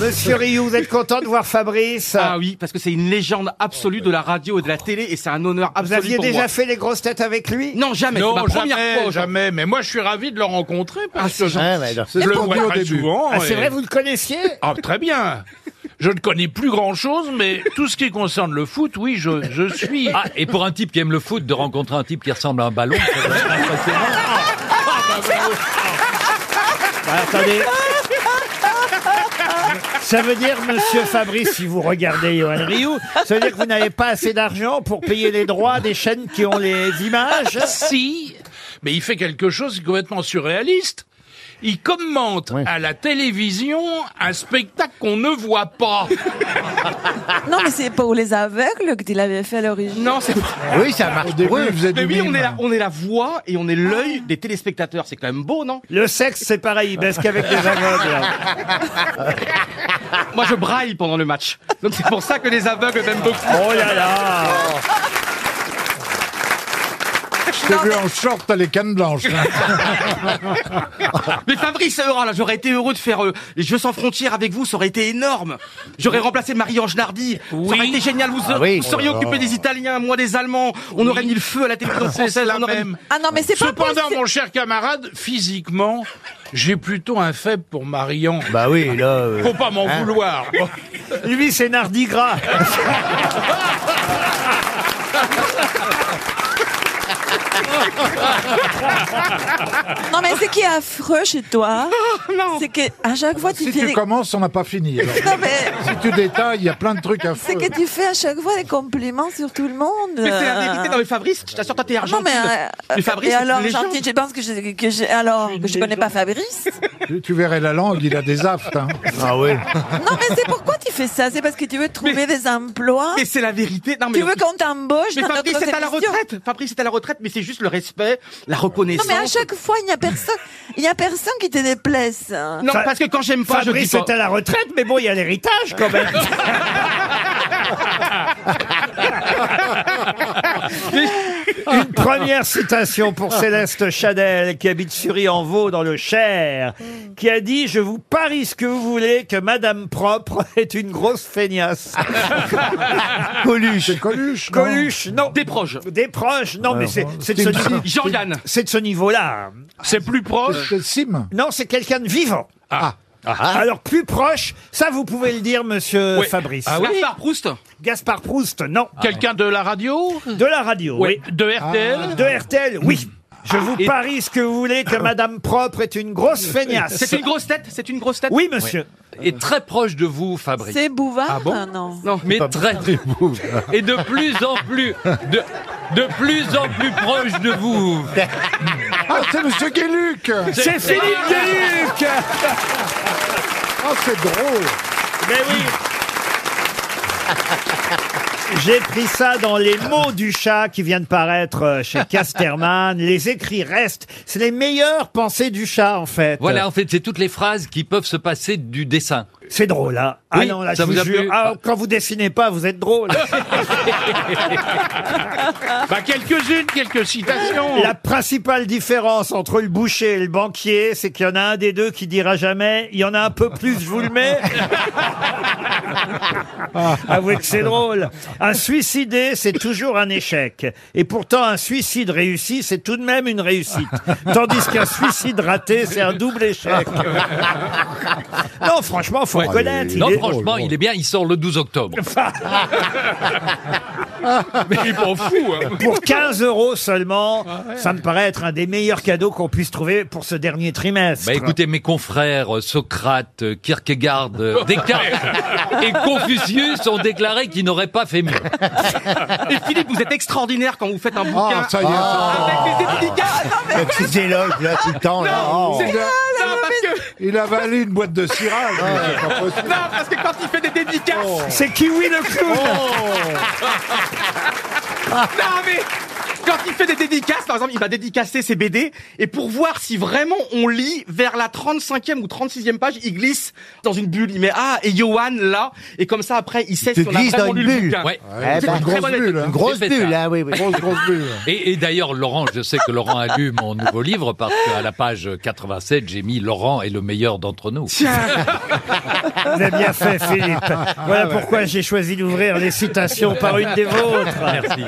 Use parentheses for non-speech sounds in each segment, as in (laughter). Monsieur Rioux, vous êtes content de voir Fabrice Ah oui, parce que c'est une légende absolue de la radio et de la télé et c'est un honneur Vous absolu aviez pour déjà moi. fait les grosses têtes avec lui Non, jamais. c'est ma première jamais, fois. aujourd'hui. jamais. Mais moi, je suis ravi de le rencontrer parce Ah, que c'est je, je le vois très souvent. Ah, c'est et- vrai, vous le connaissiez Ah, très bien. Je ne connais plus grand-chose, (laughs) mais tout ce qui concerne le foot, oui, je, je suis. Ah, et pour un type qui aime le foot, de rencontrer un type qui ressemble à un (laughs) ballon, ça doit être impressionnant. Ah, Attendez. Ça veut dire, monsieur Fabrice, si vous regardez Johan Rioux, ça veut dire que vous n'avez pas assez d'argent pour payer les droits des chaînes qui ont les images si, mais il fait quelque chose de complètement surréaliste. Il commente à la télévision un spectacle qu'on ne voit pas. Non, mais c'est pour les aveugles qu'il avait fait à l'origine. Non, c'est pas. Oui, ça marche pour eux. Mais oui, on est, la, on est la voix et on est l'œil des téléspectateurs. C'est quand même beau, non Ah. Le sexe, c'est pareil, il baisse qu'avec des aveugles. (laughs) Moi, je braille pendant le match. Donc c'est pour ça que les aveugles m'aiment beaucoup. Oh là là Je t'ai vu en short, t'as les cannes blanches. hein. (laughs) (laughs) Mais Fabrice, euh, oh là, j'aurais été heureux de faire euh, les Jeux sans frontières avec vous, ça aurait été énorme. J'aurais remplacé Marie-Ange Nardi. Ça aurait été génial. Vous, euh, oui. Oh vous seriez occupé des Italiens, moi des Allemands. On aurait mis le feu à (laughs) la télévision française. la on aurait- même. Ah non, mais c'est pas Cependant, possible. mon cher camarade, physiquement, j'ai plutôt un faible pour Marion. bah oui, là. euh, Faut pas m'en vouloir. hein. (laughs) Lui, c'est (laughs) Nardi Gras Non, mais ce qui est affreux chez toi, c'est que à chaque fois tu Si fais. tu des- commences, on n'a pas fini. alors. Non, mais Si tu détailles, il y a plein de trucs à c'est faire. que tu fais à chaque fois des compliments sur tout le monde. euh, Mais c'est la vérité. Non, mais Fabrice, je t'assure, toi, t'es Non argentine. mais, euh, Mais Fabrice, et c'est alors une légende. Argentine, je pense que je, que je- alors que je connais pas Fabrice. Tu, tu verrais la langue, il a des aftes. Ah oui. non mais c'est pourquoi tu fais ça C'est parce que tu veux trouver des emplois. Mais c'est la vérité. Non, mais tu veux qu'on t'embauche Mais dans Fabrice notre est à la émission. retraite. Fabrice est à la retraite, mais c'est juste le respect, la Non reconnaissance. mais à chaque fois il n'y a personne, il n'y a personne qui te déplaise. Non, Fa- parce que quand j'aime pas, Fabrice je dis est pas. à la retraite, mais bon, il y a l'héritage quand (laughs) même Une première citation pour Céleste Chadel, qui habite Sury-en-Vaux, dans le Cher, qui a dit « Je vous parie ce que vous voulez que Madame Propre est une grosse feignasse (laughs) Coluche. C'est Coluche. ». non Coluche, non Des proches. Des proches, non, mais c'est c'est de ce niveau- Jean-Yann. c'est de ce niveau-là Ah, C'est plus proche. Ah. C'est Sim. Non, c'est quelqu'un de vivant Alors plus proche, ça vous pouvez le dire, monsieur Oui. Fabrice. Ah oui Ah. Gaspard Proust. Gaspard Proust, non. Quelqu'un de la radio De la radio, oui. Ah. De RTL De RTL, Ah. oui. Je vous parie ce que vous voulez (coughs) que Madame Propre est une grosse feignasse. C'est une grosse tête. C'est une grosse tête. Oui, (laughs) monsieur. Et très proche de vous, Fabrice. Ah C'est Bouvard Non. Non. Mais très (laughs) Et de plus en plus, de, de plus en plus proche de vous. Ah, c'est Monsieur Guéluc. C'est Philippe Gueluc Ah, c'est drôle. Mais oui J'ai pris ça dans les mots du chat qui viennent paraître (laughs) euh, chez Casterman. Les écrits restent. C'est les meilleures pensées du chat, en fait. Voilà, en fait, c'est toutes les phrases qui peuvent se passer du dessin. C'est drôle, hein. Ah Oui, non, là, ça je vous, vous a jure. plu Ah, quand vous dessinez pas, vous (laughs) êtes drôle. Bah quelques-unes, quelques citations. La principale différence entre le boucher et le banquier, c'est qu'il y en a un des deux qui dira jamais, il y en a un peu plus, je vous le mets. Ah, Avouez que c'est drôle. Un suicidé, c'est toujours un échec. Et pourtant, un suicide réussi, c'est tout de même une réussite. Tandis qu'un suicide raté, c'est un double échec. Non, franchement, oh, faut reconnaître. il non, est- franchement, il est bien, il sort le 12 (laughs) octobre. Ah, Mais il m'en fout. hein. Ah pour 15 euros seulement, ça me paraît être un des meilleurs cadeaux qu'on puisse trouver pour ce dernier trimestre. Bah écoutez, mes confrères euh, Socrate, euh, Kierkegaard, euh, Descartes et Confucius ont déclaré qu'ils n'auraient pas fait mieux. Et Philippe, vous êtes extraordinaire quand vous faites un bouquin. Ah, ça y est. Avec des dédicaces. Le petit éloge, là, tout le temps, là. Ah, Oh. C'est- Non, parce que, Il a avalé une boîte de cirage. mais c'est pas possible. Oh. non, parce que quand il fait des dédicaces. Oh. C'est Kiwi le clown Oh. Non, mais. Quand il fait des dédicaces, par exemple, il va dédicacer ses BD, et pour voir si vraiment on lit vers la 35e ou 36e page, il glisse dans une bulle. Il met Ah, et Johan là, et comme ça après, il sait Tu si on a glisses dans vraiment une lu le bulle. bouquin. Ouais. Eh C'est ben, une très grosse bonne bulle, hein. grosse C'est pétard. bulle, Ah hein, oui, oui. Grosse, grosse bulle. Et, et d'ailleurs, Laurent, je sais que Laurent a lu mon nouveau livre parce qu'à la page 87, j'ai mis Laurent est le meilleur d'entre nous. Vous avez bien fait, Philippe. Ah, Voilà pourquoi j'ai choisi d'ouvrir les citations par une des vôtres. Merci.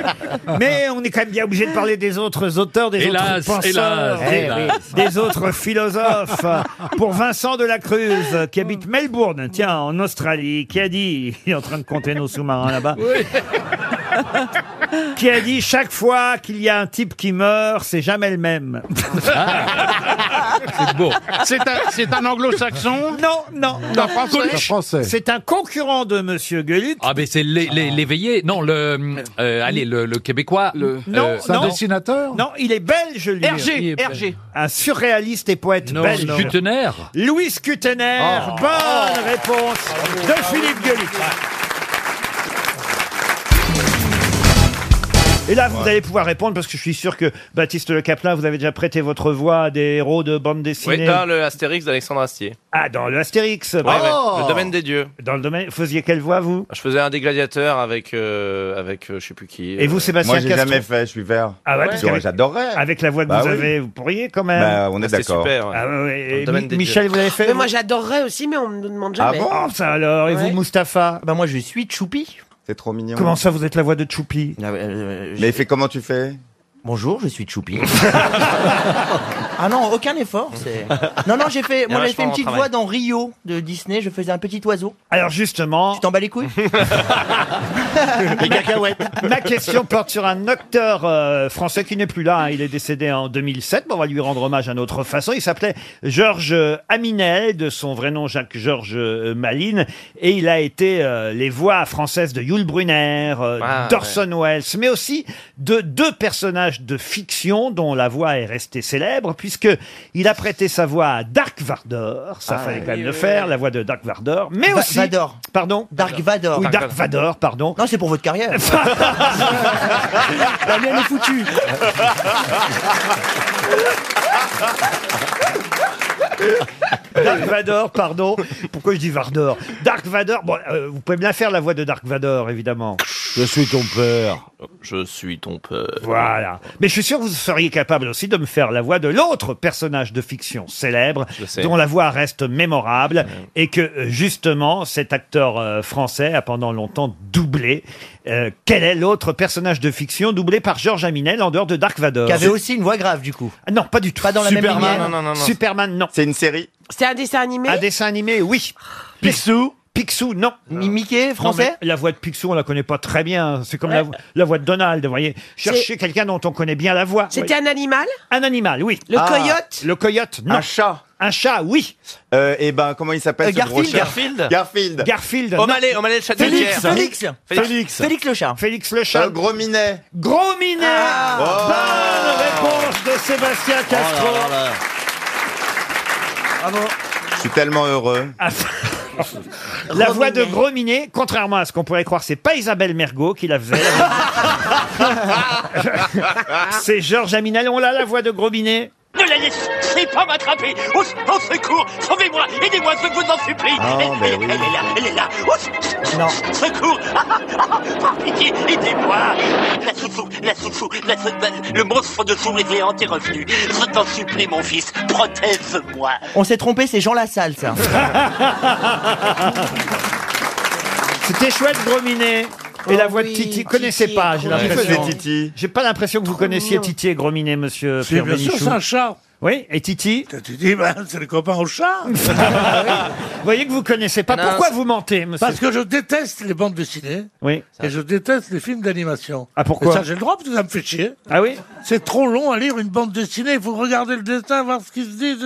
Mais on est quand même bien obligé de parler des autres auteurs, des Hélas, autres penseurs, hélas, des, hélas. des autres philosophes. Pour Vincent de la Cruz, qui habite Melbourne, tiens, en Australie, qui a dit, il est en train de compter nos sous-marins là-bas, qui a dit chaque fois qu'il y a un type qui meurt, c'est jamais le même. Ah. C'est beau. C'est un, c'est un anglo-saxon Non, non, non. Un français. C'est un concurrent de Monsieur Gueluc. Ah, mais c'est l'é- l'é- l'éveillé. Non, le. euh, allez, le, le québécois. Le- Non, Euh, C'est un non. dessinateur Non, il est belge, lui. RG, RG. Un surréaliste et poète Non, belge. non. Jutener. Louis Bah, Scutener, Ah. bonne réponse de Philippe Gueluc. Et là, vous allez pouvoir répondre parce que je suis sûr que Baptiste Le Caplin, vous avez déjà prêté votre voix à des héros de bande dessinée. Oui, dans le Astérix d'Alexandre Astier. Ah, dans le Astérix. Ouais, bravo. Oh ouais, le domaine des dieux. Dans le domaine, vous faisiez quelle voix vous Je faisais un des gladiateurs avec, euh, avec euh, je sais plus qui. Et vous, Sébastien Moi, j'ai Castro jamais fait, je suis vert. Ah ouais, parce J'aurais- qu'avec J'adorerais. avec la voix que Bah vous oui. avez, vous pourriez quand même. Bah, on est C'était d'accord. hein. super. ouais. Ah (laughs) ouais, ouais. Dans le Et domaine Mi- des Michel, vous l'avez fait Mais vous moi j'adorerais aussi, mais on ne me demande Ah jamais. bon Oh, ça alors, et Ouais. vous, Mustapha bah moi je suis Choupi. C'est trop mignon. bah, Comment ça, vous êtes la voix de Choupi Ah, euh, je- Mais fais comment tu fais Bonjour, je suis Choupi. ah non, aucun effort. c'est- Non, non, j'ai fait, y a moi j'ai vachement fait une petite de voix dans Rio de Disney, je faisais un petit oiseau. Alors justement, Tu t'en bats les couilles Les cacahuètes. Ma question porte sur un acteur euh, français qui n'est plus là. hein. Il est décédé en 2007. Bon, on va lui rendre hommage d'une autre façon. Il s'appelait Georges euh, Aminel, de son vrai nom Jacques-Georges euh, Maline. Et il a été euh, les voix françaises de Yul Brunner, euh, Ah, d'Orson Welles, mais aussi de deux personnages de fiction dont la voix est restée célèbre, puisque il a prêté sa voix à Dark Vardor. Ça fallait quand même le faire, la voix de Dark Vardor. Mais Va- aussi... Vador. Pardon Dark Vador. Oui, Dark Vador, pardon. Non, c'est pour votre carrière. La mienne est foutue. (laughs) Dark Vador, pardon. Pourquoi je dis Vardor Dark Vador, bon, euh, vous pouvez bien faire la voix de Dark Vador, évidemment. Je suis ton père. Je suis ton père. Voilà. Mais je suis sûr que vous seriez capable aussi de me faire la voix de l'autre personnage de fiction célèbre, Je sais. dont la voix reste mémorable, et que euh, justement cet acteur euh, français a pendant longtemps doublé. Euh, quel est l'autre personnage de fiction doublé par Georges Aminel en dehors de Dark Vador Qui avait aussi une voix grave du coup. Ah Non, pas du tout. Pas dans la même Non, lignée. non, non, non. non. Superman, non. C'est une série C'est un dessin animé. Un dessin animé, oui. Picsou. Picsou, non. Mi- Mickey, français. Non, mais la voix de Picsou, on la connaît pas très bien. C'est comme la, vo- la voix de Donald, vous voyez. Cherchez quelqu'un dont on connaît bien la voix. C'était un animal. Un animal, oui. Le Ah. coyote. Le coyote, non. Un chat Un chat, oui. euh, Eh ben, comment il s'appelle Euh, ce gros Garfield. chat Garfield Garfield. Garfield, non. O'Malley, O'Malley, le chat de Félix. Félix. Félix. Félix. Félix le chat. Ah. Félix le Un chat. Euh, gros minet. Oh. Gros minet. Bonne réponse de Sébastien Oh Castro. Ah Je suis tellement heureux. (laughs) Gros La Ah, voix de Minet. Gros Minet, contrairement à ce qu'on pourrait croire, c'est pas Isabelle Mergot qui (laughs) la faisait. c'est Georges Aminel. On l'a, la voix de Gros Minet. Ne la laissez pas m'attraper Au, au secours Sauvez-moi Aidez-moi, je vous en supplie Ah, elle, mais elle- oui. elle est là, elle est là Au s- secours ah, ah, ah, Par pitié, aidez-moi La souffou, la souffou, la sou- le monstre de sous est revenu Je t'en supplie, mon fils, protège-moi On s'est trompé, c'est Jean Lassalle ça. C'était chouette, (laughs) Gros Minet. Et Oh la voix de oui, Titi, Titi, connaissez pas, j'ai Gros Qui Minet. l'impression. faisait Titi J'ai pas l'impression que vous connaissiez mignon. Titi et Gros Minet, monsieur C'est euh, Pierre bien sûr, Bénichou. c'est un chat. Oui, et Titi Tu dis, ben, c'est le copain au (laughs) chat. Vous voyez que vous connaissez pas. Non, Pourquoi vous mentez, monsieur Parce que je déteste les bandes dessinées Oui. et je déteste les films d'animation. Ah, pourquoi Et ça, j'ai le droit parce que ça me fait chier. Ah oui C'est trop long à lire une bande dessinée. Il faut regarder le dessin, voir ce qui se dit.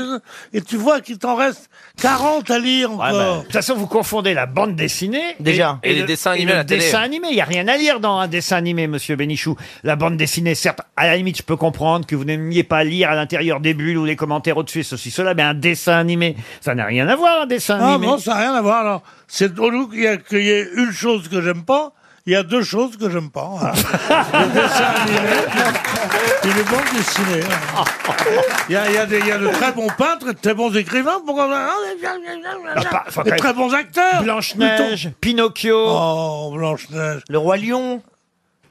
Et tu vois qu'il t'en reste 40 à lire De encore. toute façon, vous confondez la bande dessinée. et- Déjà. Et les le- dessins animés et à le la télé. dessin animé. Il n'y a rien à lire dans un dessin animé, monsieur Bénichou. La bande dessinée, certes, à la limite, je peux comprendre que vous n'aimiez pas lire à l'intérieur des bulles ou les commentaires au-dessus, ceci, cela, mais un dessin animé, ça n'a rien à voir, un dessin Ah animé. non, ça n'a rien à voir. Alors, c'est drôle qu'il y, a- qu'il y ait une chose que j'aime pas il y a deux choses que j'aime pas. hein. le dessin animé et les bandes dessinées. hein. Il y a, il y a des- il y a de très bons peintres et de très bons écrivains. Pourquoi hein. enfin, Bah, Des quand très même. bons acteurs. Blanche-Neige, Pinocchio. Oh, Blanche-Neige. Le Roi Lion.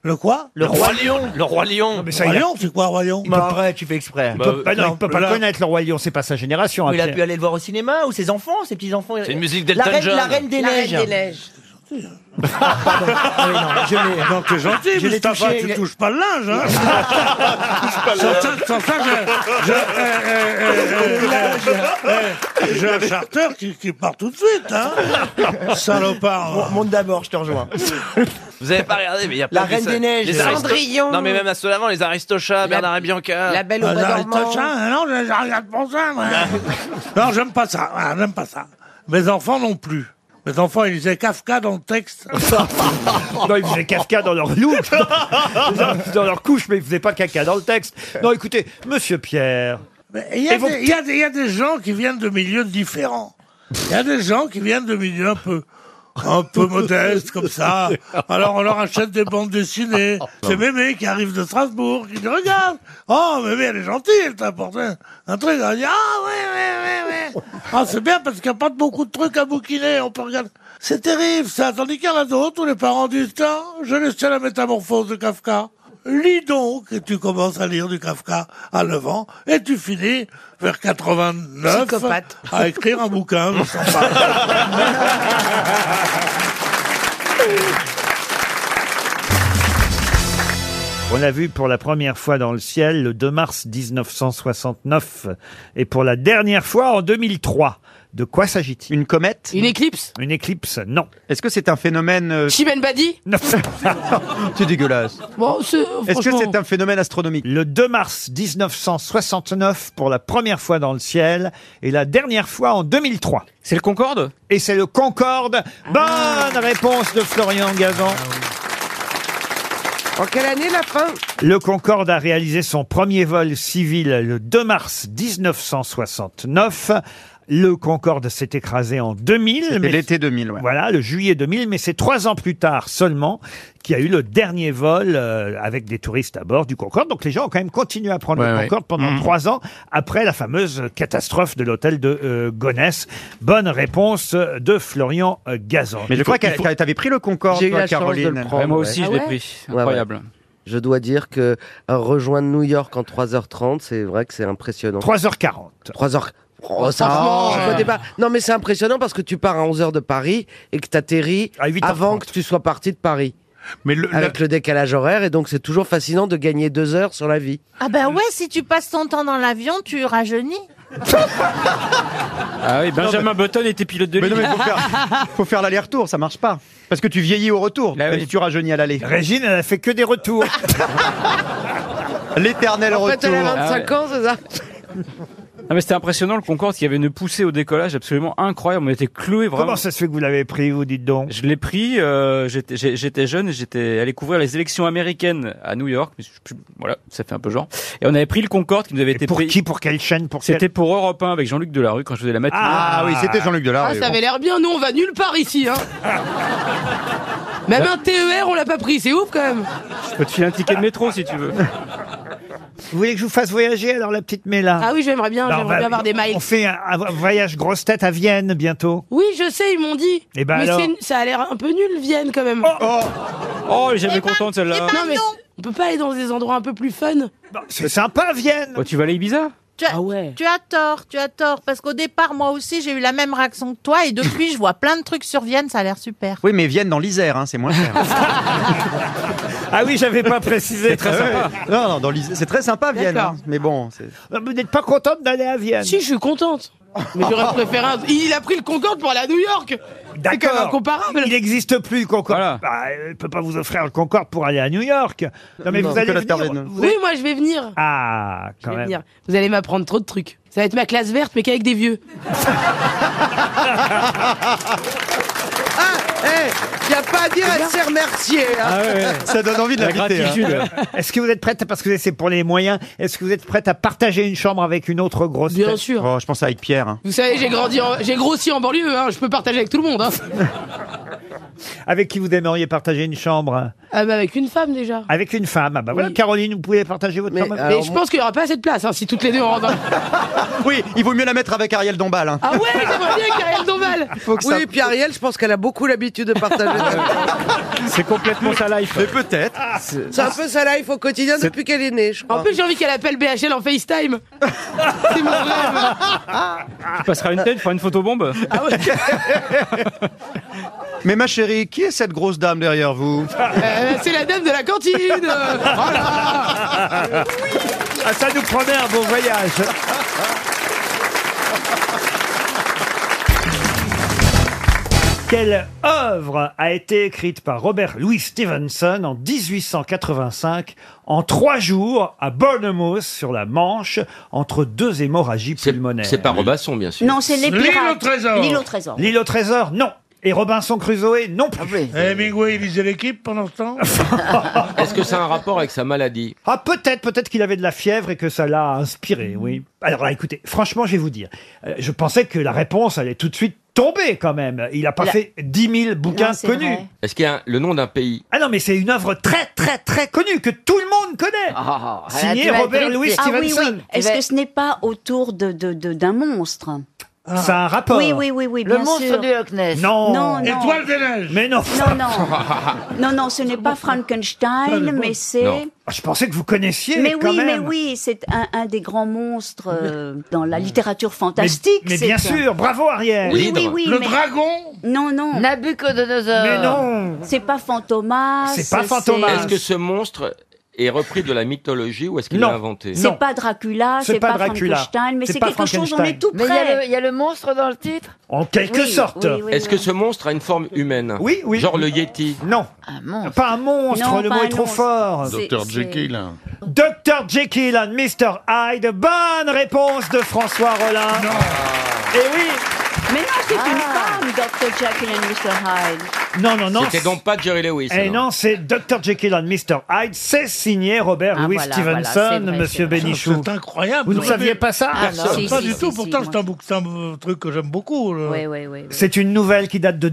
Le quoi Le Roi Lion. Le Roi Lion. mais ça, Roi il a- Lion, c'est quoi Roi Lion Il peut pas- Arrête, tu fais (laughs) exprès. il peut, bah non, il peut pas le connaître, le Roi Lion, c'est pas sa génération. hein, Il a Pierre. pu aller le voir au cinéma ou ses enfants, ses petits-enfants. C'est une musique d'Elton La reine- John. La Reine des La Reine Neiges. Ah. des Neiges. Ah Non, t'es gentil, je l'ai Mustapha, touché, tu il- touches pas le linge, hein Sans ça, sans ça, je- euh, je- eh, eh, eh, eh, eh, eh, J'ai un charter qui, qui part tout de suite, hein Salopard Euh, Monte d'abord, je te rejoins. Vous avez pas regardé, mais il y a La plein Reine de dessins- des Neiges. les aristos- Cendrillon. Non, mais même à ceux d'avant, les Aristochats, Bernard et Bianca. La Belle au Ah, Bois j'arrête dormant. pas ça, non, je- je regarde pour ça, moi. Non, j'aime pas ça, ah, j'aime pas ça. Mes enfants non plus. Mes enfants, ils lisaient Kafka dans le texte. (laughs) non, ils faisaient Kafka dans leur (laughs) look, dans, dans- dans leur couche, mais ils faisaient pas caca dans le texte. Non, écoutez, monsieur Pierre. Mais Il y, a Et vos des- il y a des- il y a des gens qui viennent de milieux différents. Il y a des gens qui viennent de milieux un peu, un peu modestes, comme ça. Alors on leur achète des bandes dessinées. C'est Mémé qui arrive de Strasbourg, qui dit Regarde Oh, Mémé, elle est gentille, elle t'a apporté un- un truc. Elle dit Ah, ouais, ouais, ouais, ouais. Ah, c'est bien parce qu'il n'y a pas beaucoup de trucs à bouquiner, on peut regarder. C'est terrible, ça. Tandis qu'il y en a d'autres où les parents disent Tiens, je laissé la métamorphose de Kafka. Lis donc, et tu commences à lire du Kafka à 9 ans, et tu finis vers 89 Psychopathe. à écrire un bouquin. je sais pas. On a vu pour la première fois dans le ciel le 2 mars 1969 et pour la dernière fois en 2003. De quoi s'agit-il Une comète Une éclipse Une éclipse, non. Est-ce que c'est un phénomène... euh, Chimène Ben Badi (laughs) C'est dégueulasse. Bon, c'est- Est-ce que franchement- c'est un phénomène astronomique Le 2 mars 1969 pour la première fois dans le ciel et la dernière fois en 2003. C'est le Concorde Et c'est le Concorde. Bonne réponse de Florian Gazan. En quelle année la fin Le Concorde a réalisé son premier vol civil le 2 mars 1969. Le Concorde s'est écrasé en 2000. mais l'été 2000, Voilà, le juillet 2000, mais c'est trois ans plus tard seulement qu'il y a eu le dernier vol euh, avec des touristes à bord du Concorde. Donc les gens ont quand même continué à prendre le Ouais, Mmh. ouais. Concorde pendant trois ans après la fameuse catastrophe de l'hôtel de euh, Gonesse. Bonne réponse de Florian euh, Gazan. Mais je Il faut- crois il que faut- t'avais pris le Concorde, J'ai eu toi, la chance Caroline. de le prendre. ouais. Ah Ouais, ouais. Je dois dire que euh, rejoindre New York en 3h30, c'est vrai que c'est impressionnant. 3h40. 3h. Oh, ça Franchement, va, je connais pas. Non, mais c'est impressionnant parce que tu pars à 11h de Paris et que t'atterris avant que tu sois parti de Paris. Mais Avec le décalage horaire, et donc c'est toujours fascinant de gagner deux heures sur la vie. Ah ben ouais, si tu passes ton temps dans l'avion, tu rajeunis. Ah oui, Benjamin Button était pilote de ligne. Mais non, mais faut (laughs) faire, faut faire l'aller-retour, ça marche pas. Parce que tu vieillis au retour, même si tu rajeunis à l'aller. Bah Régine, elle a fait que (laughs) des retours. L'éternel En retour. fait, elle hein. a Ah 25 ans, c'est ça Ah Non, mais c'était impressionnant le Concorde qui avait une poussée au décollage absolument incroyable. On était cloués vraiment. Comment ça se fait que vous l'avez pris, vous dites donc Je l'ai pris, euh, j'étais j'ai- j'étais jeune, et j'étais allé couvrir les élections américaines à New York. Mais je- je- Voilà, ça fait un peu genre. Et on avait pris le Concorde qui nous avait été pour payé- qui, pour quelle chaîne, pour quelle- C'était pour Europe 1 avec Jean-Luc Delarue quand je faisais la matinée. Ah oui, c'était Jean-Luc Ah, ça avait l'air bien, nous on va nulle part ici. (laughs) Hein. Même un TER, on l'a pas pris, c'est ouf quand même. Ah. Je peux te filer un ticket de métro si tu veux. Vous voulez que je vous fasse voyager alors la petite Méla Ah oui, j'aimerais bien, Bah, on j'aimerais va- bien avoir des miles. On fait un, un voyage grosse tête à Vienne bientôt. Oui, je sais, ils m'ont dit. Eh ben mais alors c'est- ça a l'air un peu nul, Vienne quand même. Oh, Oh, elle est jamais contente celle-là. bah, non, mais on peut pas aller dans des endroits un peu plus fun. C'est sympa Vienne. tu vas aller à Ibiza Tu Ah as, tu as tort, tu as tort, parce qu'au départ, moi aussi, j'ai eu la même réaction que toi, et depuis, je vois plein de trucs sur Vienne, ça a l'air super. Oui, mais Vienne dans l'Isère, hein, c'est moins cher. (laughs) ah oui, j'avais pas précisé. Ah C'est très sympa. Non, non, dans l'Isère, c'est très sympa Vienne. D'accord. hein, mais bon, c'est- Ah, Vous n'êtes pas contente d'aller à Vienne Si, je suis contente. Mais j'aurais préféré. un- Il a pris le Concorde pour aller à New (laughs) York. C'est quand même D'accord. incomparable. Il n'existe plus le Concorde. Bah, euh, il peut pas vous offrir le Concorde pour aller à New York. Non mais Non, vous allez que la venir. Terre-Vienne. vous- Oui, moi je vais venir. Ah, Je quand vais même. venir. Vous allez m'apprendre trop de trucs. Ça va être ma classe verte, mais qu'avec des vieux. Ah, eh, y a pas à dire, elle s'est remerciée. hein. Ah, hein. hein. (laughs) Est-ce que vous êtes prête, parce que c'est pour les moyens, est-ce que vous êtes prête à partager une chambre avec une autre grosse Bien sûr. Oh, je pense hein. avec Pierre. Vous savez, j'ai grandi, en- j'ai grossi en banlieue. hein, Je peux partager avec tout le monde. hein. Avec qui vous aimeriez partager une chambre Ah, bah, avec une femme déjà. Avec une femme. Ah bah voilà, Caroline, vous pouvez partager votre chambre. Mais je pense qu'il n'y aura pas assez de place hein, si toutes les deux on rentre. dans- Oui, il vaut mieux la mettre avec Ariel Dombal. hein. Ah ouais, j'aimerais bien qu'Ariel Dombal. Faut que ça- Oui, et puis Ariel, je pense qu'elle a beaucoup l'habitude de partager. C'est complètement sa life. Mais peut-être. Ah, C'est un peu sa life au quotidien C'est- depuis qu'elle est née, je crois. En plus, j'ai envie qu'elle appelle BHL en FaceTime. C'est mon rêve. Ah. Tu passeras une tête, tu feras une photobombe. Ah (laughs) Mais ma chérie, qui est cette grosse dame derrière vous Euh, c'est la dame de la cantine. Voilà. Ah, ça nous promet un bon voyage. Quelle œuvre a été écrite par Robert Louis Stevenson en 1885 en trois jours à Bournemouth sur la Manche entre deux hémorragies pulmonaires C'est pas Robinson, bien sûr. Non, c'est les L'île au pirates. trésor. L'île au trésor. Ah L'île au trésor, non. Et Robinson Crusoe, non plus. Hemingway, Eh, il lisait l'équipe pendant ce temps Est-ce que c'est un rapport avec sa maladie (laughs) Ah, peut-être, peut-être qu'il avait de la fièvre et que ça l'a inspiré, oui. Alors là, écoutez, franchement, je vais vous dire, euh, je pensais que la réponse allait tout de suite tomber quand même. Il n'a pas La- fait 10 000 bouquins Non, c'est connus. vrai. Est-ce qu'il y a un- le nom d'un pays Ah non, mais c'est une œuvre très, très, très connue que tout le monde connaît. Signé Ah, tu vas Robert être- Louis Ah oui, oui. Stevenson. Est-ce que ce n'est pas autour de- de- de- d'un monstre Ça a Ah. un rapport. Oui, oui, oui, oui. Le bien monstre sûr. du Loch Ness. Non. non, non. Étoile des neiges. Oh. Mais non. Non, (laughs) Non, non, ce n'est pas Frankenstein, mais c'est. Ah, Je pensais que vous connaissiez Mais quand oui, mais même. Mm. oui, c'est un, un des grands monstres euh, dans la littérature fantastique. mais c'est bien un- sûr, bravo, Ariel. Oui, oui, L'hydre. oui, Le dragon Non, non. Nabucodonosor. Mais non. C'est pas Fantomas. Est-ce que ce monstre est repris de la mythologie ou est-ce qu'il Non. l'a inventé C'est pas Dracula, C'est c'est pas pas, Dracula. Frankenstein, mais C'est c'est pas quelque chose, on est Frankenstein. tout Mais il y a le- près. il y, a le monstre dans le titre En quelque Oui, sorte. oui, oui, Est-ce que ce monstre a une forme humaine Oui, oui. Genre le Yeti Non. Ah, Ah, Pas un monstre, Non, le pas mot un est trop monstre. fort. C'est- Dr. c'est- Jekyll. hein. Dr. Jekyll and Mr. Hyde. Bonne réponse de François Rollin. Et Eh oui. Mais non, c'est une femme, Dr. Jekyll and Mr. Hyde. Non, non, non. C'était donc pas Jerry Lewis. Eh alors. non, c'est Dr. Jekyll and Mr. Hyde. C'est signé Robert Ah, Louis voilà, voilà, Stevenson, c'est vrai, monsieur c'est vrai. Bénichou. C'est incroyable. Vous ne saviez pas ça Ah, Personne. Pas du tout, pourtant c'est un bouc- c'est un, euh, truc que j'aime beaucoup. le- C'est une nouvelle qui date de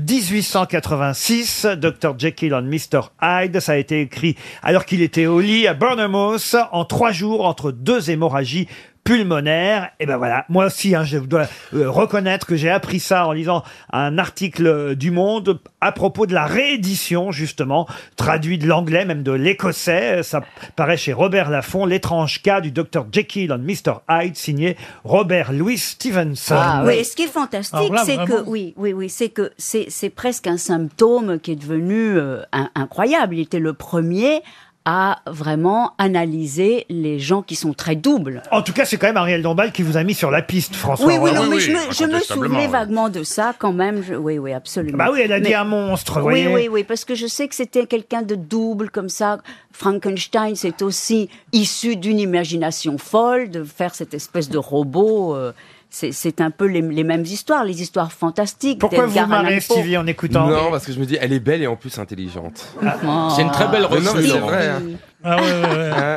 1886. Dr. Jekyll and Mr. Hyde. Ça a été écrit alors qu'il était au lit à Bournemouth en trois jours entre deux hémorragies pulmonaires. Et ben voilà. Moi aussi, hein, je dois euh, reconnaître que j'ai appris ça en lisant un article euh, du Monde à propos de la réédition, justement, traduit de l'anglais, même de l'écossais. Ça paraît chez Robert Laffont, l'étrange cas du Dr. Jekyll and Mr. Hyde, signé Robert Louis Stevenson. Ah, oui, et ce qui est fantastique, Alors là, c'est vraiment. que oui, oui, oui, c'est que c'est c'est presque un symptôme qui est devenu euh, in- incroyable. Il était le premier à vraiment analyser les gens qui sont très doubles. En tout cas, c'est quand même Ariel Dombal qui vous a mis sur la piste, François. oui, oui, Hollande. non, mais je me, je me souvenais vaguement de ça quand même. Je- oui, oui, absolument. Bah oui, elle a dit Mais- un monstre, vous Oui, voyez. oui, oui, parce que je sais que c'était quelqu'un de double comme ça. Frankenstein, c'est aussi issu d'une imagination folle de faire cette espèce de robot. euh, c'est- c'est un peu les, les mêmes histoires, les histoires fantastiques. Pourquoi vous d'Edgar vous marrez, Allan Poe. Stevie, en écoutant Non, parce que je me dis, elle est belle et en plus intelligente. Ah. C'est une très belle Mais non, recrue. c'est Laurent. vrai, hein. Ah,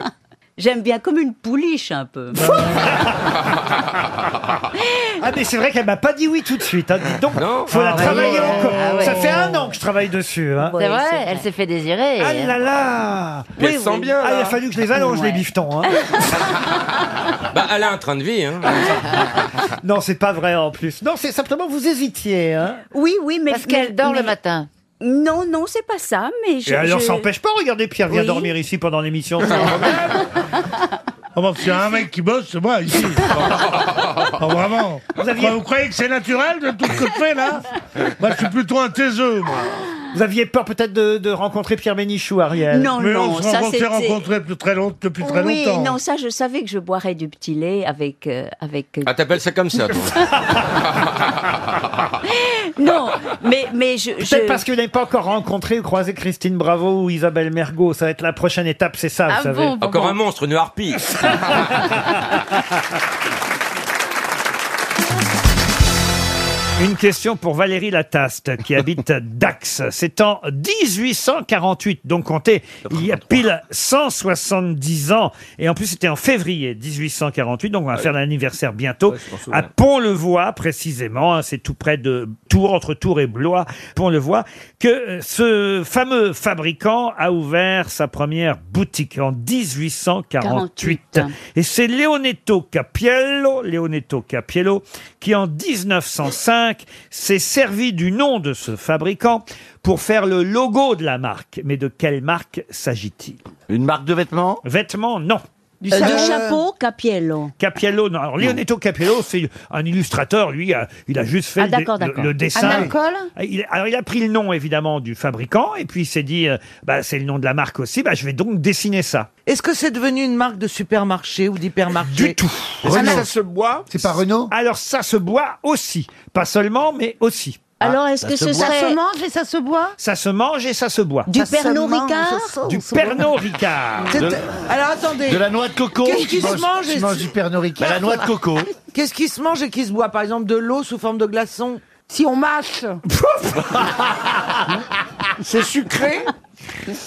J'aime bien comme une pouliche un peu. Bah Ah, mais c'est vrai qu'elle m'a pas dit oui tout de suite. hein. Dis donc, faut la Ah, ouais. travailler encore. Ah, ouais. Ça fait un an que je travaille dessus. Ah hein. C'est vrai, elle s'est fait désirer. Ah là là Mais elle sent bien, hein. Ah, il a là. fallu que je les allonge, les bifetons. hein. Bah, elle a un train de vie. Hein. non, c'est pas vrai en plus. Non, c'est simplement vous hésitiez. hein. Oui, oui, mais Parce qu'elle mais- dort le mais- matin. Non, non, c'est pas ça, mais je. Et alors, je- ça s'empêche pas. Regardez, Pierre vient Oui. dormir ici pendant l'émission. c'est un problème. Oh, bah, s'il y a un mec qui bosse, c'est moi ici. Oh, vraiment. Vous, vous croyez que c'est naturel de tout ce que je fais là Moi je suis plutôt un taiseux, moi. Vous aviez peur peut-être de, de rencontrer Pierre Bénichou, Ariel Non, Mais non, on ça, s'est c'était- rencontrés depuis très, long- depuis très oui, longtemps. non, ça, je savais que je boirais du petit lait avec euh, avec. euh, Ah, t'appelles ça comme ça, toi non, mais mais je. Peut-être je- parce que vous n'avez pas encore rencontré ou croisé Christine Bravo ou Isabelle Mergot. Ça va être la prochaine étape, c'est ça, vous Ah savez. bon, bon, Encore un monstre, une harpie. Une question pour Valérie Lataste, qui habite Dax. C'est en 1848, donc comptez, il y a pile 170 ans. Et en plus, c'était en février 1848, donc on va faire l'anniversaire bientôt. à Pont-le-Voix, précisément, hein, c'est tout près de Tours, entre Tours et Blois, Pont-le-Voix, que euh, ce fameux fabricant a ouvert sa première boutique en 1848. 48. Et c'est Leonetto Capiello, Leonetto Capiello, qui en 1905 s'est servi du nom de ce fabricant pour faire le logo de la marque. Mais de quelle marque s'agit-il Une marque de vêtements Vêtements, non. Du, euh, du chapeau, Capiello. Capiello, non. Alors, Leonetto Capiello, c'est un illustrateur, lui, euh, il a juste fait Ah, le- d'accord, le, d'accord. le dessin. Un alcool Il- Alors, il a pris le nom, évidemment, du fabricant, et puis il s'est dit, euh, bah, c'est le nom de la marque aussi, bah, je vais donc dessiner ça. Est-ce que c'est devenu une marque de supermarché ou d'hypermarché Du tout. boit C'est pas Renault Alors, ça se boit aussi. Pas seulement, mais aussi. Ah. Alors, est-ce que ce serait. Ça se mange et ça se boit Ça se mange et ça se boit. Du Ça se Pernod mange, Ricard ça se- Du se- Pernod Ricard. Ah, oh, C'est- Alors attendez. de la noix de coco. Qu'est-ce Tu qui se manges- mange tu et- manges du Pernod Ricard. Bah, la noix de coco. Qu'est-ce qui se mange et qui se boit Par exemple, de l'eau sous forme de glaçon Si on mâche. C'est sucré.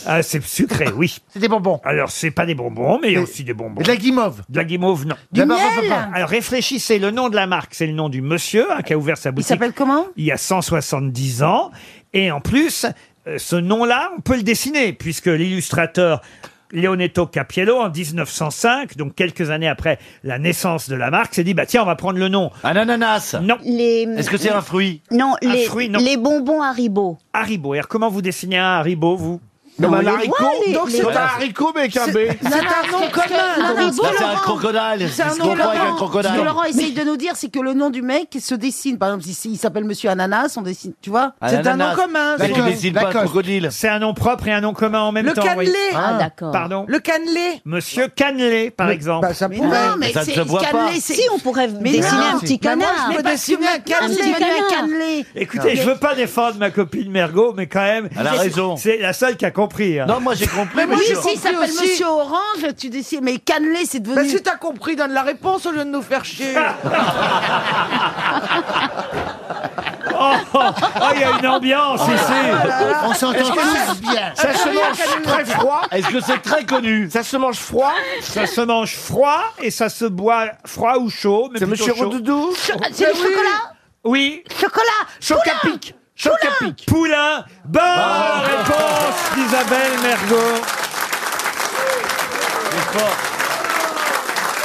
Ah, c'est sucré, oui. C'est des bonbons. Alors, c'est pas des bonbons, Oh, mais il y a aussi des bonbons. De la guimauve. De la guimauve, non. Du D'abord, miel papa. Alors, réfléchissez, le nom de la marque, c'est le nom du monsieur hein, qui a ouvert sa boutique. Il s'appelle comment Il y a 170 ans. Et en plus, euh, ce nom-là, on peut le dessiner, puisque l'illustrateur. Leonetto Capiello, en 1905, donc quelques années après la naissance de la marque, s'est dit, bah tiens, on va prendre le nom. Un ananas Non. Est-ce que c'est un fruit Non, Un les, fruit, non. les bonbons Haribo. Haribo. Et alors, comment vous dessinez un Haribo, vous Non, Non, mais les- l'haricot, ouais, les- donc les- c'est un haricot, mais avec un B. C'est- C'est un nom commun. Non, non, c'est un crocodile. Il C'est un se nom confond avec un Laurent. crocodile. Ce que Laurent essaye de nous dire, c'est que le nom du mec il se dessine. Par exemple, s'il s'appelle Monsieur Ananas, on dessine. Tu vois Ah, C'est un nom commun. Bah, Mais c'est tu vrai. dessines pas un crocodile. C'est un nom propre et un nom commun en même Le temps. oui. cannelé. Ah, d'accord. Pardon. Le cannelé. Monsieur Cannelé, par exemple. bah, ça Mais pourrait. non, mais Mais ça ne c'est- se voit cannelé, pas. c'est- Si, on pourrait Mais dessiner non, un petit mais Bah, moi, canard. je peux dessiner un cannelé. petit Un canard. cannelé. Écoutez, je veux pas défendre ma copine Mergot, mais quand même. Elle a c'est- raison. C'est la seule qui a compris. hein. Non, moi, j'ai compris, Mais moi, monsieur. oui, s'il s'appelle Monsieur Orange, tu décides. Mais cannelé, c'est devenu. Mais si t'as compris, donne la réponse au lieu de nous faire (laughs) chier. Oh, oh, oh, il y a une ambiance ici. On s'entend Est-ce que tous ça- bien. Ça se mange très froid. Est-ce que c'est très connu Ça se mange froid. Ça se mange froid et ça se boit froid ou chaud. mais C'est plutôt Monsieur chaud. Ben Rodoudou C'est le chocolat Oui. Chocolat Chocapic. Chocapic. Poulain. Bonne réponse d'Isabelle Mergot.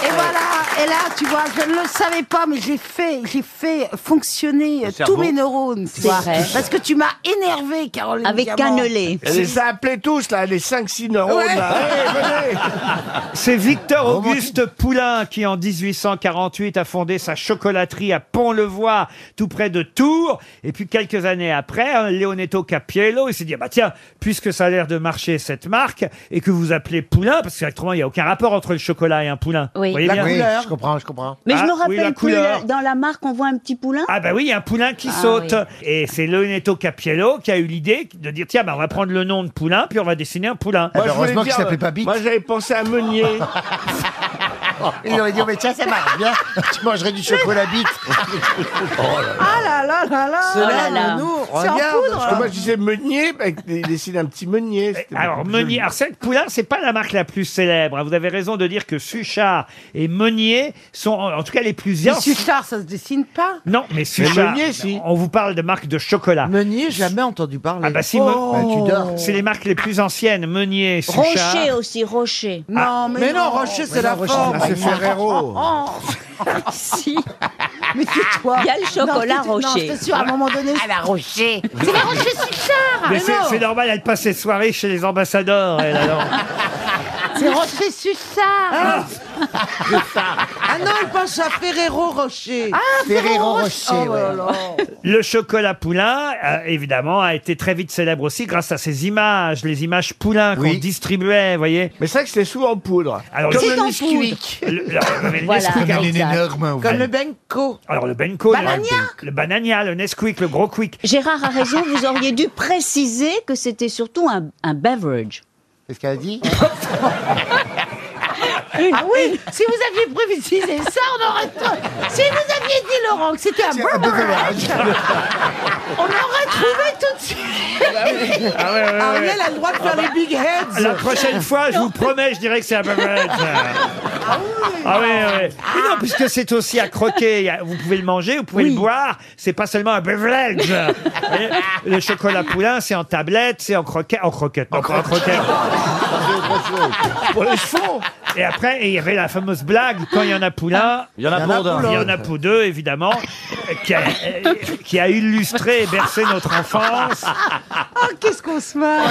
Et voilà, Ah, et là, tu vois, je ne le savais pas, mais j'ai fait, j'ai fait fonctionner euh, tous cerveau. mes neurones. tu C'est vois. vrai. Parce que tu m'as énervé, Caroline. Avec Diamant. cannelé. Elle les a appelés tous, là, les 5-6 neurones. Ouais. là. Allez, Bah, venez. C'est Victor Auguste Poulain qui, en 1848, a fondé sa chocolaterie à Pont-le-Voix, tout près de Tours. Et puis, quelques années après, hein, Leonetto Capiello, il s'est dit, ah bah tiens, puisque ça a l'air de marcher cette marque, et que vous appelez Poulain, parce qu'actuellement, il n'y a aucun rapport entre le chocolat et un poulain. Oui. Vous voyez La bien couleur. Je comprends, je comprends. Mais je Ah, me oui, la rappelle plus, couleur. le- dans la marque, on voit un petit poulain. Ah bah oui, il y a un poulain qui Ah saute. oui. Et c'est Leonetto Capiello qui a eu l'idée de dire, tiens, bah, on va prendre le nom de poulain, puis on va dessiner un poulain. Moi, je voulais dire, euh, Moi, j'avais pensé à (laughs) Meunier. (laughs) Il aurait dit, oh, mais tiens, ça marche (laughs) bien. Tu mangerais du chocolat bite. (laughs) Ah là là là Oh là Cela Oh nous, C'est en hein. poudre Parce que moi, je disais Meunier, bah, il dessine un petit Meunier. c'était Euh, Alors, beaucoup plus Meunier, alors cette Poulain, c'est pas la marque la plus célèbre. hein. Vous avez raison de dire que Suchard et Meunier sont, en en tout cas, les plus Mais anciens. Suchard, ça se dessine pas Non, mais Suchard. Meunier, si. On vous parle de marque de chocolat. Meunier, jamais entendu parler. Ah bah si, Me- Oh. Bah, tu dors. c'est les marques les plus anciennes. Meunier, Suchard. Rocher aussi, Rocher. Non, Ah, mais, Mais non, non, Rocher, mais c'est la non, Rocher, forme. bah, c'est (laughs) Ferrero. (laughs) si. Mais tais-toi. Il y a le chocolat Non, tais-toi. Rocher. Non, je t'assure, à un moment donné. Ah, À la Rocher. (laughs) C'est la Rocher Suchard. Mais c'est c'est normal, elle passe ses soirées chez les ambassadeurs. elle, alors. C'est Rocher Suchard. Ah non, il pense à Ferrero Rocher. Ah, Ferrero Rocher, Oh là ouais. là. Le chocolat poulain, euh, évidemment, a été très vite célèbre aussi grâce à ses images, les images poulain qu'on distribuait, vous voyez. Mais c'est vrai que c'est souvent en poudre. Alors, Comme le- le le- Nesquik. le- le- le Nesquik, Comme alors, il est énorme. Comme le Benko. Alors le Benko, le- Banania le, Banania, le Nesquik, le Gros Quick. Gérard a raison, vous auriez dû préciser que (laughs) c'était surtout un, un beverage. Qu'est-ce qu'elle a dit Oui, si vous aviez précisé ça, on aurait. Si vous aviez dit, Laurent, que c'était un burger on aurait trouvé tout de suite. Ah ouais, ouais, ouais. Ariel a le droit de faire les big heads. La (laughs) prochaine fois, je vous promets, je dirais que c'est un beverage. Ah oui, oui. Mais non, (laughs) puisque c'est aussi à croquer. Il y a- Vous pouvez le manger, vous pouvez le boire. C'est pas seulement un beverage. Vous voyez, le chocolat poulain, c'est en tablette, c'est en croquette. En croquette, non, pas en croquette. Pour les chevaux. Et après, et il y avait la fameuse blague, quand il y en a poulain, Il y en a pour deux. il y en a pour deux, évidemment, qui a, euh, qui a illustré et bercé notre enfance. Oh, qu'est-ce qu'on se marre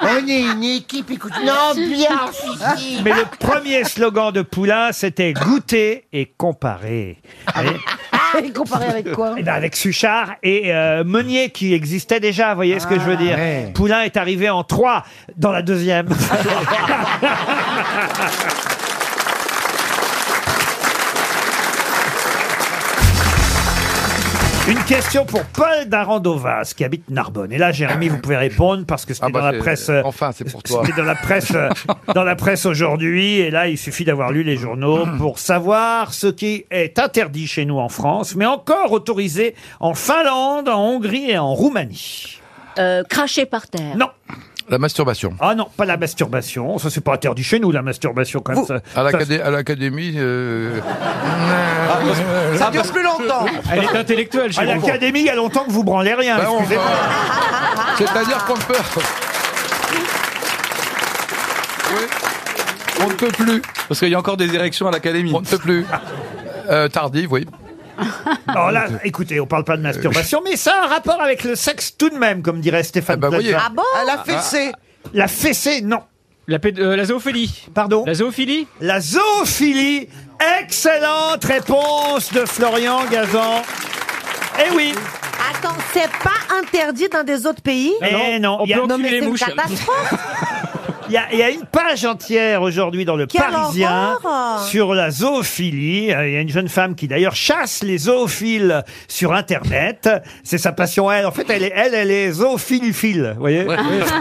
On est une équipe, écoute. Ah, Non, bien, Fifi. Mais le premier slogan de Poulain, c'était goûter et comparer. Ah Et- Ah, Et comparé avec quoi Eh ben, avec Suchard et euh, Meunier qui existait déjà, vous voyez ce que je Ah, veux dire. Poulain est arrivé en 3 dans (laughs) la deuxième. Une question pour Paul Darandovas qui habite Narbonne. Et là, Jérémy, vous pouvez répondre parce que Ah c'était bah, dans la presse. euh, Enfin, (laughs) c'est pour toi. C'était dans la presse, (laughs) euh, dans la presse aujourd'hui. Et là, il suffit d'avoir lu (clears throat) les journaux pour savoir ce qui est interdit chez nous en France, mais encore autorisé en Finlande, en Hongrie et en Roumanie. Euh, cracher par terre. Non. La masturbation. Ah non, pas la masturbation. Ça, c'est pas interdit chez nous, la masturbation comme ça. À Ça, l'acadé- à l'académie. euh, Ah, Ça dure plus longtemps. Elle est intellectuelle Euh, À l'académie, il y a longtemps que vous branlez rien. Bah, on excusez-moi. C'est-à-dire qu'on peut. On ne peut plus. Parce qu'il y a encore des érections à l'académie. On ne peut plus. Euh, tardive, oui. Ah Alors là, écoutez, on parle pas de masturbation, mais ça a un rapport avec le sexe tout de même, comme dirait Stéphane bah, voyez. Plaza. Ah bon Ah, la fessée. La fessée, non. La, zoophilie. Pardon La zoophilie La zoophilie Excellente réponse de Florian Gazan. Eh oui Attends, c'est pas interdit dans des autres pays Eh non, il y a- Non, mais c'est une catastrophe. Ah Il y, a, il y a une page entière aujourd'hui dans le Quelle Parisien horreur sur la zoophilie. Euh, Il y a une jeune femme qui d'ailleurs chasse les zoophiles sur Internet. C'est sa passion, elle. En fait, elle est, elle, elle est zoophiliphile, vous voyez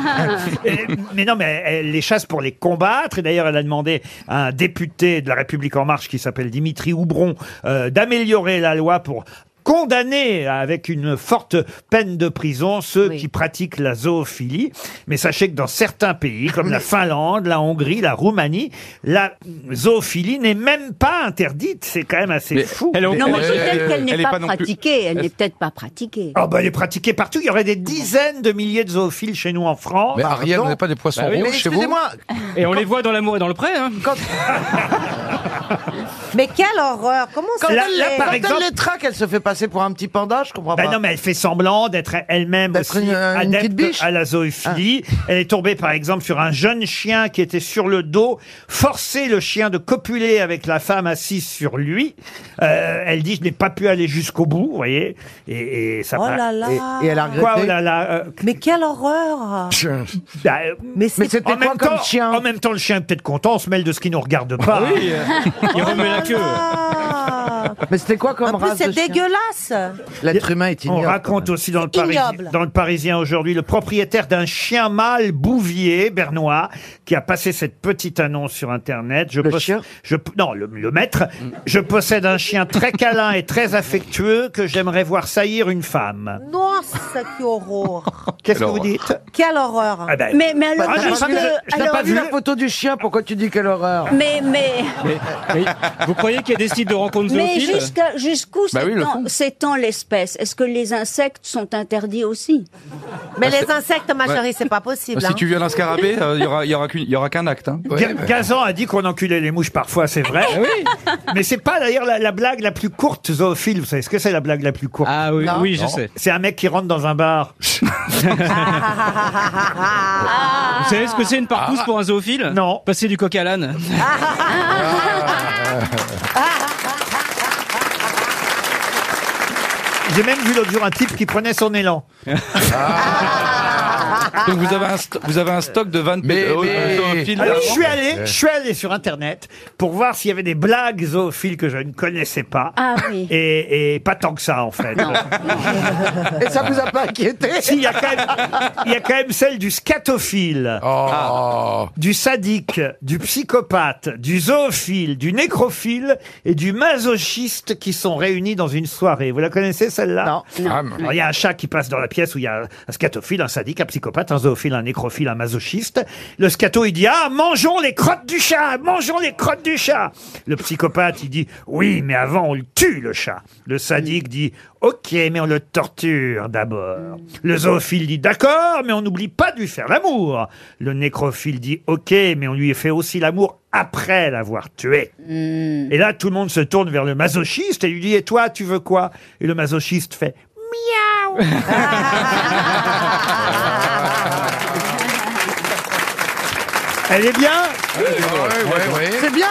(laughs) Et- mais non, mais elle les chasse pour les combattre. Et d'ailleurs, elle a demandé à un député de La République En Marche qui s'appelle Dimitri Houbron euh, d'améliorer la loi pour condamner avec une forte peine de prison ceux qui pratiquent la zoophilie. Mais sachez que dans certains pays, comme la Finlande, la Hongrie, la Roumanie, la zoophilie n'est même pas interdite. C'est quand même assez fou. non, mais peut-être qu'elle n'est pas, pratiquée. Elle n'est peut-être pas pratiquée. Ah bah elle est pratiquée partout. Il y aurait des dizaines de milliers de zoophiles chez nous en France. Mais Ariel, vous n'avez pas des poissons Bah oui, rouges mais chez vous excusez-moi. Et on les voit dans l'amour et dans le prêt. Hein. Mais quelle horreur Comment Quand, ça elle, l'est les- quand elle les traque, elle se fait passer pour un petit panda, je comprends Ben pas. non, mais elle fait semblant d'être elle-même aussi une- une petite adepte biche. Ah. à la zoophilie. Elle est tombée, par exemple, sur un jeune chien qui était sur le dos, forcer le chien de copuler avec la femme assise sur lui. Euh, elle dit, je n'ai pas pu aller jusqu'au bout, vous voyez. Et, et ça Oh m'a- là là. Et- et elle a regretté Quoi, oh là là euh, Mais quelle horreur bah, euh, Mais c'est- Mais c'était en même quoi comme temps- En même temps, le chien est peut-être content, on se mêle de ce qui nous regarde pas. Oui, euh, il remet la queue. Mais c'était quoi comme Ah. En plus, race de c'est chien dégueulasse L'être humain est On raconte aussi dans le, C'est Parisi- ignoble. dans le Parisien aujourd'hui le propriétaire d'un chien mâle bouvier bernois qui a passé cette petite annonce sur Internet. Je poss- je p- Non, le, le maître. Je possède un chien très câlin et très affectueux que j'aimerais voir saillir une femme. (laughs) Non, ça qui horreur Qu'est-ce que vous dites Quelle horreur Ah ben, Mais- mais alors, Bah, t'as parce pas vu que- la- Je n'ai alors- pas vu la photo du chien, pourquoi tu dis quelle horreur Mais, mais, Mais- mais vous croyez qu'il y a des sites de rencontres mais zoophiles jusqu'à- jusqu'où Bah oui, le s'étend- fond. s'étend l'espèce Est-ce que les insectes sont interdits aussi Mais Bah, les insectes, ma Ouais. chérie, c'est pas possible. hein. Si tu violes un scarabée, euh, il n'y aura, y aura qu'une- y aura qu'un acte. Hein. Ah Ga- Gazan a dit qu'on enculait les mouches parfois, c'est vrai. Mais c'est pas d'ailleurs la, la blague la plus courte zoophile. Vous savez ce que c'est la blague la plus courte Ah oui, Non. oui, je sais. C'est un mec qui rentre dans un (laughs) bar. Vous savez ce que c'est une partouze pour un zoophile Non. Passer du coq à l'âne. J'ai même vu l'autre jour un type qui prenait son élan. Ah. Donc vous avez un, sto- vous avez un stock de 20 Alors, je suis allé, je suis allé sur internet pour voir s'il y avait des blagues zoophiles que je ne connaissais pas. Ah oui. Et, et pas tant que ça en fait. Et ça vous a pas inquiété Si, il y a quand même, il y a quand même celle du scatophile, Oh. du sadique, du psychopathe, du zoophile, du nécrophile et du masochiste qui sont réunis dans une soirée. Vous la connaissez celle-là Non. Non. Alors, Il y a un chat qui passe dans la pièce où il y a un scatophile, un sadique, un psychopathe, un zoophile, un nécrophile, un masochiste. Le scato, il dit Ah, mangeons les crottes du chat Mangeons les crottes du chat Le psychopathe, il dit Oui, mais avant, on le tue, le chat. Le sadique dit Ok, mais on le torture d'abord. Le zoophile dit D'accord, mais on n'oublie pas de lui faire l'amour. Le nécrophile dit Ok, mais on lui fait aussi l'amour après l'avoir tué. Et là, tout le monde se tourne vers le masochiste et lui dit Et toi, tu veux quoi Et le masochiste fait Elle est bien C'est bien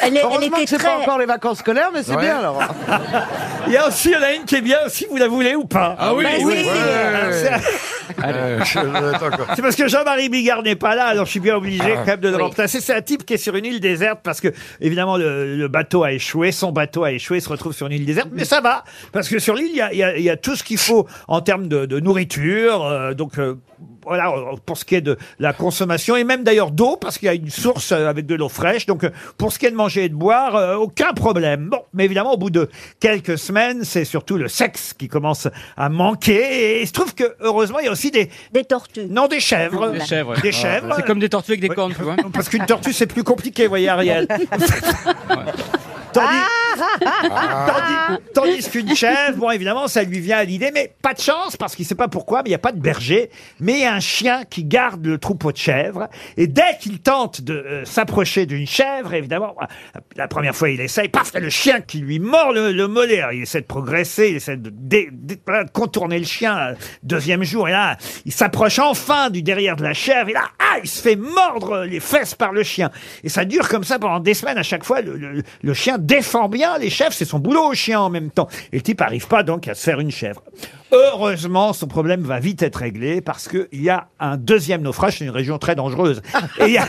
Elle, Heureusement que c'est pas encore les vacances scolaires, mais c'est Ouais. bien alors. (laughs) Il y a aussi il y en a une qui est bien aussi, vous la voulez ou pas Ah oui, Bah oui, oui. oui. Alors, c'est- C'est parce que Jean-Marie Bigard n'est pas là, alors je suis bien Ah. obligé quand même de le remplacer. C'est un type qui est sur une île déserte parce que, évidemment, le, le bateau a échoué, son bateau a échoué, il se retrouve sur une île déserte, mais ça va, parce que sur l'île, il y a, il y a- il y a tout ce qu'il faut en termes de, de nourriture, euh, donc... euh, voilà, euh, pour ce qui est de la consommation, et même d'ailleurs d'eau, parce qu'il y a une source euh, avec de l'eau fraîche. Donc, euh, pour ce qui est de manger et de boire, euh, aucun problème. Bon, mais évidemment, au bout de quelques semaines, c'est surtout le sexe qui commence à manquer. Et il se trouve que, heureusement, il y a aussi des. Des tortues. Non, des chèvres. Des chèvres. Des Ah. chèvres. C'est comme des tortues avec des cornes, tu vois. (laughs) Parce qu'une tortue, c'est plus compliqué, voyez, Ariel. (laughs) Tandis, tandis- tandis qu'une chèvre, bon, évidemment, ça lui vient à l'idée, mais pas de chance, parce qu'il sait pas pourquoi, mais il n'y a pas de berger, mais il y a un chien qui garde le troupeau de chèvres, et dès qu'il tente de euh, s'approcher d'une chèvre, évidemment, la première fois, il essaye, paf, le chien qui lui mord le, le mollet, Alors, il essaie de progresser, il essaie de, dé- dé- voilà, de contourner le chien, deuxième jour, et là, il s'approche enfin du derrière de la chèvre, et là, ah, il se fait mordre les fesses par le chien. Et ça dure comme ça pendant des semaines. À chaque fois, le, le- le chien défend bien les chèvres. C'est son boulot au chien en même temps. Et le type n'arrive pas donc à se faire une chèvre. Heureusement, son problème va vite être réglé parce qu'il y a un deuxième naufrage. C'est une région très dangereuse. Et il y a-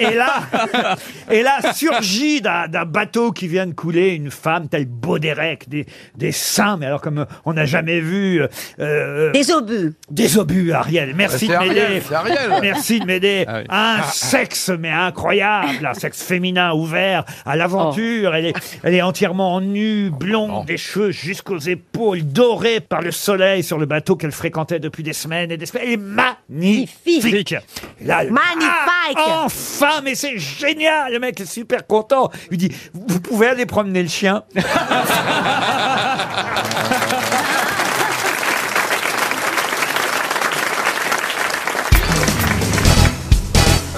et là, (laughs) et là surgit d'un d'un bateau qui vient de couler une femme telle Baudérec, des, des seins, mais alors comme on n'a jamais vu. euh, Des obus. Des obus, Ariel. Merci Bah, de c'est m'aider. Ariel, c'est Ariel. (laughs) Ah Merci de m'aider. Un sexe, mais incroyable, un sexe féminin ouvert à l'aventure. Elle, est, elle est entièrement en nu, blonde, des cheveux jusqu'aux épaules, dorée par le soleil sur le bateau qu'elle fréquentait depuis des semaines et des semaines. Elle est magnifique. Là, (laughs) elle- Magnifique. Ah, enfin, mais c'est génial. Le mec est super content. Il dit, vous pouvez aller promener le chien. (laughs)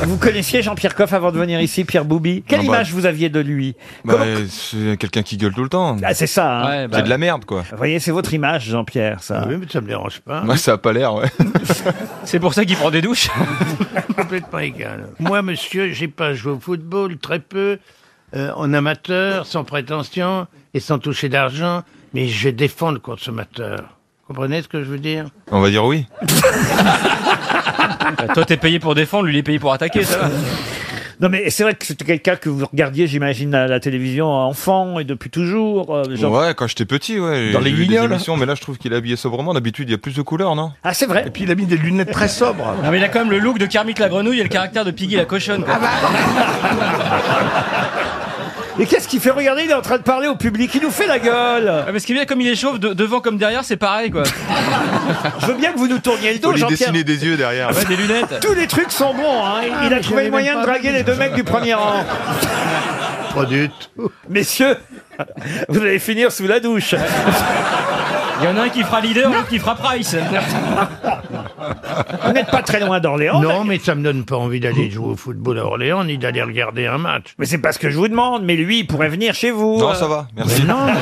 Vous connaissiez Jean-Pierre Coff avant de venir ici, Pierre Boubi Quelle Ah bah. image vous aviez de lui Bah, Comment- c'est quelqu'un qui gueule tout le temps. Ah, c'est ça. hein. C'est de la merde, quoi. Vous voyez, c'est votre image, Jean-Pierre, ça. Oui, Ah mais ça hein me dérange pas. Ouais, ça a pas l'air, ouais. C'est pour ça qu'il prend des douches. (laughs) complètement égal. Moi, monsieur, j'ai pas joué au football, très peu, euh, en amateur, sans prétention et sans toucher d'argent, mais je défends le consommateur. Comprenez ce que je veux dire On va dire oui. Bah, Toi, t'es payé pour défendre, lui, il est payé pour attaquer, ça va. Non, mais c'est vrai que c'était quelqu'un que vous regardiez, j'imagine, à la télévision enfant et depuis toujours. euh, Jean- Ouais, quand j'étais petit, ouais. Dans j'ai les vu des guignols. émissions, Mais là, je trouve qu'il est habillé sobrement. D'habitude, il y a plus de couleurs, non Ah, c'est vrai. Et puis, il a mis des lunettes très sobres. Non, Ah, mais il a quand même le look de Kermit la grenouille et le caractère de Piggy la cochonne, quoi. Ah, bah. Et qu'est-ce qu'il fait Regardez, il est en train de parler au public, il nous fait la gueule Ah, Mais ce qui est bien, comme il est chauve, de- devant comme derrière, c'est pareil, quoi. Je veux bien que vous nous tourniez le Faut dos, lui Jean-Pierre. dessiner des yeux derrière. Ah ouais, des lunettes. Tous les trucs sont bons, hein. Il, Ah, il a mais trouvé le j'avais moyen même de pas draguer vu. les deux mecs du premier rang. Pas du tout. Messieurs, vous allez finir sous la douche. Il y en a un qui fera leader, l'autre qui fera (laughs) Price. Vous n'êtes pas très loin d'Orléans. Non, mais ça me donne pas envie d'aller jouer au football à Orléans ni d'aller regarder un match. euh. (laughs) Mais c'est pas ce que je vous demande, mais lui, il pourrait venir chez vous. Non, ça va, merci. non, mais-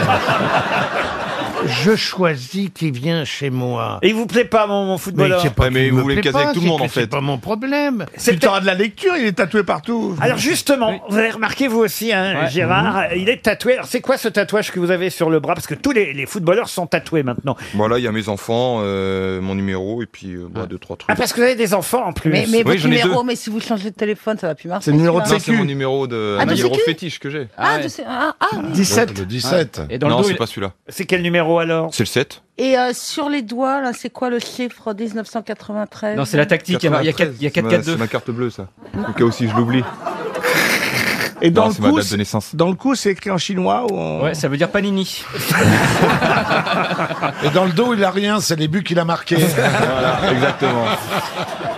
Je choisis qui vient chez moi. Et il vous plaît pas, mon, footballeur c'est pas Ah, Ouais, mais qu'il vous me voulez le plaît caser avec pas, tout le c'est monde, que en fait. C'est pas mon problème. C'est le temps de la lecture, il est tatoué partout. Alors justement, vous avez remarqué vous aussi, hein, Ouais. Gérard, il est tatoué. Alors c'est quoi ce tatouage que vous avez sur le bras Parce que tous les, les footballeurs sont tatoués maintenant. Voilà, il y a mes enfants, euh, mon numéro et puis euh, bah, deux, trois trucs. Ah parce que vous avez des enfants en plus. Mais- mais Oui, votre j'en ai numéro, deux. mais si vous changez de téléphone, ça va plus marcher. Non, C'est mon numéro de Ah, de mon numéro sécu fétiche que j'ai. Ah, de ce- ah, ah, oui. Le, 17. Et dans le non, dos, c'est il- pas celui-là. C'est quel numéro alors C'est le 7. Et euh, sur les doigts, là, c'est quoi le chiffre Ah 1993 Non, Non, c'est la tactique, il y a- il y a quatre- il y a 4-4-2. C'est ma carte bleue, ça. Au cas où si je l'oublie. Et dans Non, le c'est ma coup, date de naissance. dans le coup, c'est écrit en chinois ou en... Ouais, ça veut dire panini. (laughs) Et dans le dos, il a rien, c'est les buts qu'il a (laughs) marqués. voilà, exactement.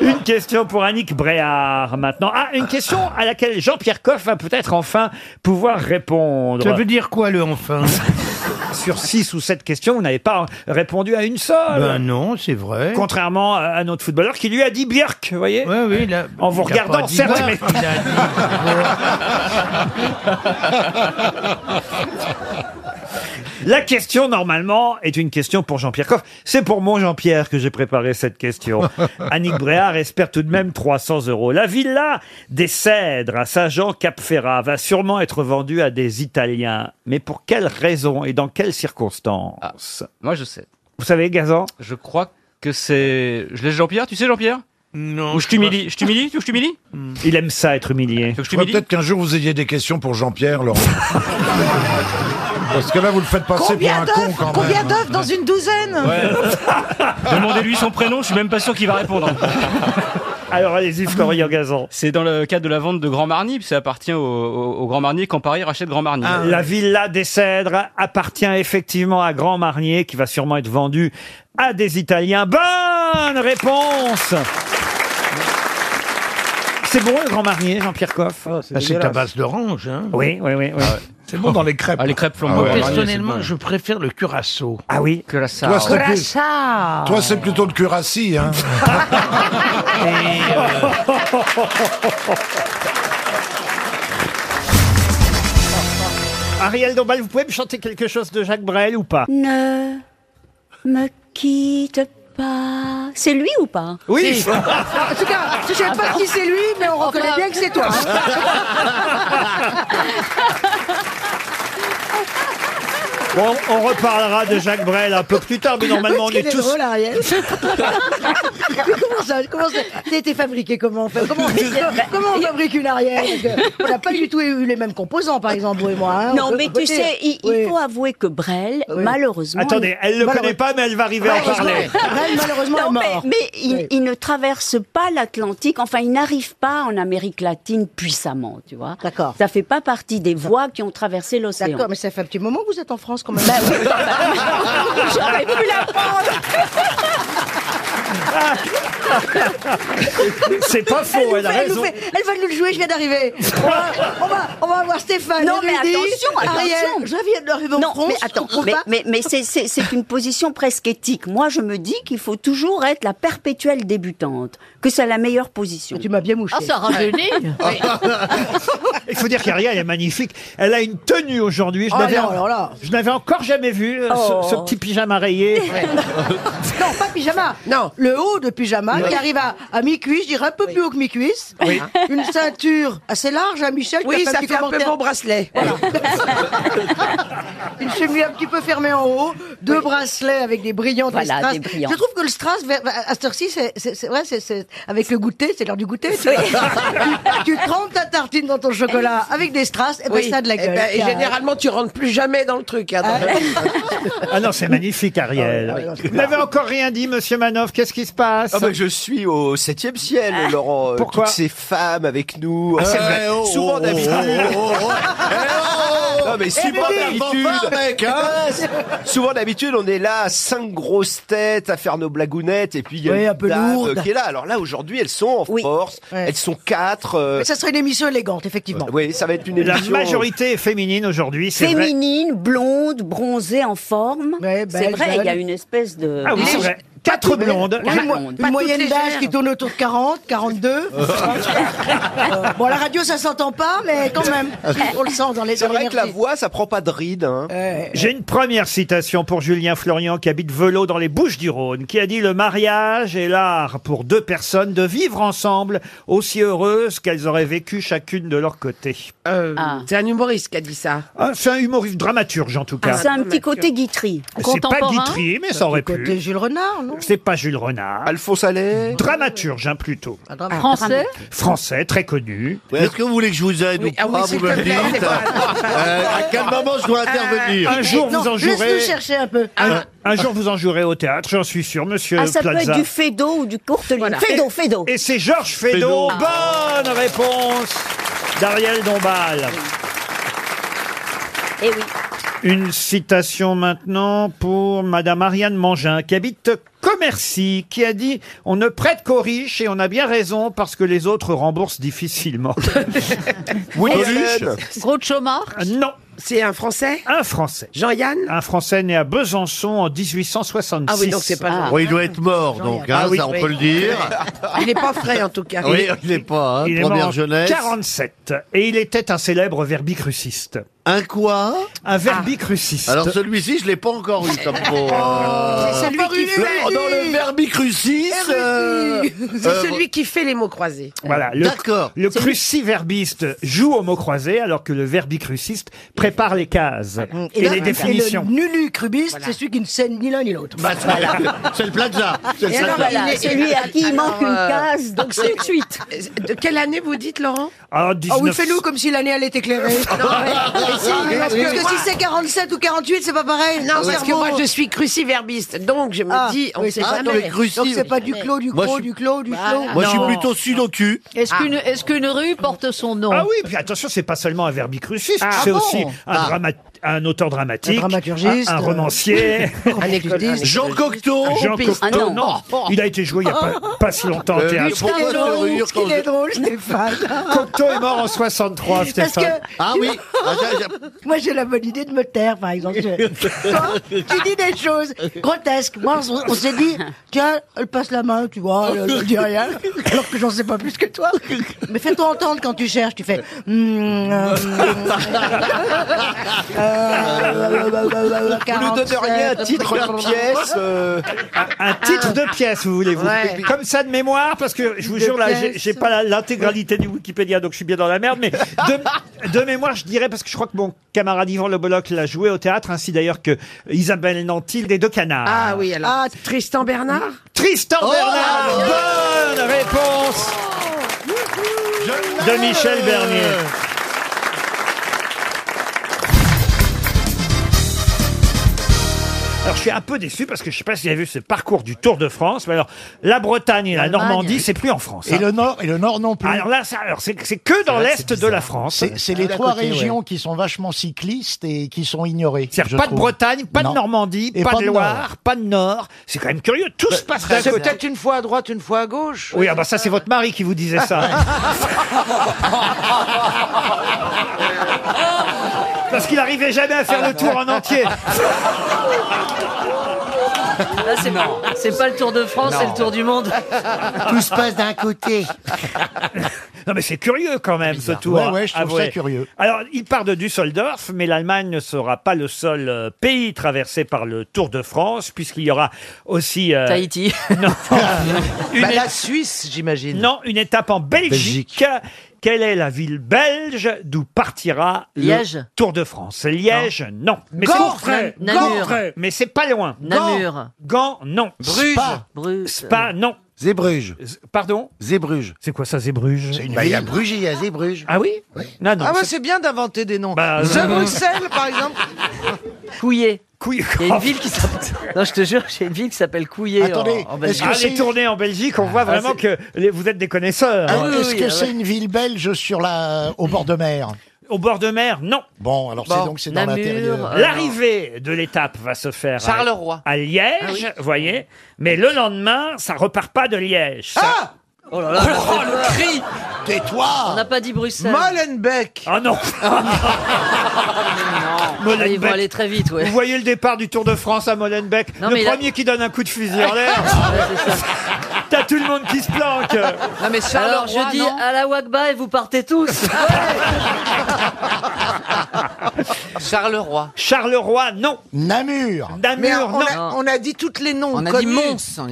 Une question pour Annick Bréard maintenant. Ah, une question à laquelle Jean-Pierre Coff va peut-être enfin pouvoir répondre. Ça veut dire quoi le enfin Sur six ou sept questions, vous n'avez pas répondu à une seule. Ben non, c'est vrai. Contrairement à- à notre footballeur qui lui a dit Björk, vous voyez Oui, oui. Là, En vous il a regardant, pas dit certes, Björk, mais... il a La question, normalement, est une question pour Jean-Pierre Coff. C'est pour mon Jean-Pierre que j'ai préparé (laughs) cette question. Annick Bréard espère tout de même 300 euros. La villa des Cèdres à Saint-Jean-Cap-Ferrat va sûrement être vendue à des Italiens. Mais pour quelle raison et dans quelles circonstances Moi, je sais. Vous savez, Gazan Je crois que c'est. Je laisse Jean-Pierre, tu sais Jean-Pierre Non. Ou je t'humilie Je t'humilie Tu veux que je t'humilie Il aime ça être humilié. Hmm. que je Je crois peut-être qu'un jour vous ayez des questions pour Jean-Pierre, (laughs) Laurent. Parce que là, vous le faites passer pour un Combien con d'œufs quand Combien même. d'œufs dans une douzaine Demandez-lui son prénom, je suis même pas sûr qu'il va répondre. (laughs) Alors allez-y, Florian Gazan. C'est dans le cadre de la vente de Grand Marnier, puis ça appartient au, au- au Grand Marnier quand Paris rachète Grand Marnier. Ah, La Ah, villa des Cèdres appartient effectivement à Grand Marnier qui va sûrement être vendue à des Italiens. Bonne réponse C'est bon le Grand Marnier, Jean-Pierre Coff Oh, Bah, Ah, c'est à base d'orange. Hein. Oui, oui, Ah oui. oui. C'est bon dans les crêpes. Ah, les crêpes Moi, flambeaux. personnellement, je préfère le curaçao. Ah oui Curaçao. Toi, c'est plus- Toi, c'est plutôt le curassi, hein. euh, Ariel Dombal, vous pouvez me chanter quelque chose de Jacques Brel ou pas Ne me quitte pas. C'est lui ou pas Oui En tout cas, je sais pas qui c'est lui, mais on reconnaît bien que c'est toi. Bon, on reparlera de Jacques Brel un peu plus tard, (laughs) mais normalement on Qu'est-ce est qu'elle tous... drôle, Ariel. (laughs) Mais comment ça Comment ça Ça a été fabriqué comment en fait comment, on- comment on fabrique une Ariel (laughs) Parce que On n'a pas du tout eu les mêmes composants, par exemple, vous et moi. hein. On Non, peut mais pas tu côté. sais, il, il faut avouer que Brel, malheureusement. Attendez, elle le connaît pas, mais elle va arriver à en Malheureusement. (laughs) parler. Brel, malheureusement, Non, est mais- mort. Mais, il, il ne traverse pas l'Atlantique, enfin, il n'arrive pas en Amérique latine puissamment, tu vois. D'accord. Ça fait pas partie des voies qui ont traversé l'océan. Ben D'accord, mais ça fait un petit moment que vous êtes en France quand même. (laughs) J'aurais pu C'est pas faux, elle, a Elle, nous raison. fait- elle va nous le jouer, je viens d'arriver. On va, on va, on va voir Stéphane. Non, Elle mais lui dit, attention, Ariel, attention. je viens d'arriver en Non, France. mais attends, tu comprends mais, pas mais, mais c'est- c'est c'est une position presque éthique. Moi, je me dis qu'il faut toujours être la perpétuelle débutante, que c'est la meilleure position. Tu m'as bien mouché. Ah, ça rend le nez. (laughs) Il faut dire qu'Ariel est magnifique. Elle a une tenue aujourd'hui. Je Oh n'avais- non, alors là. je n'avais encore jamais vu euh, Oh. ce, ce petit pyjama rayé. Non, pas pyjama. Non, le haut de pyjama qui arrive à, à mi-cuisse, je dirais un peu plus haut que mi-cuisse. Oui. Une ceinture assez large, hein, Michel. Oui, qui a ça petit fait un peu commentaire. mon bracelet. Voilà. Une chemise un petit peu fermée en haut, deux bracelets avec des brillants. Voilà, strass. des brillants. Je trouve que le strass, vers- à cette heure-ci, c'est- c'est c'est vrai, c'est- c'est- avec le goûter, c'est l'heure du goûter. Tu, tu trempes ta tartine dans ton chocolat avec des strass, et ben ça a de la Eh gueule. ben, et Tiens. généralement, tu rentres plus jamais dans le truc. hein, dans la- Ah non, c'est magnifique, Ah Ariel. Vous n'avez encore rien dit, monsieur Manoff. Qu'est-ce qui se passe Ah, Ah bah, je suis au septième ciel, Laurent. Euh, Pourquoi Toutes ces femmes avec nous. Ah, c'est euh, vrai. oh, souvent oh, d'habitude. oh, oh, oh, (laughs) Non, mais Eh, souvent mais dis, faut d'habitude. pas, mec, hein. Ouais, (laughs) souvent d'habitude, on est là, cinq grosses têtes à faire nos blagounettes, et puis il y a Oui, une un peu dame lourde. qui est là. Alors là, aujourd'hui, elles sont en force. Elles sont quatre. euh, Mais ça serait une émission élégante, effectivement. Oui, ça va être une La émission. majorité est féminine aujourd'hui, c'est vrai. bah, Féminine, blonde, bronzée, en forme. c'est belle, vrai, il y a jeune. une espèce de. Ah oui, c'est vrai. Quatre blondes. Une, mo- une moyenne d'âge qui tourne autour de 40, (laughs) 42. Euh, bon, à la radio, ça s'entend pas, mais quand (laughs) même, on le sent dans les C'est vrai dernières que la voix, ça prend pas de ride. hein. Euh, J'ai une première citation pour Julien Florian qui habite Velo dans les Bouches-du-Rhône, qui a dit Le mariage est l'art pour deux personnes de vivre ensemble aussi heureuses qu'elles auraient vécu chacune de leur côté. Ah. C'est un humoriste qui a dit ça. Ah, c'est un humoriste dramaturge en tout cas. Ah, C'est un petit côté guitry. C'est pas Guitry, mais ça aurait pu. Jules Renard, non C'est pas Jules Renard. Alphonse Allais. Dramaturge, hein, plutôt. Ah, Français Français, très connu. Est-ce que vous voulez que je vous aide ou ah oui, pas, s'il vous me te le plaît, dites c'est bon. Euh, À quel moment je dois intervenir Un jour, vous en jouerez. Laisse-nous chercher un peu. Un, Ah, un jour, vous en jouerez au théâtre, j'en suis sûr, monsieur Ah, ça peut Plaza. être du Fédo ou du Courteline. Fédo, Et- Et c'est Georges Fédo. Fédo. Bonne réponse d'Ariel Dombal. Eh oui. Une citation maintenant pour Madame Ariane Mangin, qui habite Commercy, qui a dit « On ne prête qu'aux riches et on a bien raison parce que les autres (laughs) remboursent difficilement. » euh, Gros Chomard Euh, Non. C'est un Français Un Français. Jean-Yann Un Français né à Besançon en 1866. Ah oui, donc c'est pas- Oui, il doit être mort, donc, Ah hein, ça, on peut le (laughs) dire. (laughs) Il n'est pas frais en tout cas. Oui, il n'est pas, hein, Il est mort première en jeunesse. 47. Et il était un célèbre verbicruciste. Un quoi Un verbicruciste. Alors celui-ci, je l'ai pas encore eu comme euh, mot. C'est celui qui Le- fait- Dans le verbicrucis. (laughs) euh, C'est euh, celui qui fait les mots croisés. Voilà, le, le cruciverbiste joue au mot croisé alors que le verbicruciste prépare les cases et, là, les définitions. Le nulucrubiste, c'est celui qui ne sait ni l'un ni l'autre. Bah, c'est- (laughs) c'est le plaza. C'est le Et alors, plaza. il est- celui à qui il manque une case, donc c'est de suite. euh, (laughs) De quelle année vous dites, Laurent Alors, Ah oui, 19 fais-nous comme si l'année allait (laughs) éclairer. parce que si c'est 47 ou 48, c'est pas pareil. Non, parce que cerveau. moi je suis cruciverbiste, donc je me Ah, dis, on oui, sait c'est pas. ça. Donc c'est pas du clos, du Moi, clos, je- du clos, du Voilà. clos. Moi, je suis Non. plutôt sud au cul. Est-ce Ah. qu'une est-ce qu'une rue porte son nom Ah oui, puis attention, c'est pas seulement un verbicruciste, Ah c'est bon aussi un, Ah. drama- un auteur dramatique, Un dramaturgiste, un, un euh, romancier, un économiste. Jean Cocteau. Jean Cocteau, Ah non. non. il a été joué il n'y a pas, pas si longtemps au Euh, théâtre. Qu'est-ce qu'il est drôle, qu'est-ce qu'il est drôle, Stéphane. Cocteau est mort en 63, Parce Stéphane. que Ah Oh. tu (laughs) vois, moi Ah j'ai la bonne idée de me taire, par exemple. Toi, tu dis des choses grotesques. Moi, on, on s'est dit, tiens, elle passe la main, tu vois, elle, elle dit rien, alors que j'en sais pas plus que toi. Mais fais-toi entendre quand tu cherches. Tu fais. hmm, euh, euh, Vous nous donneriez un titre de pièce. euh, Un titre de pièce, vous voulez vous Ouais. Comme ça de mémoire, parce que je vous De jure, là, j'ai- pièce. j'ai pas la- l'intégralité du Wikipédia, donc je suis bien dans la merde, mais de, de mémoire, je dirais, parce que je crois que mon camarade Yvan Le Bolloc l'a joué au théâtre, ainsi d'ailleurs que Isabelle Nantil des Deux Canards. Ah oui, alors. Ah, Tristan Bernard Tristan Oh, ah, Bernard, bravo. bonne réponse de Michel Bernier. Alors je suis un peu déçu parce que je sais pas si vous avez vu ce parcours du Tour de France, mais alors la Bretagne et la L'Allemagne. Normandie, c'est plus en France. Et hein. le nord, et le nord non plus. Alors là, ça- alors c'est c'est Ah, que dans Ah, l'est c'est de la France. C'est c'est les trois régions qui sont vachement cyclistes et qui sont ignorées. C'est-à-dire pas de Bretagne, pas de Normandie, pas, de Loire, pas de Nord. Euh, C'est quand même curieux. Tout se passe d'un C'est côté. peut-être une fois à droite, une fois à gauche. Oui, ah bah ça c'est votre mari qui vous disait (laughs) ça. hein. Parce qu'il arrivait jamais à Ah. faire le tour en entier. (laughs) Là, c'est c'est pas le Tour de France, c'est le Tour du monde. (laughs) Tout se passe d'un côté. non mais c'est curieux quand même ce tour. Ouais, ouais, je trouve ça avouez. curieux. Alors il part de Düsseldorf, mais l'Allemagne ne sera pas le seul euh, pays traversé par le Tour de France, puisqu'il y aura aussi euh, Tahiti. (laughs) Non. Une Bah, é- la Suisse, j'imagine. non, une étape en Belgique. Quelle est la ville belge d'où partira le Liège. Tour de France Liège, non. Gand, c'est- Nan- Namur. Gand, Mais c'est pas loin. Namur. Gand, Gand, non. Bruges. Spa. Bruges. Euh, Spa, non. Zébruges. Pardon Zébruges. C'est quoi ça, Zébruges C'est une Bah, il y a ville. bah, Bruges et il y a Zébruges. Ah oui Non, non. ah ouais, c'est- c'est bien d'inventer des noms. Bah, The non. Bruxelles, par (laughs) exemple. Couillé. Couillé. Il y a une ville qui s'appelle. Non, je te jure, j'ai une ville qui s'appelle Couillé. en- Attendez, en, est-ce Belgique. que Ah, c'est- les Les tournées en Belgique, on voit Ah, vraiment que les- vous êtes des connaisseurs. Alors, Est-ce que ah c'est ouais. une ville belge sur la, au bord de mer Au bord de mer, non. Bon, alors Bon. euh, c'est donc c'est dans l'intérieur. L'arrivée de l'étape va se faire à- Charleroi. à, Liège, Ah oui. voyez. Mais le lendemain, ça repart pas de Liège. ça- Ah Oh là là, (laughs) Oh, le cri Tais-toi On n'a pas dit Bruxelles. Molenbeek. Ah non. Ah Molenbeek. Ils vont aller très vite, ouais. Vous voyez le départ du Tour de France à Molenbeek. Non, le mais là- premier qui donne un coup de fusil (laughs) en l'air. (laughs) T'as tout le monde qui se planque. Non mais Alors je dis à la Wagba et vous partez (laughs) tous. Charleroi. Charleroi, non. Namur. Namur, Mais on, non. a, on a dit toutes les noms. connus.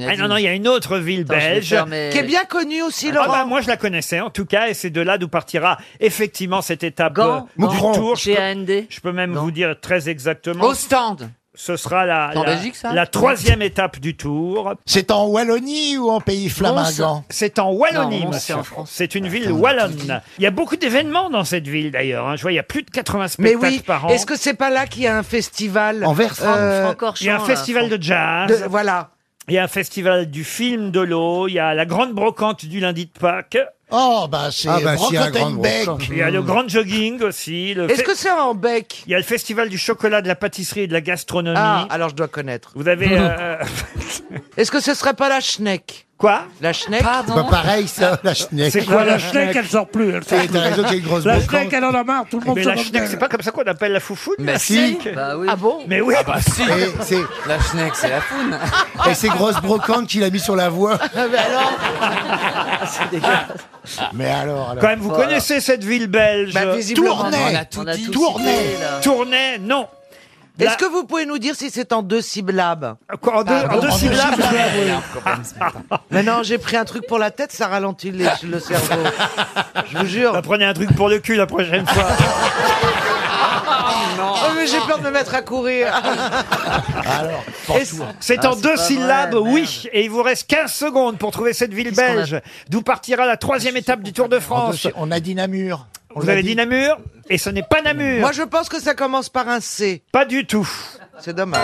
Ah non, non, il y a une autre ville Attends, je vais belge. faire mes- Qui est bien connue aussi, Laurent. Ah bah, moi, je la connaissais, en tout cas, et c'est de là d'où partira effectivement cette étape Gand, euh, du Gand, tour. Je peux- G-A-N-D. Je peux même vous dire très exactement. Ostende. Ce sera la, C'est en la- Belgique, ça la troisième étape du tour. C'est en Wallonie ou en pays flamingant C'est en Wallonie, Non, Mons, monsieur. c'est en France. Bah, C'est une ville wallonne. Il y a beaucoup d'événements dans cette ville, d'ailleurs. hein. Je vois, il y a plus de 80 Mais spectacles oui, par an. est-ce que c'est pas là qu'il y a un festival Euh, Il y a un festival de jazz. de- voilà. Il y a un festival du film de l'eau. Il y a la grande brocante du lundi de Pâques. Oh, bah c'est Ah, bah, s'il y a un grand Brocottenbeck. Il y a le grand jogging aussi. Est-ce que c'est en bec Il y a le festival du chocolat, de la pâtisserie et de la gastronomie. Ah, alors je dois connaître. Vous avez. euh, (laughs) Est-ce que ce serait pas la Schneck Quoi La Schneck C'est pas pareil, ça, la Schneck. C'est quoi, la Schneck, elle sort plus. Elle sort C'est- plus. t'as raison qu'il y a une grosse La brocante. Schneck, elle en a marre, tout le monde mais s'en Eh la moque schneck, d'elle. c'est pas comme ça qu'on appelle la foufoune Mais la si. schneck Bah Ah bon Mais oui Ah bah si. Et c'est- La schneck, c'est la foune. Ah, Et ces grosses brocantes qu'il a mis sur la voie. Ah Mais bah alors C'est dégueulasse. Mais alors, alors. Quand même, vous connaissez cette ville belge Bah, visiblement, Tournai. on a tout On a dit. tout Tournai cité, là. Tournai, non Est-ce que vous pouvez nous dire si c'est en deux syllabes Euh, En deux, en deux syllabes Ah, Mais non, j'ai pris un truc pour la tête, ça ralentit les- le cerveau. Je vous jure Bah, Prenez un truc pour le cul la (laughs) prochaine fois Oh, mais j'ai peur de me mettre à courir. Est-ce- C'est Ah, en c'est deux pas syllabes, vrai, oui Et il vous reste 15 secondes pour trouver cette ville qu'on a- belge D'où partira la troisième étape du Tour de France On a dit Namur. On Vous l'a avez dit Namur Et ce n'est pas Namur Moi, je pense que ça commence par un C. Pas du tout C'est dommage.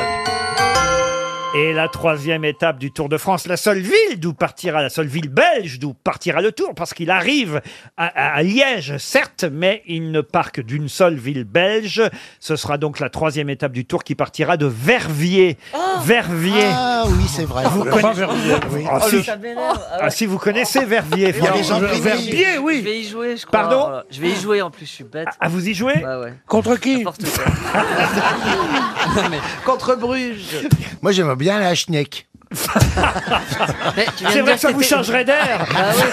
Et la troisième étape du Tour de France, la seule ville d'où partira, la seule ville belge d'où partira le Tour, parce qu'il arrive à, à- à Liège, certes, mais il ne part que d'une seule ville belge. Ce sera donc la troisième étape du Tour qui partira de Verviers. Verviers. Ah oui, c'est vrai. Vous Pas connaissez- Verviers. Oui. Oh, Ah, si. Ah Ah, si vous connaissez Verviers, Il y a des évidemment. gens qui Verviers, oui. Je vais y jouer, je crois. Pardon Oh, Je vais y jouer en plus, je suis bête. Ah, vous y jouez Contre qui Ah. (laughs) Contre Bruges. Moi, j'aimerais bien la Schneck. Mais tu viens de C'est vrai dire que ça vous t'étais- changerait d'air. Ah oui.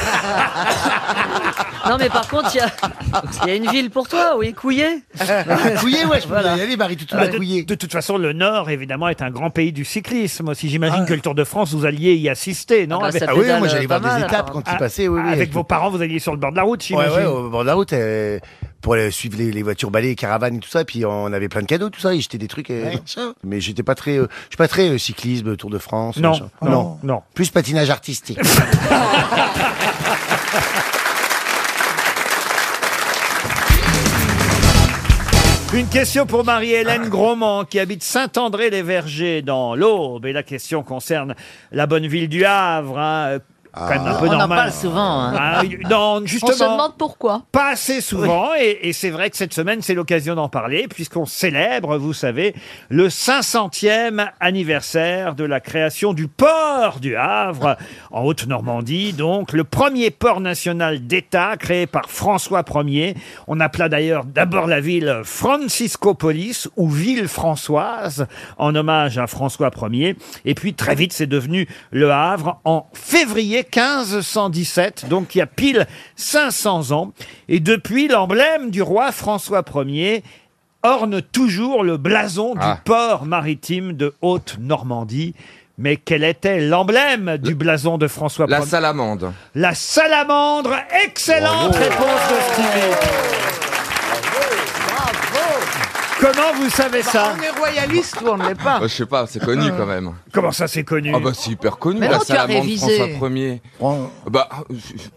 Non mais par contre, il y a, il y a une ville pour toi, oui, (laughs) Couillé. Couillé, Ah, ouais, je peux Voilà. y aller, Marie, tout Ah, à de, l'heure. de toute façon, le Nord, évidemment, est un grand pays du cyclisme aussi. J'imagine que le Tour de France, vous alliez y assister, non Eh ben Ah bah, ça Ah oui, pédale, moi, j'allais euh, voir pas des mal, étapes apparemment. quand il Ah, passait, oui, oui. Avec vos parents, vous alliez sur le bord de la route, Ouais, j'imagine. ouais, au bord de la route, euh, pour euh, suivre les, les voitures balais, les caravanes et tout ça. Et puis on avait plein de cadeaux, tout ça. Et j'étais des trucs. euh, Ouais. Mais j'étais pas très. euh, je suis pas très euh, cyclisme, Tour de France. Non, machin. non, non. Plus patinage (laughs) artistique. Une question pour Marie-Hélène Gromand qui habite Saint-André-les-Vergers dans l'Aube. Et la question concerne la bonne ville du Havre. hein, euh, Quand même un peu On en normal. parle souvent, hein. Ah, il- non, justement. On se demande pourquoi. Pas assez souvent, et, et c'est vrai que cette semaine, c'est l'occasion d'en parler, puisqu'on célèbre, vous savez, le 500e anniversaire de la création du port du Havre, en Haute-Normandie, donc le premier port national d'État créé par François Ier. On appela d'ailleurs d'abord la ville Franciscopolis, ou ville françoise, en hommage à François Ier, et puis très vite, c'est devenu le Havre en février 1517, donc il y a pile 500 ans. Et depuis, l'emblème du roi François Ier orne toujours le blason Ah. du port maritime de Haute-Normandie. Mais quel était l'emblème du blason de François La Ier salamande. La salamandre. Excellente réponse de (laughs) (laughs) Stevie. Comment vous savez ça Bah, On est royaliste ou on ne l'est pas Euh, je sais pas, c'est connu quand même. Comment ça c'est connu Ah bah c'est hyper connu, Mais la non, tu as salamande révisé. François 1er. Bah,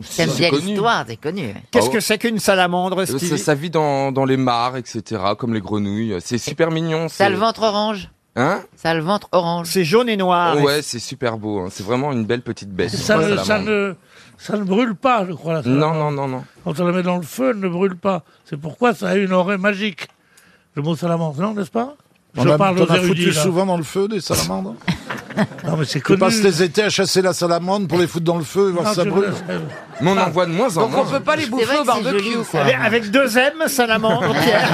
c'est T'aimes bien connu. l'histoire, Oh. c'est connu. Qu'est-ce que c'est qu'une salamandre, Euh, Ça, Stevie ça vit dans, dans les mares, etc., comme les grenouilles. C'est super mignon. Ça a c'est- le ventre orange. Hein Ça a le ventre orange. C'est jaune et noir. Ouais, c'est super beau. hein. C'est vraiment une belle petite bête. Ça, ne, ça, ne, ça ne brûle pas, je crois. la Non, salamandre. non, non, non. Quand on la met dans le feu, elle ne brûle pas. C'est pourquoi ça a une oreille magique. Le mot salamandre, non, n'est-ce pas On a- t'en as foutu érudits, là. souvent dans le feu des salamandres (laughs) Non, mais c'est Tu connu. passes les étés à chasser la salamande pour les foutre dans le feu et voir Non, si ça je- Ah. brûle. Mais on en voit de moins en Donc on moins. peut pas les C'est bouffer vrai au que c'est barbecue, joli, quoi. ça. Avec deux M, (laughs) salamandre, Pierre.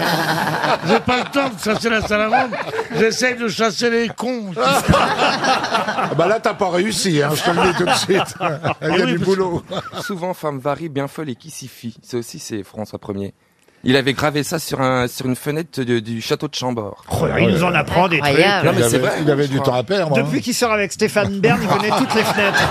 J'ai pas le temps de chasser la salamandre. J'essaye de chasser les (laughs) cons. Ah bah là, t'as pas réussi, hein, je te le dis tout de suite. Ah Il y a du boulot. Souvent, femme varie, bien folle et qui s'y fie. Ça aussi, c'est François Ier. Il avait gravé ça sur, un, sur une fenêtre de- du château de Chambord. Oh il nous en apprend des trucs. Non, mais c'est vrai, je crois. hein. Depuis qu'il sort avec Stéphane Bern, il connaît toutes les fenêtres.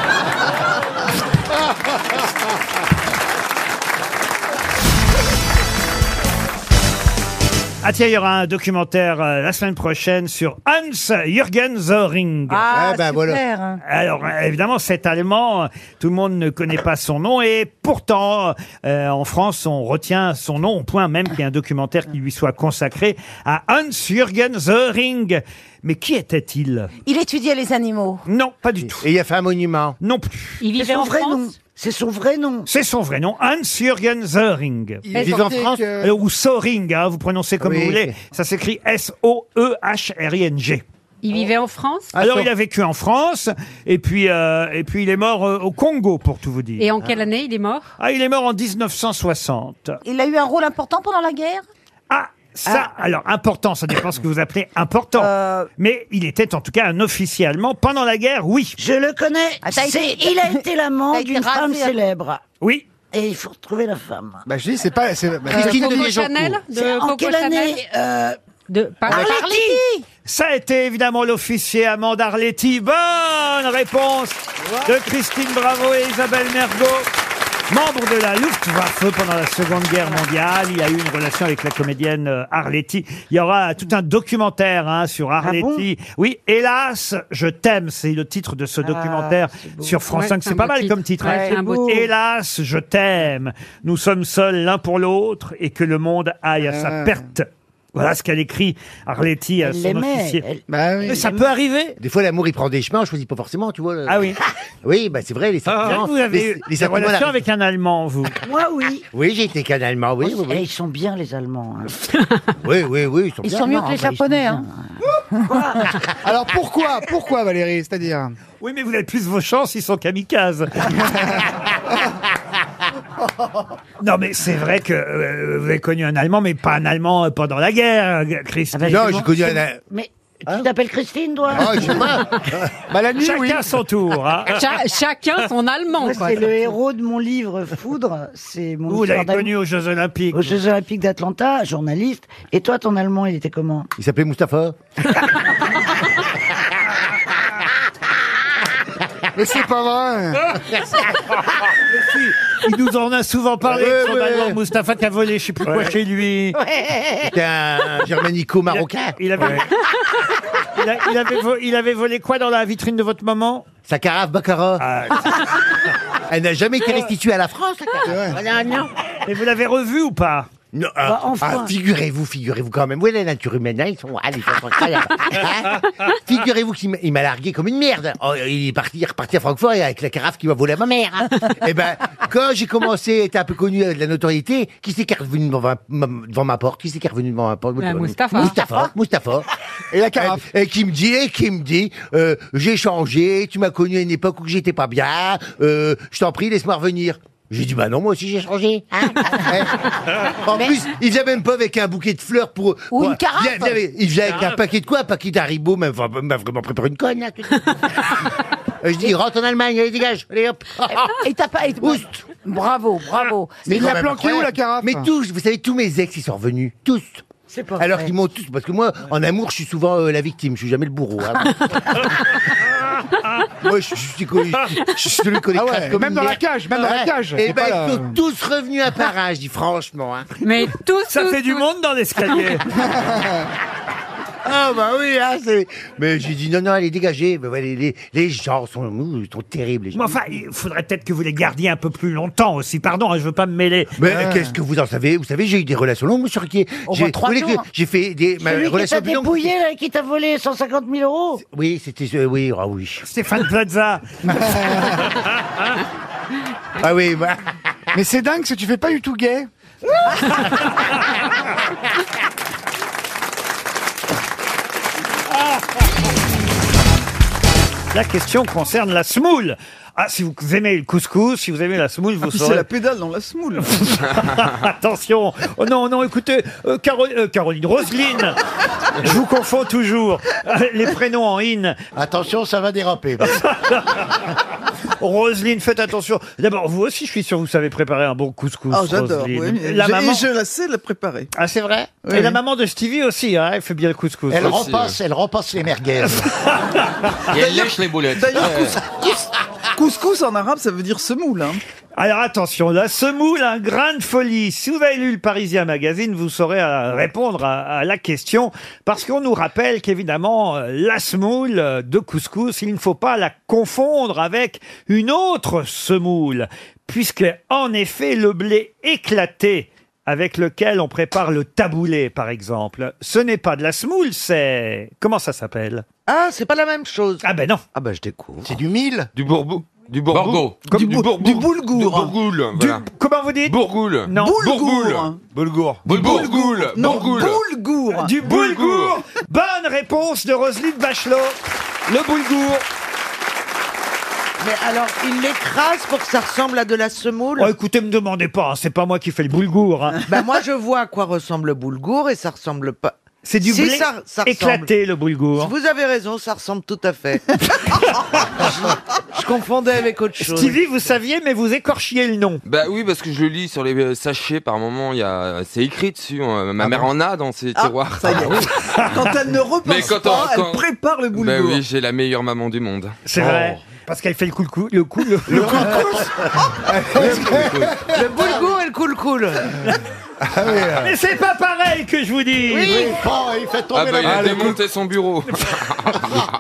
Ah tiens, il y aura un documentaire euh, la semaine prochaine sur Hans Jürgen Zöring. Ah, Ah, ben, super. voilà. Alors euh, évidemment, cet Allemand, euh, tout le monde ne connaît pas son nom et pourtant, euh, en France, on retient son nom au point même qu'il y ait un documentaire qui lui soit consacré à Hans Jürgen Zöring. Mais qui était-il Il étudiait les animaux. Non, pas du tout. Et il a fait un monument Non plus. Il vivait en France nom. C'est son vrai nom. C'est son vrai nom, Hans-Jürgen Söring. Il Il vivait en pensait France que- Euh, Ou Söring, hein, vous prononcez comme Oui. vous voulez. Ça s'écrit E S-O-E-H-R-I-N-G. Il vivait en France Ah, Alors, il a vécu en France, et puis, euh, et puis il est mort euh, au Congo, pour tout vous dire. (laughs) Et en quelle année il est mort Ah, il est mort en 1960. Il a eu un rôle important pendant la guerre Ça, Ah, alors, important, ça dépend ce que vous appelez important. Euh. Mais il était en tout cas un officier allemand pendant la guerre, oui. Je le connais. Ah, Ah, t'as C'est- été- il a été (laughs) t'as l'amant été hein. d'une rasé femme à- célèbre. Oui. Et il faut retrouver la femme. Bah, je dis, c'est pas. C'est, Euh, Coco Chanel de C'est en Coco quelle Chanel année euh, de Arletty Ça a été évidemment l'officier Amand Arletti. Bonne réponse de Christine Bravo et Isabelle Mergot. Membre de la Luftwaffe pendant la Seconde Guerre mondiale, il y a eu une relation avec la comédienne euh, Arletty. Il y aura tout un documentaire hein, sur Ah Arletty. oui, hélas, je t'aime, c'est le titre de ce documentaire sur France Ouais, 5. Ah, c'est C'est un pas beau mal titre. comme titre. Ouais, hein. c'est un beau titre. Hélas, je t'aime. Nous sommes seuls l'un pour l'autre et que le monde aille à sa Ah. perte. Voilà ce qu'elle écrit, Arletty, à Elle son l'aimait, (laughs) officier. Eh, elle- Mais ça peut arriver. Bah Des fois, l'amour, il prend des chemins, on choisit pas forcément, tu vois. le- Ah oui. (laughs) Ah, Oui, bah c'est vrai, les sentiments. vous avez les- eu les des sentiments, relations la- avec un Allemand, vous (laughs) Moi, oui. Oui, j'ai été qu'un Allemand, oui, oui, Eh, oui. ils sont bien, les Allemands. hein. (laughs) Oui, oui, oui, ils sont Ils bien. sont mieux que les bah, ils sont Japonais, bien. hein. Alors pourquoi Pourquoi Valérie C'est-à-dire Oui, mais vous avez plus vos chances, ils sont kamikazes. non, mais c'est vrai que euh, vous avez connu un Allemand, mais pas un Allemand euh, pendant la guerre, euh, Christine. Non, j'ai connu un- Allemand. Mais tu t'appelles Christine, toi Chacun son tour. hein. (laughs) Cha- chacun son allemand, Moi, quoi. C'est le héros de mon livre Foudre. C'est mon Vous l'avez histoire d'amour. connu aux Jeux Olympiques. Aux Jeux Olympiques d'Atlanta, journaliste. Et toi, ton allemand, il était comment Il s'appelait Mustapha. Mais c'est pas vrai Il nous en a souvent parlé, Ouais, son ouais. Allemand Mustapha qui a volé, je sais plus quoi, Ouais. chez lui. C'était un germanico-marocain. Il avait, il, a- il avait vo- il avait volé quoi dans la vitrine de votre maman Sa carafe Baccarat. Ah, (laughs) Elle n'a jamais Ah, été restituée à la France. la carafe. Voilà, non. Et vous l'avez revu ou pas Non, Bah, ah, enfin. ah, figurez-vous, figurez-vous quand même. Oui, la nature humaine, hein, ils sont, ah, ils sont incroyables. Hein (laughs) figurez-vous qu'il m'a- il m'a largué comme une merde. Oh, il est parti, il est reparti à Francfort et avec la carafe qui m'a volé à ma mère. hein. Eh ben, quand j'ai commencé à être un peu connu avec de la notoriété, qui s'est qui est revenu devant ma, ma- devant ma porte Qui s'est qui est revenu devant ma porte Bah, Mustapha. Moustapha. Moustapha. Moustapha. Et la carafe. Et, qui me dit, et qui me dit, euh, j'ai changé, tu m'as connu à une époque où j'étais pas bien, euh, je t'en prie, laisse-moi revenir. J'ai dit, bah non, moi aussi j'ai changé. hein. En plus, il vient même pas avec un bouquet de fleurs pour. Ou pour- une carafe. Il vient, il vient- il vient avec un Carafe. paquet de quoi Un paquet d'haribo, mais enfin, m'a vraiment préparé une (laughs) conne, là. tout de suite. Euh, Je dis, rentre en Allemagne, allez, dégage, allez, hop. Et t'as pas. Oust. Bravo, bravo. Ah, C'est quand même incroyable. Mais tous, vous savez, tous mes ex, ils sont revenus, tous. C'est pas Alors vrai. qu'ils m'ont tous, parce que moi, en amour, je suis souvent euh, la victime, je suis jamais le bourreau. (laughs) hein. moi, je, je suis connu, je suis celui qu'on Ah ouais, écrase comme même une dans la merde. cage, même dans la Ouais. cage, Et c'est pas ben, euh, ils la- sont tous revenus à part, hein, je dis franchement. hein. Mais tous, Ça tous, fait du tous. monde (laughs) dans l'escalier. Ah bah oui, hein, c'est... Mais j'ai dit non, non, allez, dégagez. Mais Bah, ouais, les, les, les gens sont, ouh, ils sont terribles. Les gens. Mais enfin, il faudrait peut-être que vous les gardiez un peu plus longtemps aussi. Pardon, hein, je veux pas me mêler. Euh. Mais qu'est-ce que vous en savez Vous savez, j'ai eu des relations longues, monsieur Riquier. On J'ai, voit trois vous voulez que- jours. j'ai fait des ma Celui qui relation t'a plus longue. dépouillé, là, qui t'a volé 150 000 euros Oui, c'était... euh, oui, ah oui. Stéphane Plaza. Ah oui, bah... Ah Mais c'est dingue, si tu fais pas du tout gay. La question concerne la semoule. Ah, si vous aimez le couscous, si vous aimez la semoule, Ah, vous puis c'est saurez. la pédale dans (laughs) la semoule. (laughs) Attention. Oh non, non, écoutez, euh, Caro- euh, Caroline, Roselyne. Je vous confonds toujours. Euh, Les prénoms en in. Attention, ça va déraper. (laughs) Roselyne, faites attention. D'abord, vous aussi, je suis sûr que vous savez préparer un bon couscous. Oh, Ah, j'adore. Roselyne. oui, mais La j'ai- maman... Et je la sais la préparer. Ah, c'est vrai Oui. Et la maman de Stevie aussi, hein, elle fait bien le couscous. Elle Aussi, repasse, euh. Elle remporte les (laughs) merguez. Et elle lèche les boulettes. D'ailleurs, Ah. couscous, couscous en arabe, ça veut dire semoule. Hein. Alors attention, la semoule, un grain de folie. Si vous avez lu le Parisien Magazine, vous saurez euh, répondre à, à la question. Parce qu'on nous rappelle qu'évidemment, euh, la semoule euh, de couscous, il ne faut pas la confondre avec une autre semoule. Puisque, en effet, le blé éclaté avec lequel on prépare le taboulé, par exemple, ce n'est pas de la semoule, c'est... Comment ça s'appelle Ah, c'est pas la même chose. Ah ben non. Ah ben je découvre. C'est du mil Du bourbou. Du bourbou. Comme du, bou- bourboule. du boulgour. Du bourgoule, voilà. Comment vous dites Bourgoule. Non. Bourgoule. Boulgour. Bourgoule. Bourgoule. boulgour. Du boulgour. Bonne réponse de Roselyne Bachelot. Le boulgour. Mais alors, il l'écrase pour que ça ressemble à de la semoule Oh, écoutez, me demandez pas, hein, c'est pas moi qui fais le boulgour. hein. Ben moi, je vois à quoi ressemble le boulgour et ça ressemble pas. C'est du Si, blé ça- ça ressemble. éclaté, le boulgour. Vous avez raison, ça ressemble tout à (laughs) fait. je confondais avec autre chose. Stevie, vous saviez, mais vous écorchiez le nom. Bah oui, parce que je le lis sur les euh, sachets par moment, il y a, c'est écrit dessus. hein. Ma mère en a dans ses Ah, tiroirs. ça y est. Quand elle ne repense Mais quand pas, on- elle quand- prépare (laughs) le Bah boulgour. oui, j'ai la meilleure maman du monde. C'est Oh. vrai. Parce qu'elle fait le cool cou, le cou, (laughs) le, le Le boulgour et le coul-coul. Ah Ah, Mais c'est pas pareil que je vous dis. Oui. Oh, il fait Ah bah il a démonté son bureau. (laughs)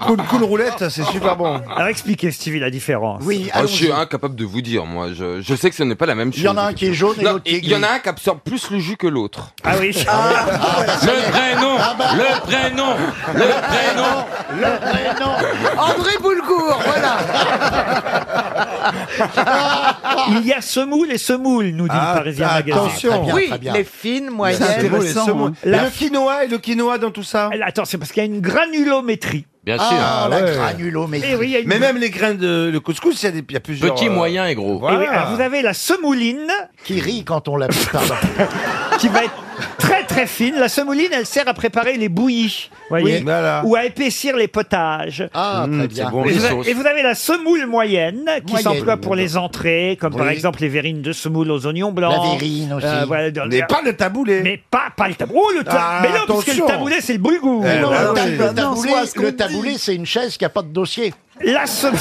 Cool, cool roulette, c'est super bon. Alors expliquez Stevie la différence. Oh, je suis hein. incapable de vous dire, moi. Je, je sais que ce n'est pas la même chose. Il y en a un qui est jaune et Non, l'autre qui est Il y en a gris. un qui absorbe plus le jus que l'autre. Ah oui. Le prénom bah. Le prénom Le prénom André Boulgour, voilà. Ah. Il y a semoule et semoule, nous dit Ah, le Parisien Magazine. Ah, hein. oui, les fines, moyennes, La- Le quinoa et le quinoa dans tout ça Attends, c'est parce qu'il y a une granulométrie. Bien sûr. Ah, la ouais. granulométrie. Eh oui, il y a une- Mais même les grains de le couscous, il y a des- il y, a plusieurs. euh, Petit, moyen et gros. Eh oui, alors vous avez la semouline Qui rit quand on l'appelle. Pardon. (laughs) qui va être très très fine. La semouline, elle sert à préparer les bouillies, voyez, Oui, voilà. ou à épaissir les potages. Ah, Hmm, Mmh, très bien. c'est bon, et, les vous sauces. avez, et vous avez la semoule moyenne qui Moyenne. s'emploie pour les entrées, comme par Oui. exemple les verrines de semoule aux oignons blancs. Euh, La verrine aussi. de- Mais pas le taboulé. Mais pas, pas le taboulé. Oh, le ta- Ah, mais non, parce que attention. le taboulé, c'est le boulgour. Eh, Non, bah le Ah, oui. taboulé- Le taboulé, le taboulé, c'est une chaise qui a pas de dossier. La, sem-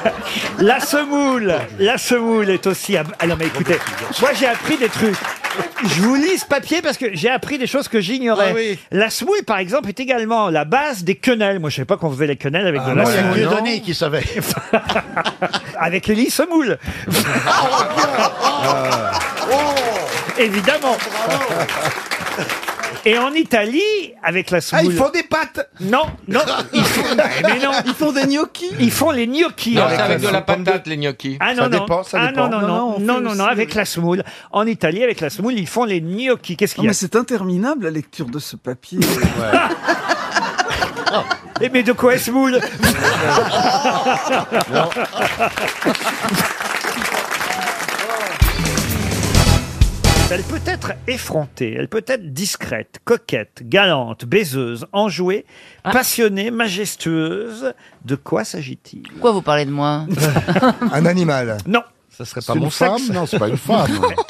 (laughs) la semoule, la semoule est aussi. ab- Ah non mais écoutez, moi j'ai appris des trucs. Je vous lis ce papier parce que j'ai appris des choses que j'ignorais. Ah oui. La semoule, par exemple, est également la base des quenelles. Moi, je sais pas qu'on faisait les quenelles avec Ah, de la moi, il y a semoule. que Denis qui savait. avec (laughs) Élie Semoule. Ah. Évidemment. Et en Italie, avec la semoule. Ah, ils font des pâtes Non, non, ils font, mais non. Ils font des gnocchis Ils font les gnocchis Non, avec, c'est avec de la semoule. patate, les gnocchis. Ah non, non. ah non, Non, non, non, non, on fait non, non, non, aussi, euh, avec oui. la semoule. En Italie, avec la semoule, ils font les gnocchi. Qu'est-ce Non, qu'il y a Ah, mais c'est interminable la lecture de ce papier. (laughs) Eh, Mais de quoi est (laughs) semoule Elle peut être effrontée, elle peut être discrète, coquette, galante, baiseuse, enjouée, Ah. passionnée, majestueuse. De quoi s'agit-il Pourquoi vous parlez de (laughs) moi Un animal Non. Ça serait pas mon sexe. (laughs) Non, c'est pas une femme.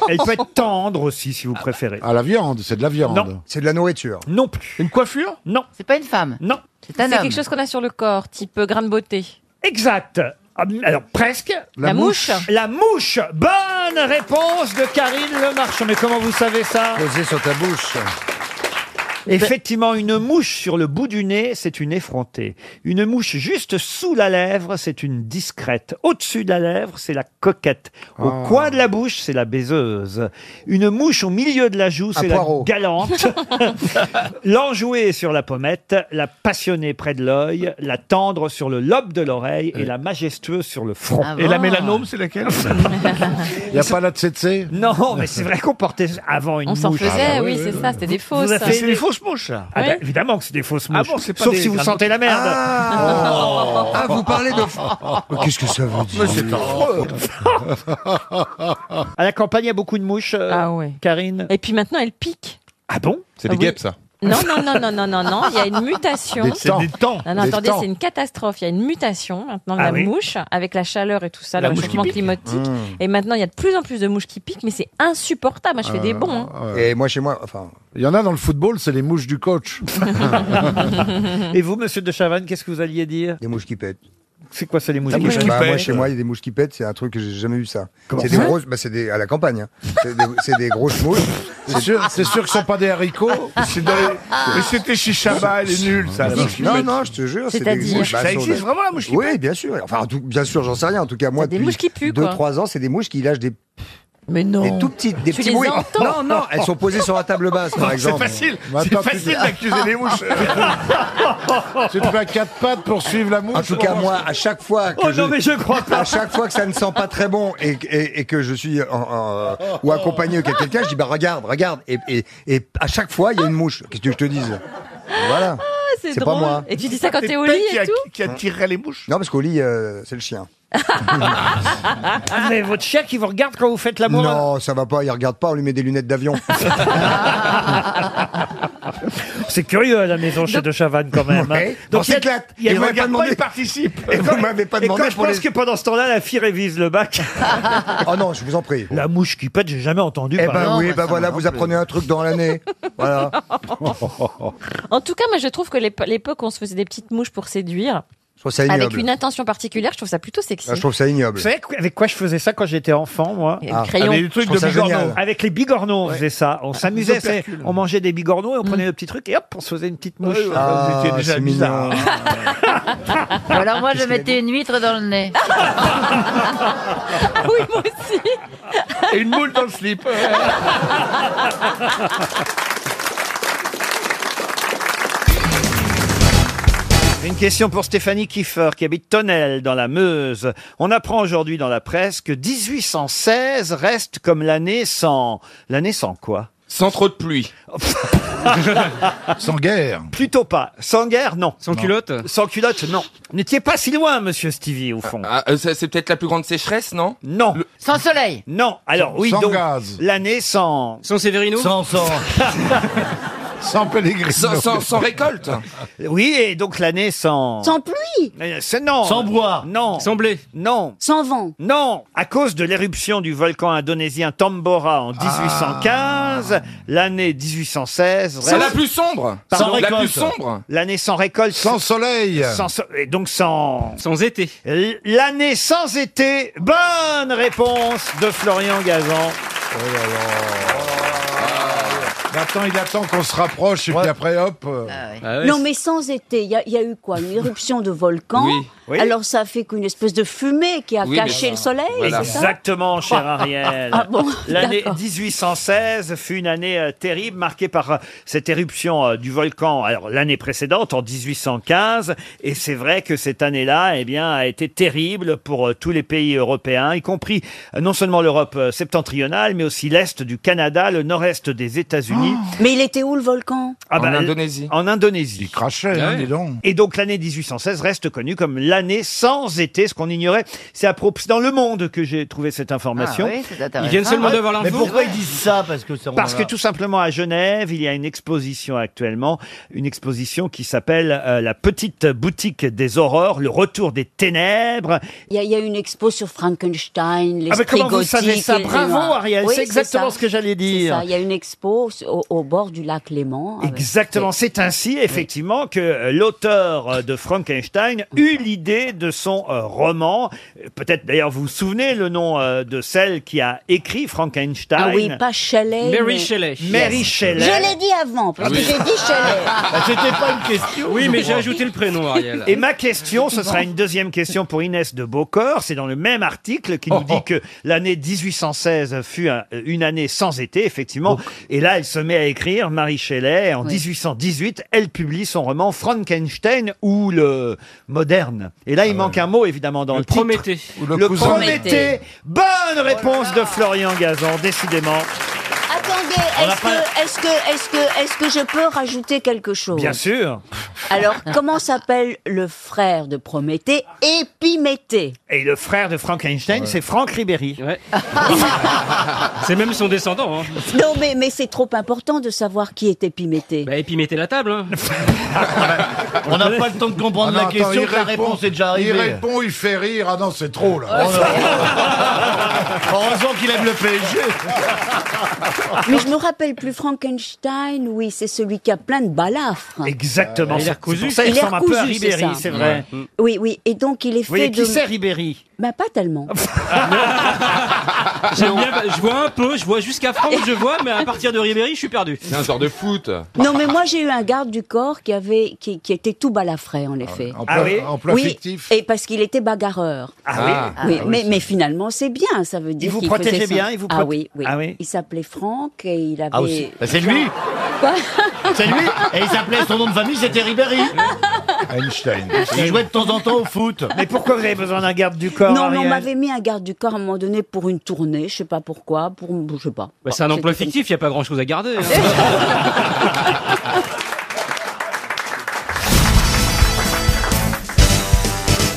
Elle peut être tendre aussi, si vous préférez. À la viande, c'est de la viande. Non. C'est de la nourriture. Non plus. Une coiffure Non. C'est pas une femme. Non. C'est un C'est homme. quelque chose qu'on a sur le corps, type euh, grain de beauté. Exact. Ah, Alors presque. La La mouche. mouche. La mouche. Bonne réponse de Karine Le Marchand. Mais comment vous savez ça Posée sur ta bouche. Ben- Effectivement, une mouche sur le bout du nez, c'est une effrontée. Une mouche juste sous la lèvre, c'est une discrète. Au-dessus de la lèvre, c'est la coquette. Au Ah. coin de la bouche, c'est la baiseuse. Une mouche au milieu de la joue, Un c'est la (laughs) poireau. galante. L'enjouée sur la pommette, la passionnée près de l'œil, la tendre sur le lobe de l'oreille et la majestueuse sur le front. Ah Et la bon mélanome, c'est laquelle Il n'y a pas la tsetse Non, mais c'est vrai qu'on portait avant une On s'en mouche. Ah Ah bah bah faisait, oui, c'est ça, c'était des fausses. Vous avez fait une fausse fausses mouches ah bah, Évidemment que c'est des fausses mouches. Ah bon, c'est pas Sauf des si vous graines- sentez la merde. Ah. Oh. Ah, vous parlez de- (laughs) de. Qu'est-ce que ça veut dire Mais c'est affreux. (laughs) à la campagne, il y a beaucoup de mouches, euh, Karine. Ah Et puis maintenant, elle pique. Ah bon C'est des Ah oui. guêpes, ça. Non, non, non, non, non, non, non, il y a une mutation. Des- c'est des temps. Non, non, Des attendez, temps. c'est une catastrophe. Il y a une mutation maintenant de Ah la oui. mouche, avec la chaleur et tout ça, La le mouche qui réchauffement pique. climatique. Mmh. Et maintenant, il y a de plus en plus de mouches qui piquent, mais c'est insupportable. Moi, je fais des Euh, bons. hein. Et moi, chez moi, enfin, il y en a dans le football, c'est les mouches (laughs) du coach. (laughs) Et vous, monsieur de Chavannes, qu'est-ce que vous alliez dire Des mouches qui pètent. C'est quoi ça, les mouches Bah, qui pètent Moi, chez moi, il y a des mouches qui pètent, c'est un truc que j'ai jamais vu ça. Comment C'est des ça grosses, bah, c'est des, à la campagne. hein. C'est des, c'est des grosses mouches. C'est sûr, c'est sûr que ce sont pas des haricots. C'est dans les- Mais c'était chez Chabat, elle est nulle, ça, la mouche qui Non, pète. non, je te jure, c'est C'est-à-dire des mouches. Ça bah, sont existe des- vraiment, la mouche qui Oui, bien sûr. Enfin, en tout- bien sûr, j'en sais rien. En tout cas, moi, des depuis mouches qui puent, quoi. 2-3 ans, c'est des mouches qui lâchent des. Mais non. Des tout petites, des Tu petits les bruits. entends Non, non, elles sont posées sur la table basse, par C'est exemple. facile, Mais c'est attends, tu- facile d'accuser les (laughs) mouches. Tu te fais à quatre pattes pour suivre la mouche. En tout cas, moi, à chaque fois que Oh je, non, mais je crois pas. À chaque fois que ça ne sent pas très bon et, et- et que je suis en- en- ou accompagné de quelqu'un, je dis bah regarde, regarde. Et, et- et à chaque fois, il y a une mouche. Qu'est-ce que je te dise Voilà. Ah, c'est C'est pas drôle. moi. Et tu dis ça quand C'est t'es au toi lit qui et a- tout Qui attirerait les mouches Non, parce qu'au lit, euh, c'est le chien. Vous avez Ah, votre chien qui vous regarde quand vous faites l'amour Non, ça va pas. Il regarde pas. On lui met des lunettes d'avion. C'est curieux à la maison chez De Chavannes quand même. hein. Ouais. On il y a- s'éclate. il y a- Et vous il y a- m'avez pas demandé- Et vous m'avez pas et quand demandé je pour pense les- que pendant ce temps-là, la fille révise le bac. oh non, je vous en prie. La mouche qui pète, j'ai jamais entendu. bah, Eh par ben exemple. oui, ben voilà, vous apprenez un truc dans l'année. (laughs) Voilà. En tout cas, moi, je trouve que l'ép- l'époque où on se faisait des petites mouches pour séduire, Je trouve ça ignoble. avec une intention particulière, je trouve ça plutôt sexy. Ah, je trouve ça ignoble. Vous savez qu- avec quoi je faisais ça quand j'étais enfant, moi Avec le Ah. crayon. Avec les trucs Je trouve de ça bigorneau. génial. Ah, Avec les bigorneaux, on faisait ça. On s'amusait, c'est- opercules. on mangeait des bigorneaux et on prenait le petit truc et hop, on se faisait une petite mouche. Ah, Vous étiez déjà c'est bizarre. mignon. Ou alors moi, je mettais une huître dans le nez. Ah oui, moi aussi. Et une moule dans le slip. (laughs) Une question pour Stéphanie Kiefer qui habite Tonnelle dans la Meuse. On apprend aujourd'hui dans la presse que 1816 reste comme l'année sans... L'année sans quoi Sans trop de (laughs) pluie. Sans guerre. Plutôt pas. Sans guerre, non. Sans culotte Sans culotte, non. N'étiez pas si loin, monsieur Stevie, au fond. Ah, euh, ça, c'est peut-être la plus grande sécheresse, non Non. Sans soleil. Non. Alors, oui, Sans donc, gaz. l'année sans... Sans Severino Sans, sans... sans Pellegrino. Sans- sans- sans récolte. Oui, et donc l'année sans... Sans pluie Euh, C'est non. Sans bois. Non. Sans blé. Non. Sans vent. Non. À cause de l'éruption du volcan indonésien Tambora en 1815, l'année 1816. C'est reste- la plus sombre. Pardon Sans La plus sombre. L'année sans récolte. Sans soleil. et donc sans. Sans été. L'année sans été. Bonne réponse de Florian Gazan. Oh Maintenant, il attend qu'on se rapproche et puis après, hop. Ah Ah Ah Non, mais sans été, il y, a- il y a eu quoi Une éruption de volcan. Oui. Oui. Alors ça a fait qu'une espèce de fumée qui a Oui, mais caché voilà. le soleil. Voilà. c'est ça Exactement, cher Ariel. (laughs) Ah bon L'année D'accord. 1816 fut une année euh, terrible, marquée par euh, cette éruption euh, du volcan. Alors l'année précédente, en 1815, et c'est vrai que cette année-là, eh bien, a été terrible pour euh, tous les pays européens, y compris euh, non seulement l'Europe euh, septentrionale, mais aussi l'est du Canada, le nord-est des États-Unis. Mais il était où le volcan Ah bah, En Indonésie. Il crachait, hein, Ouais. dis donc. Et donc l'année 1816 reste connue comme l'année sans été, ce qu'on ignorait. C'est à propos dans Le Monde que j'ai trouvé cette information. Ah oui, c'est intéressant. Ils viennent seulement d'avoir l'info. Mais pourquoi ils disent ça Parce que ça. parce que tout simplement à Genève, il y a une exposition actuellement, une exposition qui s'appelle euh, La petite boutique des aurores, le retour des ténèbres. Il y, a- il y a une expo sur Frankenstein, les Ah, mais comment vous savez ça Bravo, Ariel, c'est exactement ce que j'allais dire. Il y a une expo s- au, au bord du lac Léman. avec- Exactement, c'est ainsi effectivement que euh, l'auteur euh, de Frankenstein eut l'idée de son euh, roman. Euh, Peut-être d'ailleurs vous vous souvenez le nom euh, de celle qui a écrit Frankenstein. Ah oui, pas Shelley. Mary mais- Shelley. Mary Shelley. Je l'ai dit avant, parce Ah que oui. j'ai dit Shelley. C'était pas une question. Oui, mais j'ai ajouté le prénom, Ariel. Et ma question, (laughs) ce sera une deuxième question pour Inès de Beaucor. C'est dans le même article Oh, qui nous dit que l'année 1816 fut un- euh, une année sans été, effectivement. Et là, elle se met à écrire Marie Shelley. En 1818, elle publie son roman Frankenstein ou le moderne. Et là, il manque un mot, évidemment, dans le, Ah titre. Prométhée. Ou le le cousin. Oh Prométhée. Bonne réponse de Florian Gazan, décidément. Attendez, On a est-ce pas- que, est-ce que, est-ce que, est-ce que je peux rajouter quelque Oh. chose Bien sûr. Alors, comment s'appelle le frère de Prométhée Épiméthée. Et le frère de Frankenstein, c'est Franck Ribéry. (laughs) C'est même son descendant. Hein. Non, mais, mais c'est trop important de savoir qui est Épiméthée. Et puis mettez Bah, la table. Hein. On n'a pas le temps de comprendre Ah la question, que la réponse est déjà arrivée. Il répond, il fait rire. Ah non, c'est trop, là. (laughs) Heureusement qu'il aime le PSG. (laughs) Eh Mais je me rappelle plus Frankenstein, oui, c'est celui qui a plein de balafres. Exactement. Euh, Il est c'est- recousu. c'est pour ça qu'il Il est ressemble un peu à recousu, c'est Ribéry, ça. c'est vrai. Ouais. Mm. Oui, oui, et donc il est Vous voyez fait qui de... c'est Ribéry Bah pas tellement. (laughs) J'aime bien, je vois un peu, je vois jusqu'à France, je vois, mais à partir de Ribéry, je suis perdu. C'est un genre de foot. Bah, Non, mais moi j'ai eu un garde du corps qui avait, qui, qui était tout balafré en effet. emploi- Ah oui emploi fictif. Et parce qu'il était bagarreur. Ah oui. Ah oui, mais, c'est- mais finalement c'est bien, ça veut dire. vous qu'il protégeait faisait ça. bien, il vous Ah proté- oui, oui. Il s'appelait Franck et il avait. Ah aussi. Bah, c'est lui. (laughs) C'est lui. Et il s'appelait son nom de famille, c'était Ribéry. Einstein. Il jouait de temps en temps au foot. Mais pourquoi vous avez besoin d'un garde du corps non, mais on Ariel m'avait mis un garde du corps à un moment donné pour une tournée, je sais pas pourquoi, pour je sais pas. Bah, c'est un Bon, emploi c'était- fictif, il n'y a pas grand chose à garder. hein. (laughs)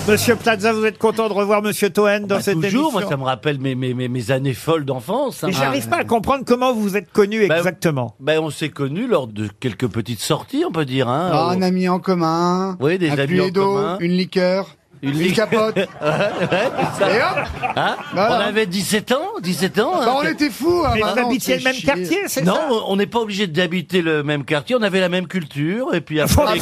Monsieur Plaza, vous êtes content de revoir Monsieur Toen dans cette Toujours, émission moi, ça me rappelle mes, mes, mes, mes années folles d'enfance. hein. Mais j'arrive pas à comprendre comment vous êtes connu exactement. Ben, on s'est connus lors de quelques petites sorties, on peut dire. Hein, Ah, au- un ami en commun. Oui, des un amis puits en d'eau, commun. Une liqueur. Une, capote. (laughs) Ouais, c'est ça. Et hop Hein Voilà. On avait 17 ans, 17 ans. Bah, on était fous, hein, Mais bah vous non, habitiez on le s'est même chié. quartier, c'est Non, ça on n'est pas obligé d'habiter le même quartier, on avait la même culture, et puis après...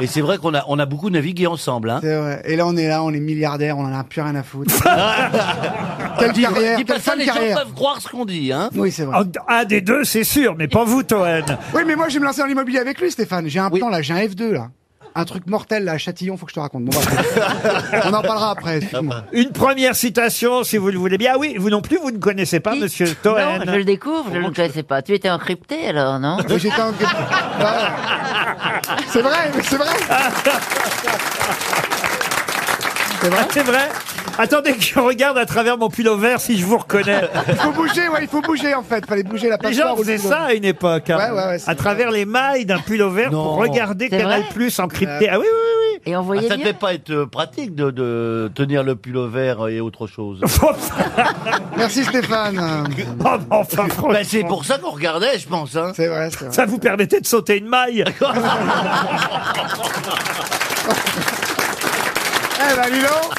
et c'est vrai qu'on a, on a beaucoup navigué ensemble. Hein. C'est vrai. Et là, on est là, on est milliardaire, on en a plus rien à (laughs) foutre. quelle Dis- carrière, dis pas quelle ça, fin de les gens carrière. peuvent croire ce qu'on dit. Hein. Oui, c'est vrai. Oh, Un des deux, c'est sûr, mais pas vous, Toen. Oui, mais moi, je vais me lancer dans l'immobilier avec lui, Stéphane. J'ai un plan, là, j'ai un F2, là. Un truc mortel, là, à Châtillon, faut que je te raconte. Bon, (laughs) bah, on en parlera après, excuse-moi. Une première citation, si vous le voulez bien. Ah oui, vous non plus, vous ne connaissez pas Monsieur Toen. Non, je le découvre, je ne le connaissais pas. Tu étais encrypté alors, non Oui, j'étais encrypté. C'est vrai, mais c'est vrai. Ah, C'est vrai. Attendez que je regarde à travers mon pull vert si je vous reconnais. (laughs) Il faut bouger, ouais, il faut bouger, en fait. Fallait bouger la Les passoire. gens ou le faisaient boulot. ça à une époque, hein. Ouais, ouais, ouais, c'est à travers les mailles d'un pull vert pour regarder C'est Canal vrai Plus encrypté. Euh. Ah oui, oui, oui. oui. Et on Ah, voyait ça bien. devait pas être euh, pratique de, de tenir le pull au vert et autre chose. Merci, Stéphane. Oh, mais enfin, franchement. Ben, c'est pour ça qu'on regardait, je pense. Hein. C'est vrai, c'est vrai. Ça vous permettait de sauter (laughs) une maille. Eh, ben, bah, dis donc.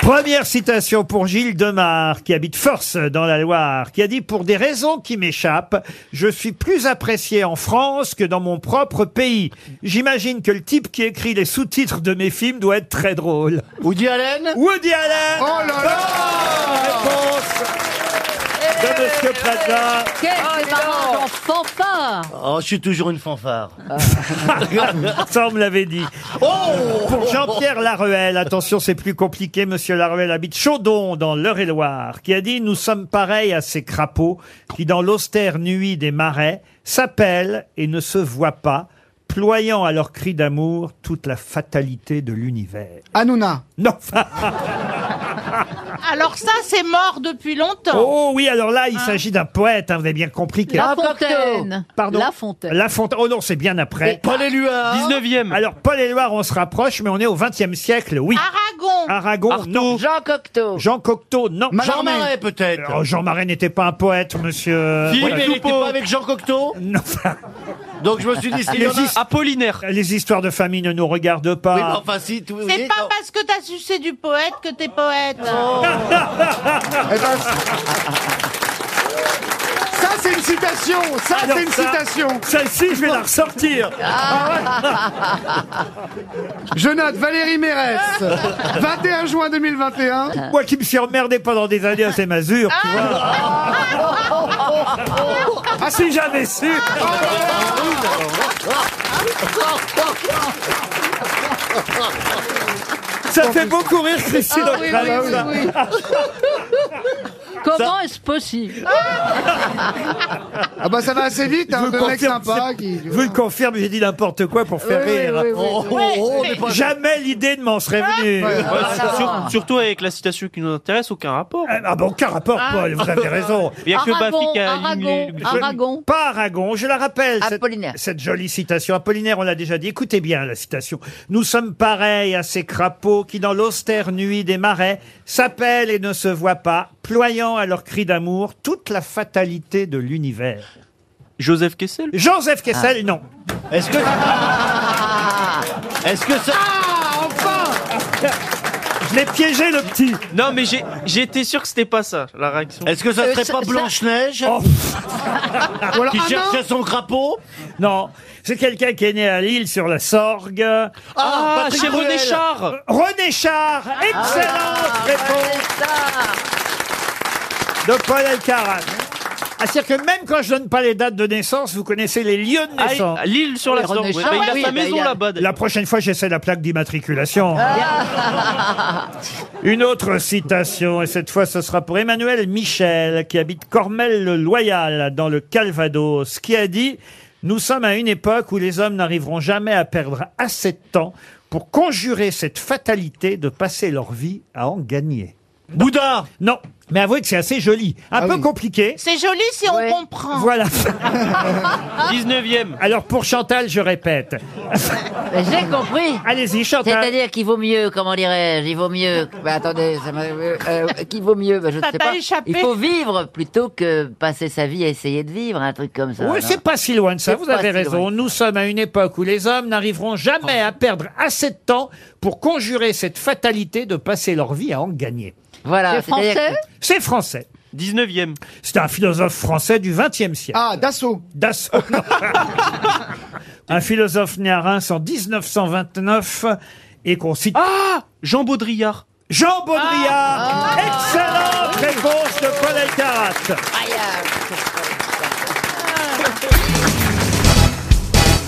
Première citation pour Gilles Demar, qui habite Force dans la Loire, qui a dit Pour des raisons qui m'échappent, je suis plus apprécié en France que dans mon propre pays. J'imagine que le type qui écrit les sous-titres de mes films doit être très drôle. Woody Allen Woody Allen Oh là là de Monsieur Plaza. Quel c'est marrant, j'en fanfare Oh, je suis toujours une fanfare. Ah. (laughs) Ça, on me l'avait dit. Pour Jean-Pierre Laruelle, attention, c'est plus compliqué. Monsieur Laruelle habite Chaudon, dans l'Eure-et-Loire, qui a dit Nous sommes pareils à ces crapauds qui, dans l'austère nuit des marais, s'appellent et ne se voient pas, ployant à leur cri d'amour toute la fatalité de l'univers. Hanouna. Non Alors ça, c'est mort depuis longtemps. Oh oui, alors là, Ah. il s'agit d'un poète, hein, vous avez bien compris. qu'il- La Fontaine. Pardon La Fontaine. La Fontaine. Oh non, c'est bien après. Paul Éluard. 19e. Alors, Paul Éluard, on se rapproche, mais on est au 20e siècle, oui. Aragon. Aragon, non. Jean Cocteau. Jean Cocteau, non. Jean Marais, peut-être. Alors, Jean Marais n'était pas un poète, Euh, monsieur. Si, Voilà. mais il n'était pas avec Jean Cocteau Non. (laughs) Donc je me suis dit, s'il y en a- his- Les histoires de famille ne nous regardent pas. Oui, mais enfin, si, tout- vous C'est voyez, pas non. parce que t'as sucé du poète que t'es poète. Oh. Eh ben, Ça, c'est une citation. Ça, Alors c'est une ça, citation. Celle-ci, je vais la ressortir. Ah. Ah. Ah Je note Valérie (laughs) Mérès, 21 juin 2021. Moi qui me suis emmerdé pendant des années à ces masures, tu vois. Ah, si j'avais su Ça fait beaucoup rire Christine Ah oui, O'Crane, Ah oui, ça. oui, oui. Comment est-ce possible Ah bah ça va assez vite, Je hein, vous deux mecs confirme, sympas c'est- qui... Je vous le confirme, j'ai dit n'importe quoi pour faire Oui, oui, rire. oui, oui, oui. Oh, oh, oh, on n'est pas- Jamais l'idée ne m'en serait venue. surtout avec la citation qui nous intéresse, aucun rapport. Ah bon, aucun rapport, Paul, vous avez (laughs) raison. Il n'y a que Bafi qui a éliminé- Je- Pas Aragon, je la rappelle. cette- Cette, jolie citation. Apollinaire, on l'a déjà dit. Écoutez bien la citation. Nous sommes pareils à ces crapauds qui, dans l'austère nuit des marais, s'appellent et ne se voient pas, ployant à leur cri d'amour toute la fatalité de l'univers. Joseph Kessel Joseph Kessel, non. Est-ce que. Est-ce que ça. Ah, enfin Je l'ai piégé, le petit Non, mais j'ai- j'étais sûr que c'était pas ça, la réaction. Est-ce que ça Euh, serait pas Blanche-Neige Oh, Qui cherchait son crapaud ah Non, c'est quelqu'un qui est né à Lille sur la Sorgue. Ah, Ah, Patrick chez Bruel. René Char. René Char, ah, excellente Ah, Ah, réponse de Paul Elkarat. Ah, C'est-à-dire que même quand je donne pas les dates de naissance, vous connaissez les lieux de Ah, naissance. à Lille sur la Oui, Sorgue, René ouais. Char, Bah, il a oui, sa bah, maison il a- là-bas, d'ailleurs. La prochaine fois, j'essaie la plaque d'immatriculation. Une autre citation, et cette fois ce sera pour Emmanuel Michel, qui habite Cormel-le-Loyal, dans le Calvados, qui a dit « Nous sommes à une époque où les hommes n'arriveront jamais à perdre assez de temps pour conjurer cette fatalité de passer leur vie à en gagner. » Bouddha Non, mais avouez que c'est assez joli, un peu compliqué. C'est joli si on comprend. Voilà. Ah. (laughs) 19ème. Alors pour Chantal, je répète. J'ai compris. Allez-y, Chantal. C'est-à-dire qu'il vaut mieux, comment dirais-je, il vaut mieux. Bah, attendez, ça m'a- euh, euh, qu'il vaut mieux, bah, je ne Ça sais t'a pas. échappé. Il faut vivre plutôt que passer sa vie à essayer de vivre, un truc comme ça. Oui, non c'est pas si loin de ça, Hein. C'est vous pas avez si raison. loin. Oh. Nous sommes à une époque où les hommes n'arriveront jamais à perdre assez de temps pour conjurer cette fatalité de passer leur vie à en gagner. Voilà, C'est c'est-à-dire français que- C'est français. 19e. C'est un philosophe français du 20e siècle. Ah, Dassault Dassault (laughs) (laughs) non. Un philosophe né à Reims en 1929 et qu'on cite... Ah Jean Baudrillard Jean Ah. Baudrillard Excellente réponse de Paul Elkarat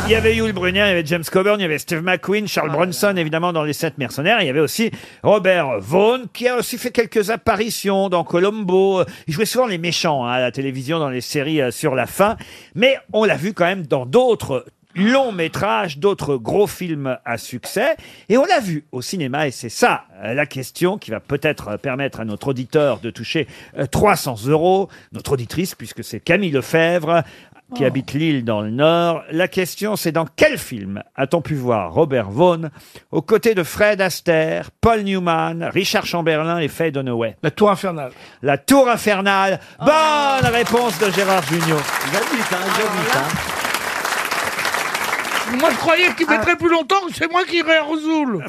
Il y avait Yul Brunner, il y avait James Coburn, il y avait Steve McQueen, Charles Bronson, évidemment, dans Les Sept Mercenaires. Il y avait aussi Robert Vaughn, qui a aussi fait quelques apparitions dans Colombo. Il jouait souvent les méchants hein, à la télévision, dans les séries euh, sur la fin. Mais on l'a vu quand même dans d'autres longs métrages, d'autres gros films à succès. Et on l'a vu au cinéma, et c'est ça euh, la question qui va peut-être euh, permettre à notre auditeur de toucher euh, 300 euros, notre auditrice, puisque c'est Camille Lefebvre, qui Oh. habite habite Lille dans le Nord. La question, c'est dans quel film a-t-on pu voir Robert Vaughn aux côtés de Fred Astaire, Paul Newman, Richard Chamberlain et Faye Dunaway La Tour Infernale. La Tour Infernale. Bonne réponse de Gérard Junior. hein, Moi, je croyais qu'il mettrait plus longtemps que c'est moi qui irais à Rosoul.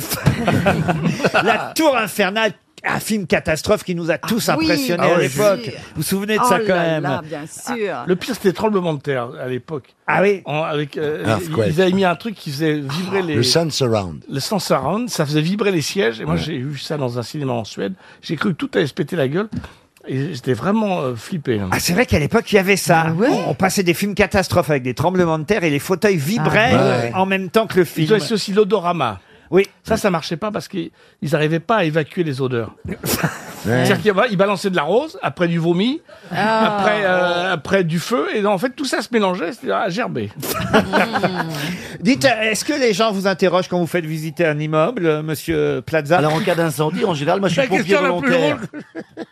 La Tour Infernale. Un film catastrophe qui nous a tous hein. Ah oui. impressionnés Ah à oui, l'époque. bien sûr. Vous vous souvenez de ça Oh quand là même là, bien Ah, (laughs) le pire, c'était le tremblement de terre à l'époque. Ah oui avec, euh, Earthquake. Ils avaient mis un truc qui faisait vibrer les. Le Sun Surround. Le sans surround, ça faisait vibrer les sièges. Et moi, Ouais. j'ai vu ça dans un cinéma en Suède. J'ai cru que tout allait se péter la gueule. Et j'étais vraiment euh, flippé. Ah, c'est vrai qu'à l'époque, il y avait ça. On, on passait des films catastrophes avec des tremblements de terre et les fauteuils vibraient Ah, euh, ouais. en même temps que le Ils film. ont essayé aussi l'odorama. Oui. Ça, ça marchait pas parce qu'ils n'arrivaient pas à évacuer les odeurs. C'est-à-dire qu'ils ba- ils balançaient de la rose, après du vomi, Ah. après, euh, après du feu, et en fait tout ça se mélangeait, c'était à gerber. Dites, euh, est-ce que les gens vous interrogent quand vous faites visiter un immeuble, euh, monsieur Plaza Alors en cas d'incendie, en général, moi je suis pompier volontaire.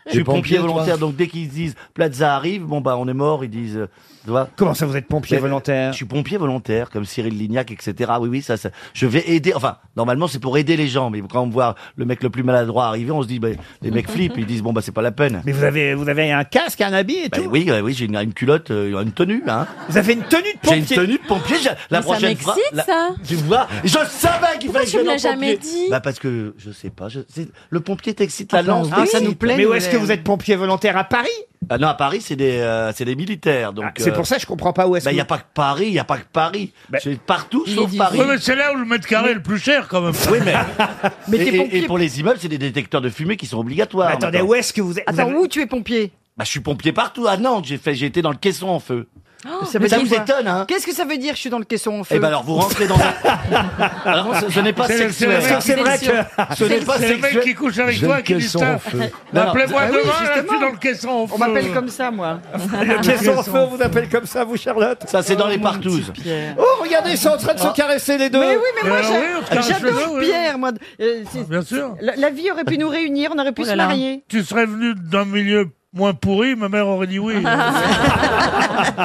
Je suis pompier volontaire, donc dès qu'ils disent Plaza arrive, bon bah on est mort, ils disent. euh, tu vois Comment ça vous êtes pompier volontaire Je suis pompier volontaire, comme Cyril Lignac, etc. Oui, oui, ça, ça- Je vais aider. Enfin, normalement c'est pour aider les gens, mais quand on voit le mec le plus maladroit arriver, on se dit, bah, les mecs flippent, ils disent bon bah c'est pas la peine. Mais vous avez, vous avez un casque, un habit et tout Oui, euh, oui, j'ai une, une culotte, euh, une tenue. Hein. Vous avez une tenue de pompier J'ai une tenue de pompier. j'ai- Mais La ça prochaine fois. m'excite, la- ça. Tu vois Je savais qu'il Pourquoi fallait tu que je me vienne l'as en pompier. jamais dit Bah parce que je sais pas. je- c'est- le pompier t'excite la Ah, lance. oui. t'excite. Mais où est-ce que vous êtes pompier volontaire à Paris Ah non, à Paris, c'est des, euh, c'est des militaires. Donc Ah, euh, bah, C'est pour ça que je comprends pas où Il est-ce que n'y a vous- Bah, pas que Paris, il n'y a pas que Paris. c'est partout sauf Paris. Ouais, mais c'est là où le mètre carré est le plus cher quand même. Oui, (laughs) mais. Mais et, t'es et- pompier- et pour les immeubles, c'est des détecteurs de fumée qui sont obligatoires. Mais attendez, maintenant. où est-ce que vous êtes vous Attends, avez- où tu es pompier Bah, je suis pompier partout. À Nantes, j'ai fait, j'ai été dans le caisson en feu. Oh, Ça veut dire quoi Qu'est-ce que ça veut dire Je suis dans le caisson en feu. Eh ben alors, vous (laughs) rentrez dans un... Alors, ce, ce n'est Ah, pas C'est- sexuel. c'est- c'est- ce n'est pas C'est le sexuel. mec qui couche avec toi qui dit ça. (laughs) Appelez-moi demain, là, je suis dans le caisson en feu. On m'appelle comme ça, moi. (laughs) Le caisson en feu, on vous appelle comme ça, vous, Charlotte Ça, c'est dans les partouzes. Oh, regardez, ils sont en train de se caresser les deux. Mais oui, mais moi, Euh, j'a- oui, on se caresse les deux, j'adore oui. Pierre. Moi. Euh, c'est- Ah, Bien sûr. La, la vie aurait pu nous réunir, on aurait Oh pu se marier. Tu serais venu d'un milieu moins pourri, ma mère aurait dit oui.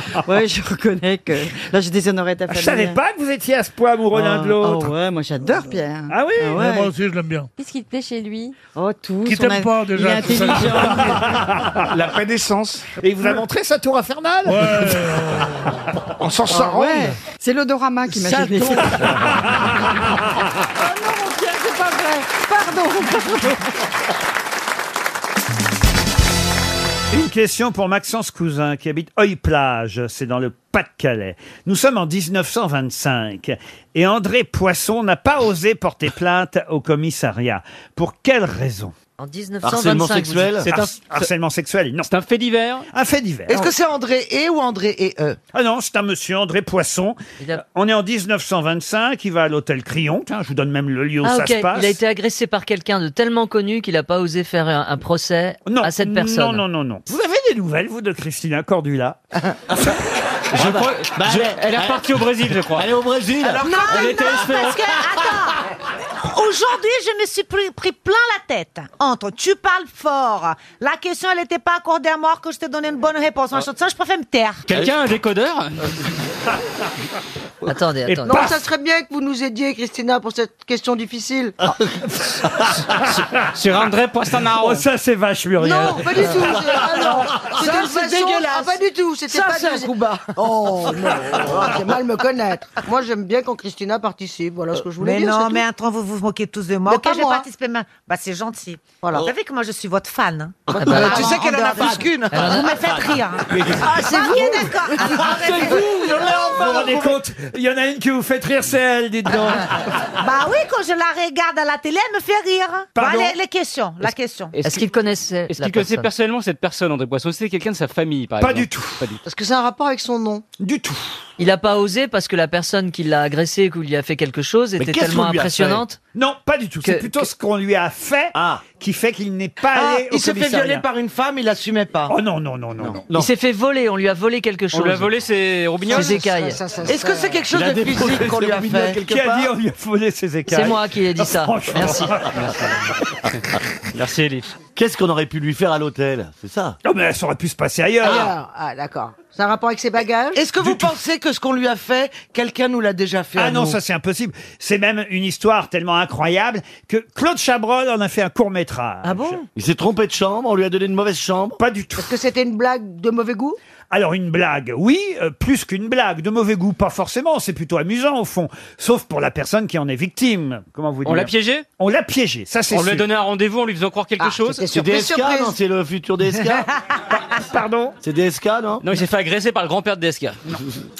(laughs) ouais, je reconnais que là, je déshonorais Je ta famille. Oh, savais Ah, pas que vous étiez à ce point amoureux l'un de l'autre. ouais, moi j'adore Pierre. Ah oui Mais Moi aussi, je l'aime bien. Qu'est-ce qui te plaît chez lui Oh, tout. Qui son t'aime a- pas Il est déjà c'est ça. Ah, intelligent. La paix d'essence. Et il vous a montré sa tour infernale (laughs) On s'en Ah ouais. C'est l'odorama qui m'a Ça gêné. (laughs) tombe. Oh Pierre, c'est pas vrai. Pardon, pardon. Une question pour Maxence Cousin qui habite Oeil-Plage, c'est dans le Pas-de-Calais. Nous sommes en 1925 et André Poisson n'a pas osé porter plainte au commissariat. Pour quelle raison En 1925. Harcèlement vous dites. C'est un harcèlement sexuel, non. C'est un fait divers Un fait divers. Est-ce que c'est André et ou André et E Ah non, c'est un monsieur, André Poisson. Euh, On est en 1925, il va à l'hôtel Crillon. Tiens, je vous donne même le lieu où Ah, ça ok. se passe. Il a été agressé par quelqu'un de tellement connu qu'il n'a pas osé faire un, un procès à cette personne. Non, non, non, non. Vous avez des nouvelles, vous, de Christina Cordula Je crois- je- elle est repartie au Brésil, je crois. Elle est au Brésil. non, non, parce que, attends, aujourd'hui, je me suis pris, pris plein la tête. Entre, tu parles fort, la question, elle n'était pas accordée à moi, que je t'ai donné une bonne réponse. En ça, je préfère me taire. Quelqu'un, un (laughs) décodeur Attendez, Et attendez. paf Ça serait bien que vous nous aidiez, Christina, pour cette question difficile. (laughs) Sur André Poissonaro. Oh, ça, c'est vache, Muriel. Non, pas du tout. c'est- ah non, Ça, c'était une c'est façon- dégueulasse. Ah, pas du tout. C'était Ça, pas c'est du- un coup bas. (laughs) Oh non, oh, j'ai mal me connaître. Moi, j'aime bien quand Christina participe. Voilà ce que je voulais Mais dire. non, c'est mais tout. attends, vous vous moquez tous de moi. Mais ok, pas j'ai moi. participé. mais- Bah, c'est gentil. Vous savez que moi, je suis votre fan. hein. Ah bah, Ah, tu sais qu'elle en a dehors plus de- qu'une. Elle en a- Vous me faites Fan. rire. Mais- Ah, c'est Ok, vous. d'accord. Ah, c'est Arrêtez. vous, je l'ai Vous vous rendez compte Il y en a une qui vous fait rire, c'est elle, dites donc. Bah oui, quand je la regarde à la télé, elle me fait rire. Pardon Bon, allez, les questions, la question. Est-ce qu'il connaissait Est-ce la qu'il connaissait personne personnellement cette personne, André Poisson C'était quelqu'un de sa famille, par exemple Pas du tout. Parce que c'est un rapport avec son nom. Du tout. Il n'a pas osé parce que la personne qui l'a agressé ou qui lui a fait quelque chose était tellement impressionnante. Non, pas du tout. C'est plutôt ce qu'on lui a fait Ah. qui fait qu'il n'est pas Ah, allé au il s'est fait commissariat. violer par une femme, il l'assumait pas. Oh non, non, non, non. non. Il s'est fait voler, on lui a volé quelque chose. On lui a volé ses roubignoles Ses écailles. Est-ce que c'est quelque chose Il a de déposé physique qu'on ses lui a roubignoles fait quelque Qui a dit on lui a volé ses écailles Oh, C'est moi qui ai (laughs) dit ça. Franchement. Merci. Merci, Elif. Qu'est-ce qu'on aurait pu lui faire à l'hôtel C'est ça. Non, Oh, mais ça aurait pu se passer ailleurs. Ah, ah, d'accord. C'est un rapport avec ses bagages Est-ce que vous pensez que ce qu'on lui a fait, quelqu'un nous l'a déjà fait Ah non, ça c'est impossible. C'est même une histoire tellement incroyable que Claude Chabrol en a fait un court métrage. Ah bon Il s'est trompé de chambre, on lui a donné une mauvaise chambre. Pas du tout. Est-ce que c'était une blague de mauvais goût Alors une blague, oui, euh, plus qu'une blague, de mauvais goût, pas forcément. C'est plutôt amusant au fond, sauf pour la personne qui en est victime. Comment vous On dire l'a piégé On l'a piégé, ça c'est On lui a sûr. donné un rendez-vous en lui faisant croire Ah, Ah, quelque chose C'est DSK, non C'est le futur DSK (laughs) (laughs) Pardon C'est DSK, non Non, il s'est fait agresser par le grand-père de DSK.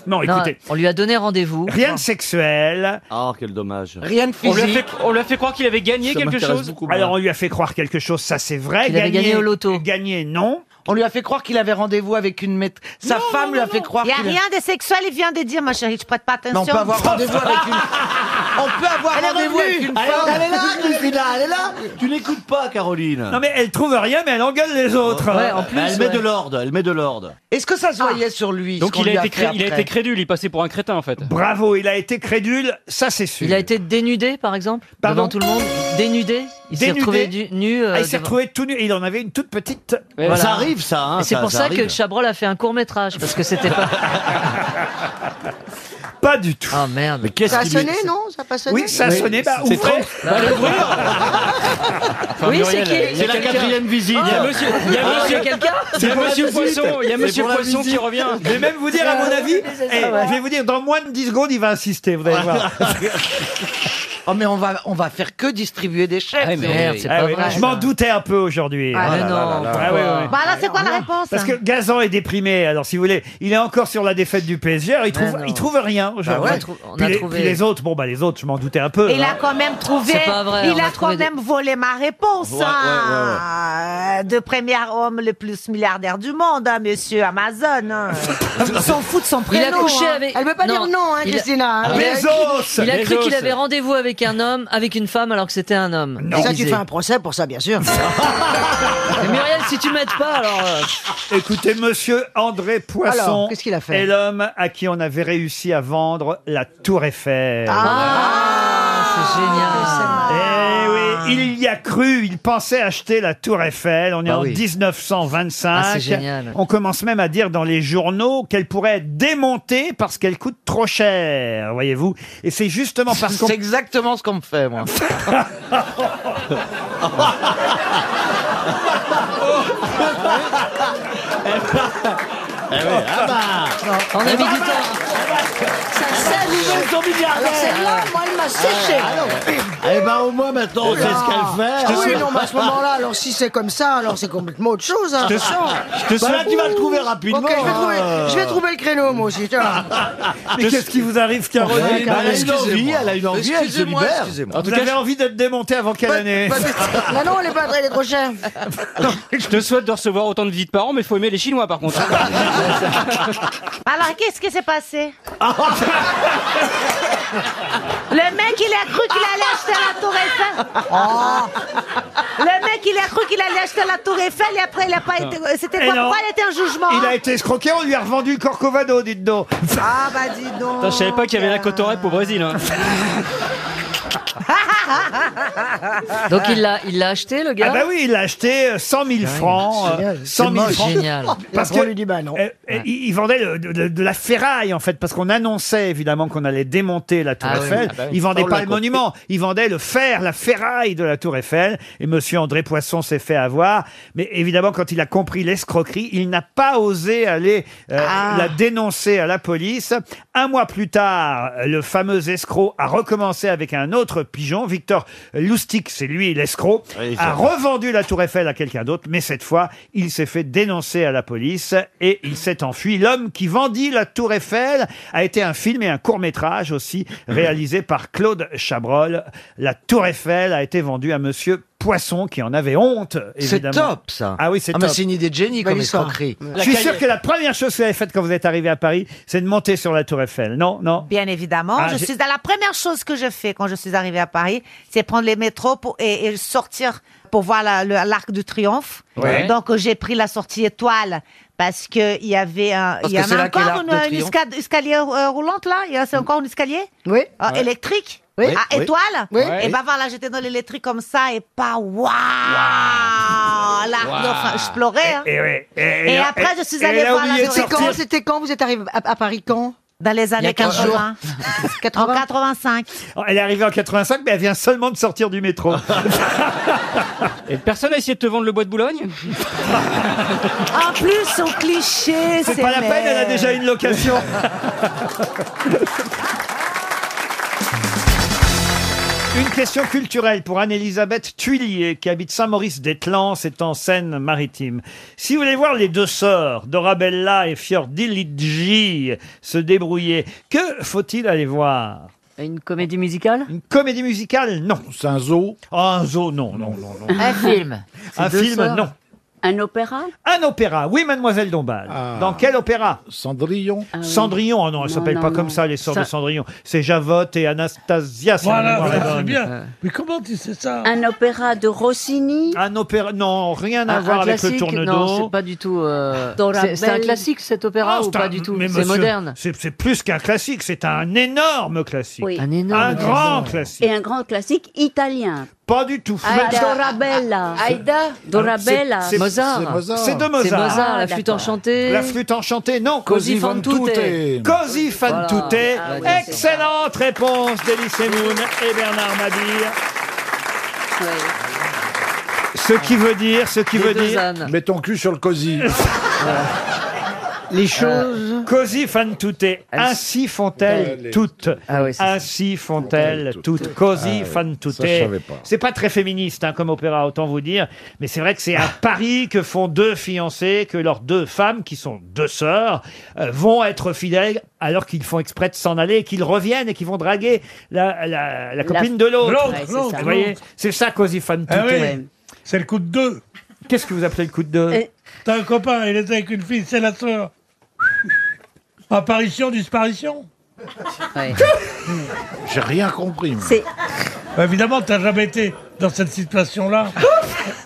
Non, écoutez. on lui a donné rendez-vous. Rien de sexuel. Ah, quel dommage. Rien de On lui a fait, on lui a fait croire qu'il avait gagné quelque chose Alors on lui a fait croire quelque chose, ça c'est vrai. Qu'il avait gagné au loto. Gagné, non. On lui a fait croire qu'il avait rendez-vous avec une maître. Sa femme lui a fait croire Il n'y a qu'il rien de sexuel, il vient de dire, ma chérie, tu prêtes pas attention. Non, on peut avoir rendez-vous avec (laughs) une... On peut avoir Elle est rendez-vous revenue. avec une Elle est- femme. elle est là, Christina, elle est là Tu n'écoutes pas, Caroline. Non mais elle trouve rien, mais elle engueule les autres. elle met de l'ordre, elle met de l'ordre. Est-ce que ça se Ah. voyait sur lui Donc il a, été cré- il a été crédule, il passait pour un crétin en fait. Bravo, il a été crédule, ça c'est sûr. Il a été dénudé, par exemple, Pardon devant tout le monde. Dénudé. Il s'est Dénudé. retrouvé du- nu. euh, Ah, il s'est devant- retrouvé tout nu et il en avait une toute petite. Voilà. hein, Et c'est ça- pour ça ça, arrive. que Chabrol a fait un court métrage parce que c'était pas. Pas du tout. Ah merde. Mais qu'est-ce Ça a sonné, non Ça a pas sonné (laughs) Oui, ça a sonné. Bah, C'est ouvrez. Oui, c'est qui Il y a quelqu'un. Ah, Il y a monsieur, il y a ah, monsieur- il y a quelqu'un il y a C'est pour la monsieur visite. Poisson, il y a C'est monsieur pour la Poisson qui visite. revient. Je vais même vous (laughs) (laughs) dire, à mon avis, eh, je vais vous dire, dans moins de 10 secondes, il va insister, vous allez voir. Oh, mais on va, on va faire que distribuer des chèques. Ah, oui. Je m'en doutais un peu aujourd'hui. Oh Ah, mais là là non, là là. pourquoi Ah oui, oui. Bah là, c'est quoi la réponse Parce que Gazan est déprimé. Alors, si vous voulez, il est encore sur la défaite du PSG. Alors, il trouve, il trouve rien. aujourd'hui. ouais. On a trou- on Puis a les, trouvé. puis les autres, bon, bah, les autres, je m'en doutais un peu. Il hein. a quand même trouvé. C'est pas vrai, on il a a trouvé quand des- même volé ma réponse. Ouais, ouais, hein. De premier homme le plus milliardaire du monde, hein, monsieur Amazon. (laughs) hein. Ils s'en foutent de son Il prénom. a couché hein. avec. Elle veut pas dire non, hein, il a- Christina. Ah, hein. Il a, Bezos, il a cru Bezos. qu'il avait rendez-vous avec un homme, avec une femme, alors que c'était un homme. Et ça, tu Déguisé. fais un procès pour ça, bien sûr. (laughs) Mais Muriel, si tu m'aides pas, alors. euh, (laughs) Écoutez, monsieur André Poisson Alors, qu'est-ce qu'il a fait est l'homme à qui on avait réussi à vendre la Tour Eiffel. Ah, c'est génial. Eh Ah. oui, il y a cru, il pensait acheter la Tour Eiffel. On est Ah en oui. 1925. Ah, c'est génial. On commence même à dire dans les journaux qu'elle pourrait être démontée parce qu'elle coûte trop cher, voyez-vous. Et (laughs) c'est justement parce qu'on... C'est exactement ce qu'on me fait, moi. On a mis du temps. Ça sèche les ton milliardaire. celle-là, moi, elle m'a séché. Ah, Eh ben au moins maintenant Oh, on sait ce qu'elle fait. Ah oui, non, mais à ce moment-là, alors si c'est comme ça, alors c'est complètement autre chose. Hein. Je te sens- je te Bah sens- là, tu vas le trouver Ouh. rapidement, Ok, je vais, hein. trouver, je vais trouver le créneau, moi aussi. tiens. (laughs) Mais qu'est-ce qui vous arrive, Caroline Ouais, Elle a une excusez-moi. envie, elle a une envie, elle se Excusez-moi, libère. excusez-moi. En tout Vous cas, avez je- envie d'être démonté avant quelle (laughs) année (laughs) non, non, elle est pas elle est trop chère. Je te souhaite de recevoir autant de visites par an, mais faut aimer les Chinois par (laughs) contre. Alors, qu'est-ce qui s'est (laughs) passé Le mec, il a cru qu'il allait acheter la Tour Eiffel. Oh. Le mec, il a cru qu'il allait acheter la Tour Eiffel et après, il a pas été. C'était Et quoi non. Pourquoi il était un jugement Il hein a été escroqué, on lui a revendu le Corcovado, dites donc. Ah bah dis donc. Putain, je savais pas qu'il y avait la cotorep au Brésil. (laughs) hein. (laughs) Donc il l'a, il l'a acheté, le gars. Ah bah oui, il l'a acheté euh, 100 000 francs. euh, Génial. 100 C'est 000 moche. francs. Génial. Parce Et après, que on lui dit, bah non. euh, euh, il il vendait le- de, de- de la ferraille en fait, parce qu'on annonçait évidemment qu'on allait démonter la Tour Ah oui. Eiffel. Ah bah oui. Il vendait On pas l'a le compris. monument, il vendait le fer, la ferraille de la Tour Eiffel. Et Monsieur André Poisson s'est fait avoir, mais évidemment quand il a compris l'escroquerie, il n'a pas osé aller euh, la dénoncer à la police. Un mois plus tard, le fameux escroc a recommencé avec un autre pigeon, Victor Loustic, c'est lui l'escroc a revendu la Tour Eiffel à quelqu'un d'autre, mais cette fois, il s'est fait dénoncer à la police et il s'est enfui. L'homme qui vendit la Tour Eiffel a été un film et un court-métrage aussi réalisé par Claude Chabrol. La Tour Eiffel a été vendue à monsieur Poisson qui en avait honte, évidemment. top, ça. Ah oui, c'est Ah, mais top. c'est une idée de génie Belle comme histoire. escroquerie. Je suis sûr que la première chose que vous avez faite quand vous êtes arrivé à Paris, c'est de monter sur la Tour Eiffel. Non, non. Bien évidemment, Ah, je j'ai- suis la première chose que je fais quand je suis arrivée à Paris, c'est prendre les métros pour, et, et sortir pour voir la- le- l'arc de triomphe. Ouais. Donc euh, j'ai pris la sortie étoile parce que il y avait un, Parce il y que en c'est a là qu'est encore l'Arc une, de une Triomphe. escad- escalier euh, roulante là, Il y a- c'est encore un escalier Oui. Euh, Ouais. électrique. Oui. À Oui. étoile Oui. Et Oui. bah voilà, j'étais dans l'électrique comme ça et pas waouh L'arc de- Waouh. enfin, je pleurais. hein. Eh, Et, ouais, et- Et eh. et- après, je et suis allée elle a voir la oublié de Dorée. sortir. Quand c'était quand vous êtes arrivé à, à Paris quand Dans les Il y a années quinze 80. En 85. Oh, Elle est arrivée en 85, mais elle vient seulement de sortir du métro. (laughs) Et personne a essayé de te vendre le bois de Boulogne En plus, son cliché, C'est pas la peine, elle a déjà une location. (laughs) Une question culturelle pour Anne-Elisabeth Tuillier, qui habite Saint-Maurice-des-Clans, c'est en Seine-Maritime. Si vous voulez voir les deux sœurs, Dorabella et Fiordiligi, se débrouiller, que faut-il aller voir Une comédie musicale Une comédie musicale, non. C'est un zoo Un zoo, non, non, non. non. Un film Un C'est deux film, sœurs. non. Un opéra Hein Un opéra, oui, mademoiselle Dombal. Dans quel opéra Cendrillon. Cendrillon, oh non, Non, elle s'appelle non, pas non. comme ça, les sœurs Ça- de Cendrillon. C'est Javotte et Anastasia. si ma Voilà, mémoire ça, est c'est bonne. bien. Mais comment tu sais ça Un opéra de Rossini Un opéra, non, rien à Un- voir un avec le classique tournedos. Non, c'est pas du tout. euh, Dorabelle. c'est- C'est un classique cet opéra Ah, ou c'est pas un- du tout mais C'est monsieur, moderne. C'est c'est plus qu'un classique, c'est un énorme classique. Oui. Un énorme Un grand classique. classique. Et un grand classique italien. Pas du tout. Aïda. Dorabella. Aïda. Dorabella. ah, C'est- c'est- c'est Mozart. C'est de Mozart. C'est Mozart, Ah, la flûte d'accord. enchantée. La flûte enchantée, non. Così fan tutte. Così fan Voilà. tutte. Ah, oui, c'est ça. Excellente réponse d'Elise Moon et Bernard Mabille. Ce qui veut dire, ce qui Les veut deux dire. ânes. Mets ton cul sur le cosy. Les choses. Euh, Così fan tutte. Ainsi font-elles toutes. Ah (laughs) Ainsi font-elles toutes. Ah Così oui, fan tutte. ça, je savais pas. C'est pas très féministe hein, comme opéra, autant vous dire. Mais c'est vrai que c'est à Ah. Paris que font deux fiancés, que leurs deux femmes, qui sont deux sœurs, euh, vont être fidèles alors qu'ils font exprès de s'en aller, et qu'ils reviennent et qu'ils vont draguer la, la- la copine de l'autre. L'autre, Ouais, c'est l'autre, ça. Vous voyez, l'autre. c'est ça, Così fan tutte. Ah oui. Ouais. C'est le coup de deux. Qu'est-ce que vous appelez le coup de deux T'as un copain, il était avec une fille, c'est la sœur. (laughs) Apparition, disparition (laughs) J'ai rien compris. Bah, Évidemment, t'as jamais été dans cette situation-là.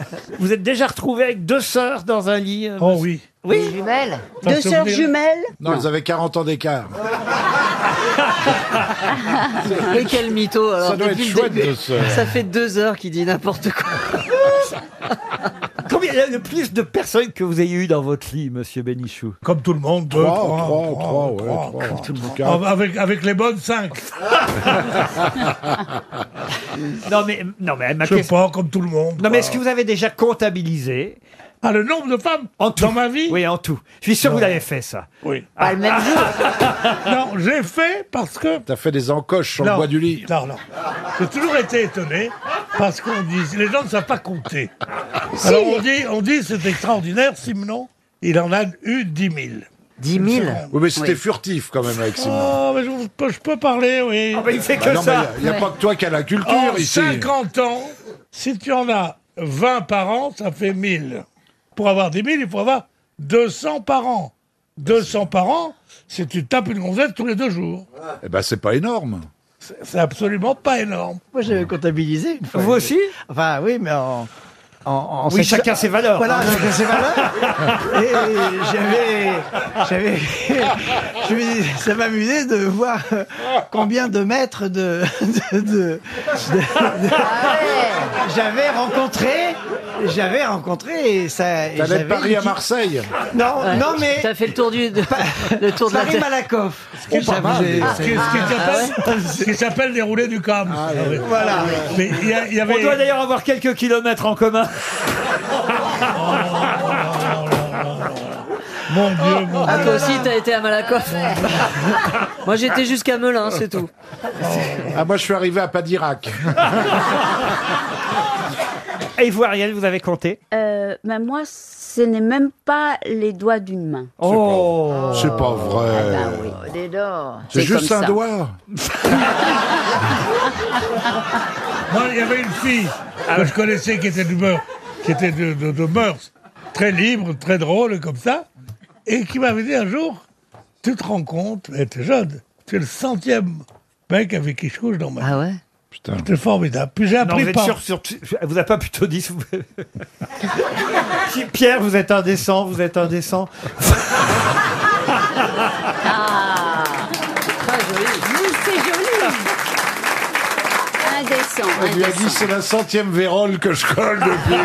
(laughs) Vous êtes déjà retrouvé avec deux sœurs dans un lit euh, Oh oui. Oui. Jumelles. T'en Deux sœurs souvenir jumelles. Non, ils avaient 40 ans d'écart. Ah. Mais quel mytho alors Ça doit depuis le être chouette, début. deux sœurs. Ça fait deux heures qu'il dit n'importe quoi. Combien il y a le plus de personnes que vous ayez eues dans votre lit, monsieur Bénichou Comme tout le monde, deux, Trois, trois, trois, trois, trois, trois, ouais, trois. trois, tout le monde. Ah, Avec, avec les bonnes, cinq. (laughs) non, mais, non, mais (laughs) ma Je sais question- pas, comme tout le monde. Non, mais est-ce que vous avez déjà comptabilisé Ah, le nombre de femmes en tout. Dans ma vie Oui, en tout. Je suis sûr que vous Non. l'avez fait, ça. Ah. Oui. Pas le même jour. (laughs) non, j'ai fait parce que. T'as fait des encoches sur le Non, bois du lit. Non, non. J'ai toujours été étonné parce qu'on dit, les gens ne savent pas compter. Si. Alors on dit, on dit c'est extraordinaire, Simenon, il en a eu 10 000. 10 Oui, mais c'était furtif quand même avec Simon. Oh, mais je, je peux, je peux parler, oui. Ah, mais il fait Bah non, mais Il n'y a, pas que toi qui as la culture En ici. 50 ans, si tu en as 20 par an, ça fait 1000. Pour avoir 10 000, il faut avoir 200 par an. 200 par an, si tu tapes une gonzette tous les deux jours. Eh ben, c'est pas énorme. C'est absolument pas énorme. Moi, j'avais comptabilisé une fois. Vous aussi Enfin, oui, mais en. en, en Oui, chacun ses valeurs. Voilà, chacun ses valeurs. Et j'avais. J'avais. je me dis- ça m'amusait de voir euh, combien de mètres de. de, de- de- de- J'avais rencontré. J'avais rencontré et ça. et T'allais de j'avais Paris à liquid- Marseille. Non, Ouais. non, mais. T'as fait le tour du. de- le tour de la Ah, Paris tête. Malakoff. Ce qui Oh, pas mal, s'appelle- déjà. ce qui- ce qui s'appelle- ce qui s'appelle les roulés du Ah, cam. Ah, Voilà. Mais il y a- il y avait. On doit d'ailleurs avoir quelques kilomètres en commun. Mon Oh, Dieu, mon Ah, Dieu. toi aussi, t'as été à Malakoff. Moi, j'étais jusqu'à Melun, c'est tout. Ah, moi, je suis arrivé à Padirac. Et vous, Ariel, vous avez compté Euh, mais moi, ce n'est même pas les doigts d'une main. Oh C'est pas vrai. Ah bah Des dents. C'est juste comme un ça. doigt. Moi, il y avait une fille que je connaissais qui était d'humeur, qui était de, de- de mœurs, très libre, très drôle, comme ça, et qui m'avait dit un jour, tu te rends compte, elle était jeune, tu es le centième mec avec qui je couche dans ma Ah ouais Putain. C'était formidable. Puis j'ai Non, appris vous êtes par... sûr, sûr- vous n'avez pas plutôt dit... Si- Pierre, vous êtes (laughs) indécent, vous êtes indécent. Ah. Oui, c'est joli. Ah. Indécent. On lui a dit, c'est la centième vérole que je colle depuis.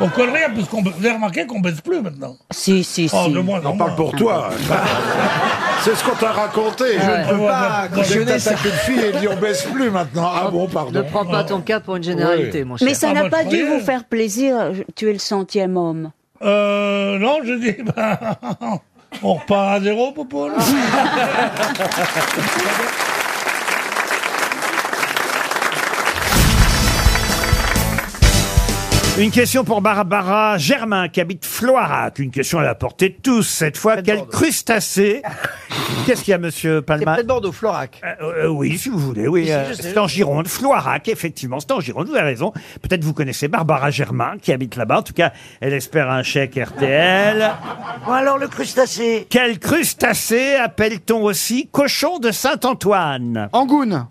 On colle rien, puisqu'on vous avez remarqué qu'on baisse plus maintenant. Si, si, Oh, de moins On parle pour toi. C'est ce qu'on t'a raconté. Je ne peux pas cautionner ça. une fille et dire on baisse plus maintenant. Ah bon, pardon. Ne prends pas ton cas pour une généralité, Oui. mon cher. Mais ça n'a pas dû Ah, croyais. vous faire plaisir. je- Tu es le centième homme. Euh, non, je dis, (laughs) bah, on repart à zéro, Popo. là. Une question pour Barbara Germain qui habite Floirac. Une question à la portée de tous cette fois. (laughs) Quel crustacé Qu'est-ce qu'il y a, monsieur C'est Palma près de Bordeaux, Florac. Euh, oui, si vous voulez, oui. Si, euh, je sais. c'est en Gironde, Floirac, effectivement, c'est en Gironde, vous avez raison. Peut-être vous connaissez Barbara Germain, qui habite là-bas. En tout cas, elle espère un chèque RTL. alors le crustacé. Quel crustacé appelle-t-on aussi cochon de Saint-Antoine (laughs) Angoune.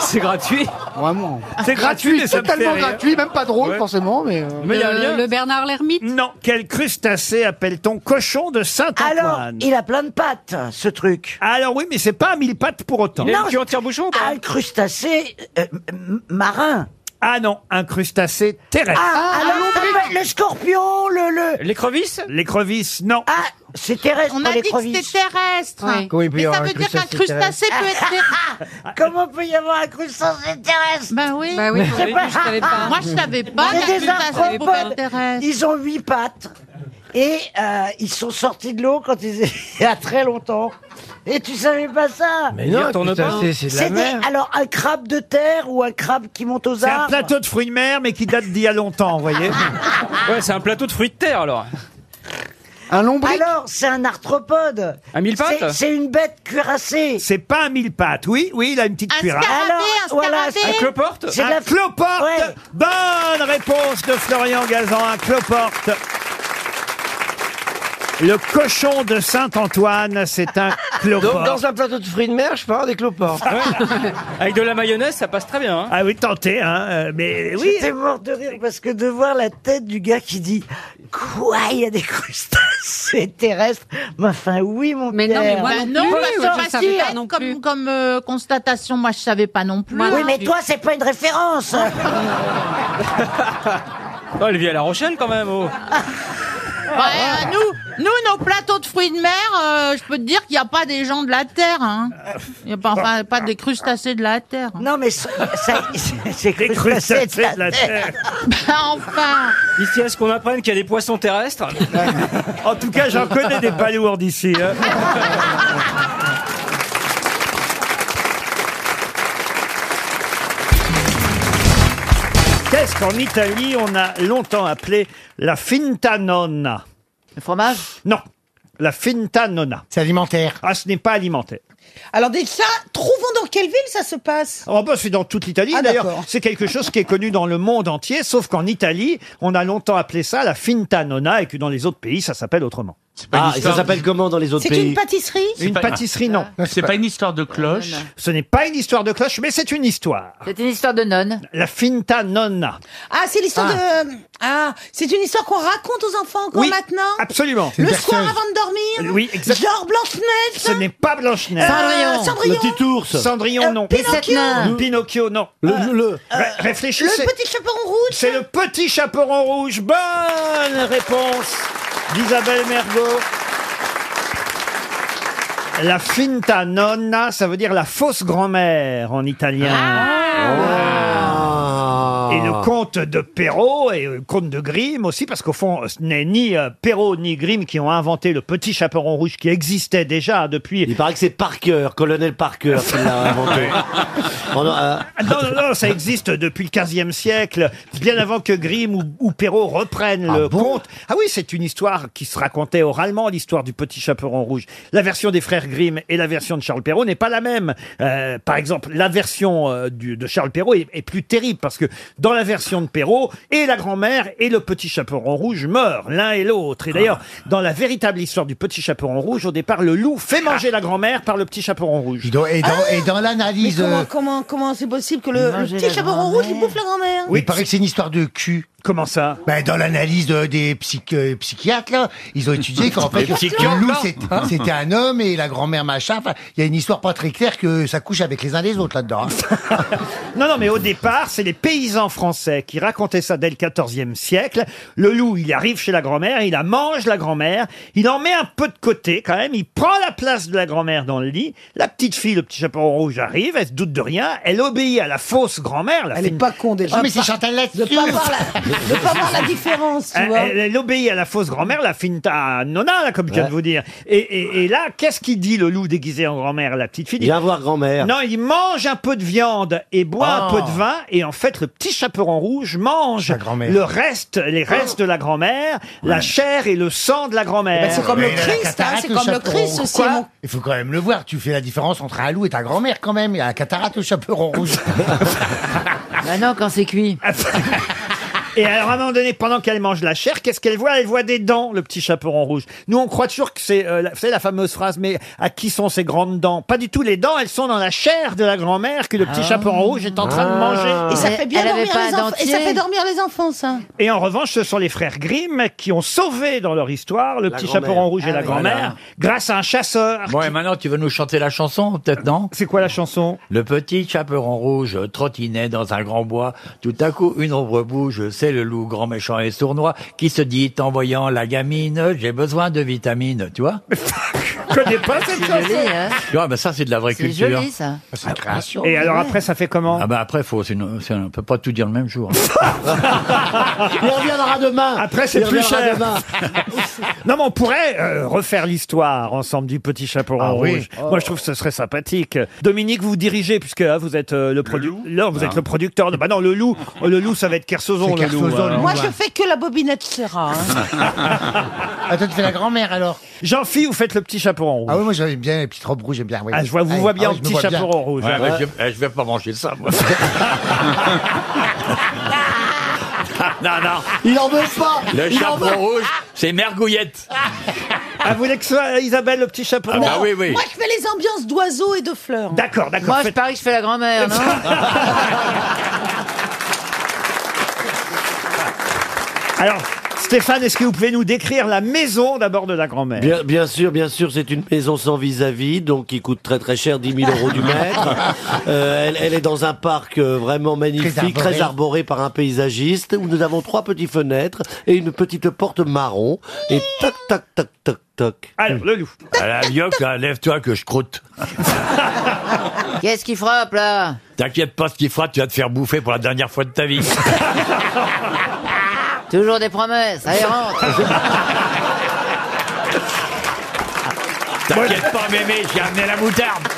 C'est gratuit. Vraiment. C'est gratuit, mais ça me totalement fait rire. gratuit, même pas drôle Ouais. forcément, mais. euh, Bernard l'ermite Non, quel crustacé appelle-t-on cochon de Saint-Antoine Alors, il a plein de pattes, ce truc. Alors oui, mais c'est pas à mille pattes pour autant. Non, je- bouchon Un crustacé euh, m- marin. Ah non, un crustacé Ah, terrestre. alors ça peut être le scorpion, le... le... L'écrevisse L'écrevisse, non. Ah, c'est terrestre, On pas a dit que l'écrevisse. c'était terrestre. Oui. Oui, puis Mais ça un veut dire qu'un crustacé crustacé peut être terrestre. Ah, Comment peut y avoir un crustacé terrestre Ben oui. Bah oui, Je sais moi non plus, pas. je savais pas. Moi, je savais pas Il y qu'un a des crustacé pouvait arthropodes, être terrestre. Ils ont huit pattes. Et euh, ils sont sortis de l'eau quand ils (laughs) étaient il y a très longtemps. Et tu savais pas ça Mais non, Ils y retournent putain, pas. c'est- c'est de la des- mer. alors un crabe de terre ou un crabe qui monte aux C'est un arbres plateau de fruits de mer, mais qui date d'il y a longtemps, vous voyez. (laughs) Ouais, c'est un plateau de fruits de terre alors. Un lombric Alors, c'est un arthropode. Un mille pattes C'est- C'est une bête cuirassée. C'est pas un mille pattes, oui, oui, il a une petite cuirasse. Alors, voilà, c'est- Un cloporte c'est de Un la- cloporte Bonne réponse de Florian Gazan, un cloporte le cochon de Saint-Antoine, c'est (laughs) un cloporte. Donc, dans un plateau de fruits de mer, je peux avoir des cloportes. Avec de la mayonnaise, ça passe très bien. hein. Ah oui, tentez, hein, euh, mais oui. J'étais mort de rire parce que de voir la tête du gars qui dit Quoi, il y a des (laughs) crustacés terrestres Mais enfin, oui, mon Mais non, mais moi Pierre. non, Oui, parce oui, que Bah je ça savais pas si, non comme, comme euh, constatation, moi je savais pas non plus. oui, mais toi, c'est pas une référence. Oh, elle vit à La Rochelle quand même. oh. Ouais, euh, nous, nous, nos plateaux de fruits de mer, euh, je peux te dire qu'il n'y a pas des gens de la terre. hein. Il n'y a pas, enfin, pas des crustacés de la terre. Non, mais ça, (laughs) c'est des crustacés de la terre. (laughs) bah, enfin. Ici, est-ce qu'on apprenne qu'il y a des poissons terrestres (laughs) En tout cas, j'en connais des palourdes ici. hein. Qu'est-ce qu'en Italie on a longtemps appelé la finta nonna Le fromage Non, la finta nonna. C'est alimentaire. Ah, ce n'est pas alimentaire. Alors déjà, trouvons dans quelle ville ça se passe En bas, bah, c'est dans toute l'Italie. Ah, D'ailleurs, d'accord. c'est quelque chose qui est connu dans le monde entier, sauf qu'en Italie, on a longtemps appelé ça la finta nonna et que dans les autres pays, ça s'appelle autrement. pas une Ah, et ça histoire s'appelle de- comment dans les C'est une pâtisserie Une pâtisserie, non. C'est pas une histoire de cloche. Ce n'est pas une histoire de cloche, mais c'est une histoire. C'est une histoire de nonne. La finta nonna. Ah, c'est l'histoire Ah. de... Ah, c'est une histoire qu'on raconte aux enfants encore Oui, maintenant Oh, absolument. C'est Hein Le une soir berceuse. avant de dormir Oui, exact. Genre Blanche-Neige Ce n'est pas Blanche-Neige. Cendrillon. Cendrillon. Le petit ours. Cendrillon, non. Euh, Les sept nains. Pinocchio. Pinocchio, non. Le, réfléchissez. le petit chaperon rouge C'est le petit chaperon rouge. Bonne réponse d'Isabelle Mergot. La finta nonna, ça veut dire la fausse grand-mère en italien. Ah. Et le comte de Perrault et le comte de Grimm aussi, parce qu'au fond, ce n'est ni euh, Perrault ni Grimm qui ont inventé le petit chaperon rouge qui existait déjà depuis. Il paraît que c'est Parker, colonel Parker, qui l'a (laughs) inventé. non, Ah, non, non, ça existe depuis le 15e siècle, bien avant que Grimm ou, ou Perrault reprennent le conte. Ah oui, c'est une histoire qui se racontait oralement, l'histoire du petit chaperon rouge. La version des frères Grimm et la version de Charles Perrault n'est pas la même. Euh, par exemple, la version euh, du- de Charles Perrault est, est plus terrible parce que dans la version de Perrault, et la grand-mère et le petit chaperon rouge meurent, l'un et l'autre. Et d'ailleurs, dans la véritable histoire du petit chaperon rouge, au départ, le loup fait manger la grand-mère par le petit chaperon rouge. et dans- Ah et Mais l'analyse... euh, comment, comment, comment c'est possible que le, le Manger petit la chaperon rouge, il bouffe la grand-mère Oui. Il paraît que c'est une histoire de cul. Comment ça ben, Dans l'analyse de- des psych- euh, psychiatres, là, ils ont étudié (laughs) qu'en fait, Les le psychiatres, loup, là. c'est- c'était un homme et la grand-mère machin. Enfin, Il y a une histoire pas très claire que ça couche avec les uns les autres là-dedans. hein. (laughs) Non, non, mais au départ, c'est les paysans français qui racontaient ça dès le XIVe siècle. Le loup, il arrive chez la grand-mère, il la mange, la grand-mère, il en met un peu de côté quand même, il prend la place de la grand-mère dans le lit. La petite fille, le petit chaperon rouge arrive, elle se doute de rien, elle obéit à la fausse grand-mère. Elle n'est pas con déjà. Ah, mais c'est Chantal là-dessus. De pas voir la- de pas voir la (laughs) différence, tu Elle, vois. elle- elle obéit à la fausse grand-mère, la finta nonna, là, comme je viens de vous dire. Et, et- et là, qu'est-ce qu'il dit le loup déguisé en grand-mère, la petite fille dit- Viens voir grand-mère. non, il mange un peu de viande et boit Ah. un peu de vin. Et en fait, le petit chaperon rouge mange le reste, les Oh. restes de la grand-mère, la chair et le sang de la grand-mère. Eh ben, c'est comme le Mais la Christ, hein, cataracte, c'est le comme le chaperon Christ rouge. aussi, Quoi Il faut quand même le voir. Tu fais la différence entre un loup et ta grand-mère quand même. Il y a un cataracte au chaperon (laughs) rouge. Bah non, quand c'est (laughs) cuit. Et alors, à un moment donné, pendant qu'elle mange la chair, qu'est-ce qu'elle voit Elle voit des dents, le petit chaperon rouge. Nous, on croit toujours que c'est, euh, la- vous savez, la fameuse phrase, mais à qui sont ces grandes dents Pas du tout, les dents, elles sont dans la chair de la grand-mère que le Ah. petit chaperon rouge est en train de manger. Et ça fait bien dormir les enfants. Et ça fait dormir les enfants, ça. Et en revanche, ce sont les frères Grimm qui ont sauvé dans leur histoire le La petit grand-mère. chaperon rouge et Ah la oui. grand-mère Voilà. grâce à un chasseur. Bon, et maintenant, tu vas nous chanter la chanson, peut-être, non C'est quoi la chanson Le petit chaperon rouge trottinait dans un grand bois. Tout à coup, une ombre bouge. C'est le loup, grand méchant et euh, (laughs) sournois, qui se dit en voyant la gamine, j'ai besoin de vitamines, tu vois connais pas cette C'est joli, chanson. hein. Ah, bah ça, c'est de la vraie C'est culture. joli, ça. Ah, C'est une création. Et alors après, ça fait comment Ah, bah après, faut, c'est une- c'est un- on peut pas tout dire le même jour. hein. (laughs) Il reviendra demain. Après, c'est Il plus reviendra cher. demain. (laughs) non, mais on pourrait euh, refaire l'histoire ensemble du petit chaperon Ah oui. rouge. Moi, je trouve que ce serait sympathique. Dominique, vous dirigez puisque hein, vous êtes euh, le producteur. vous êtes le producteur. de- Bah non, le loup. Oh, Le loup, ça va être Kersozon. C'est Le loup. Kersozon, hein. (laughs) Moi, je fais que la bobinette sera. hein. Attends, Ah, tu fais la grand-mère alors Jean-Phi, vous faites le petit chaperon rouge. Ah oui, moi j'aime bien les petites robes rouges, j'aime bien. oui. Ah, je vois- vous vois bien ah en je me petit vois bien. chaperon rouge. Ouais, Ouais. mais je, eh, je vais pas manger ça, (laughs) moi. non, non. Il en veut pas. Le Il en veut- chaperon rouge, c'est mergouillette. Ah, vous voulez que ce soit Isabelle, le petit chaperon Ah, bah oui, oui. Moi, je fais les ambiances d'oiseaux et de fleurs. D'accord, d'accord. Moi, je parie que je fais la grand-mère, non (laughs) Alors, Stéphane, est-ce que vous pouvez nous décrire la maison d'abord de la grand-mère Bien, bien sûr, bien sûr, c'est une maison sans vis-à-vis, donc qui coûte très très cher, 10 000 euros du mètre. Euh, elle, elle est dans un parc euh, vraiment magnifique, Très très arboré. arboré. par un paysagiste, où nous avons trois petites fenêtres et une petite porte marron. Et tac, tac, tac, tac, tac. Alors, le loup. À la vioque, là, lève-toi que je croûte. Qu'est-ce qui frappe, là T'inquiète pas, ce qu'il fera, tu vas te faire bouffer pour la dernière fois de ta (laughs) vie. Toujours des promesses, allez, rentre T'inquiète pas, mémé, Ah, j'ai amené la (laughs) moutarde.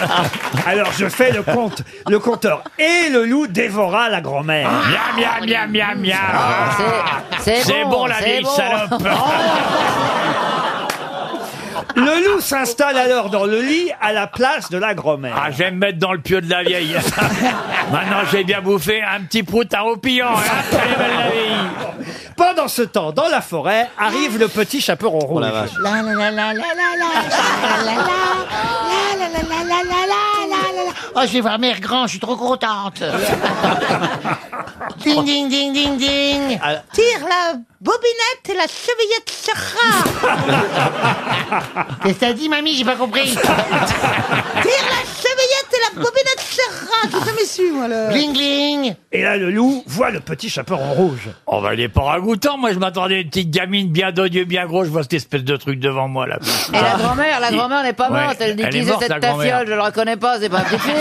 Alors je fais le compte, le compteur. Et le loup dévora la grand-mère. Miam, Ah. miam, miam, miam, miam. Ah. Ah, c'est bon, bon, la c'est vieille bon. Oh. salope. (laughs) Le loup s'installe alors dans le lit à la place de la grand-mère. Ah, je vais me mettre dans le pieu de la (laughs) vieille. Maintenant, j'ai bien bouffé un petit prout à roupillon. hein. Allez, belle la vieille. Pendant ce temps, dans la forêt, arrive le petit chaperon rouge. La la la la la la la la la la la la la la la la la la la. Oh, je vais voir Mère Grand, je suis trop contente. ding, ding, ding, ding, ding. Euh, Tire la bobinette et la chevillette sera. Qu'est-ce que t'as dit, mamie J'ai pas compris. Tire la chevillette et la bobinette sera. Ah, Tout ça me suit, moi, là. gling. Et là, le loup voit le petit chaperon rouge. Oh bah il est pas ragoûtant, moi je m'attendais à une petite gamine bien d'odieux, bien gros, je vois cette espèce de truc devant moi (laughs) là. Et la grand-mère, la grand-mère n'est pas Ouais, morte, elle dit elle est qui c'est morte, la cette grand-mère. tafiole, je le reconnais pas, c'est pas un petit fille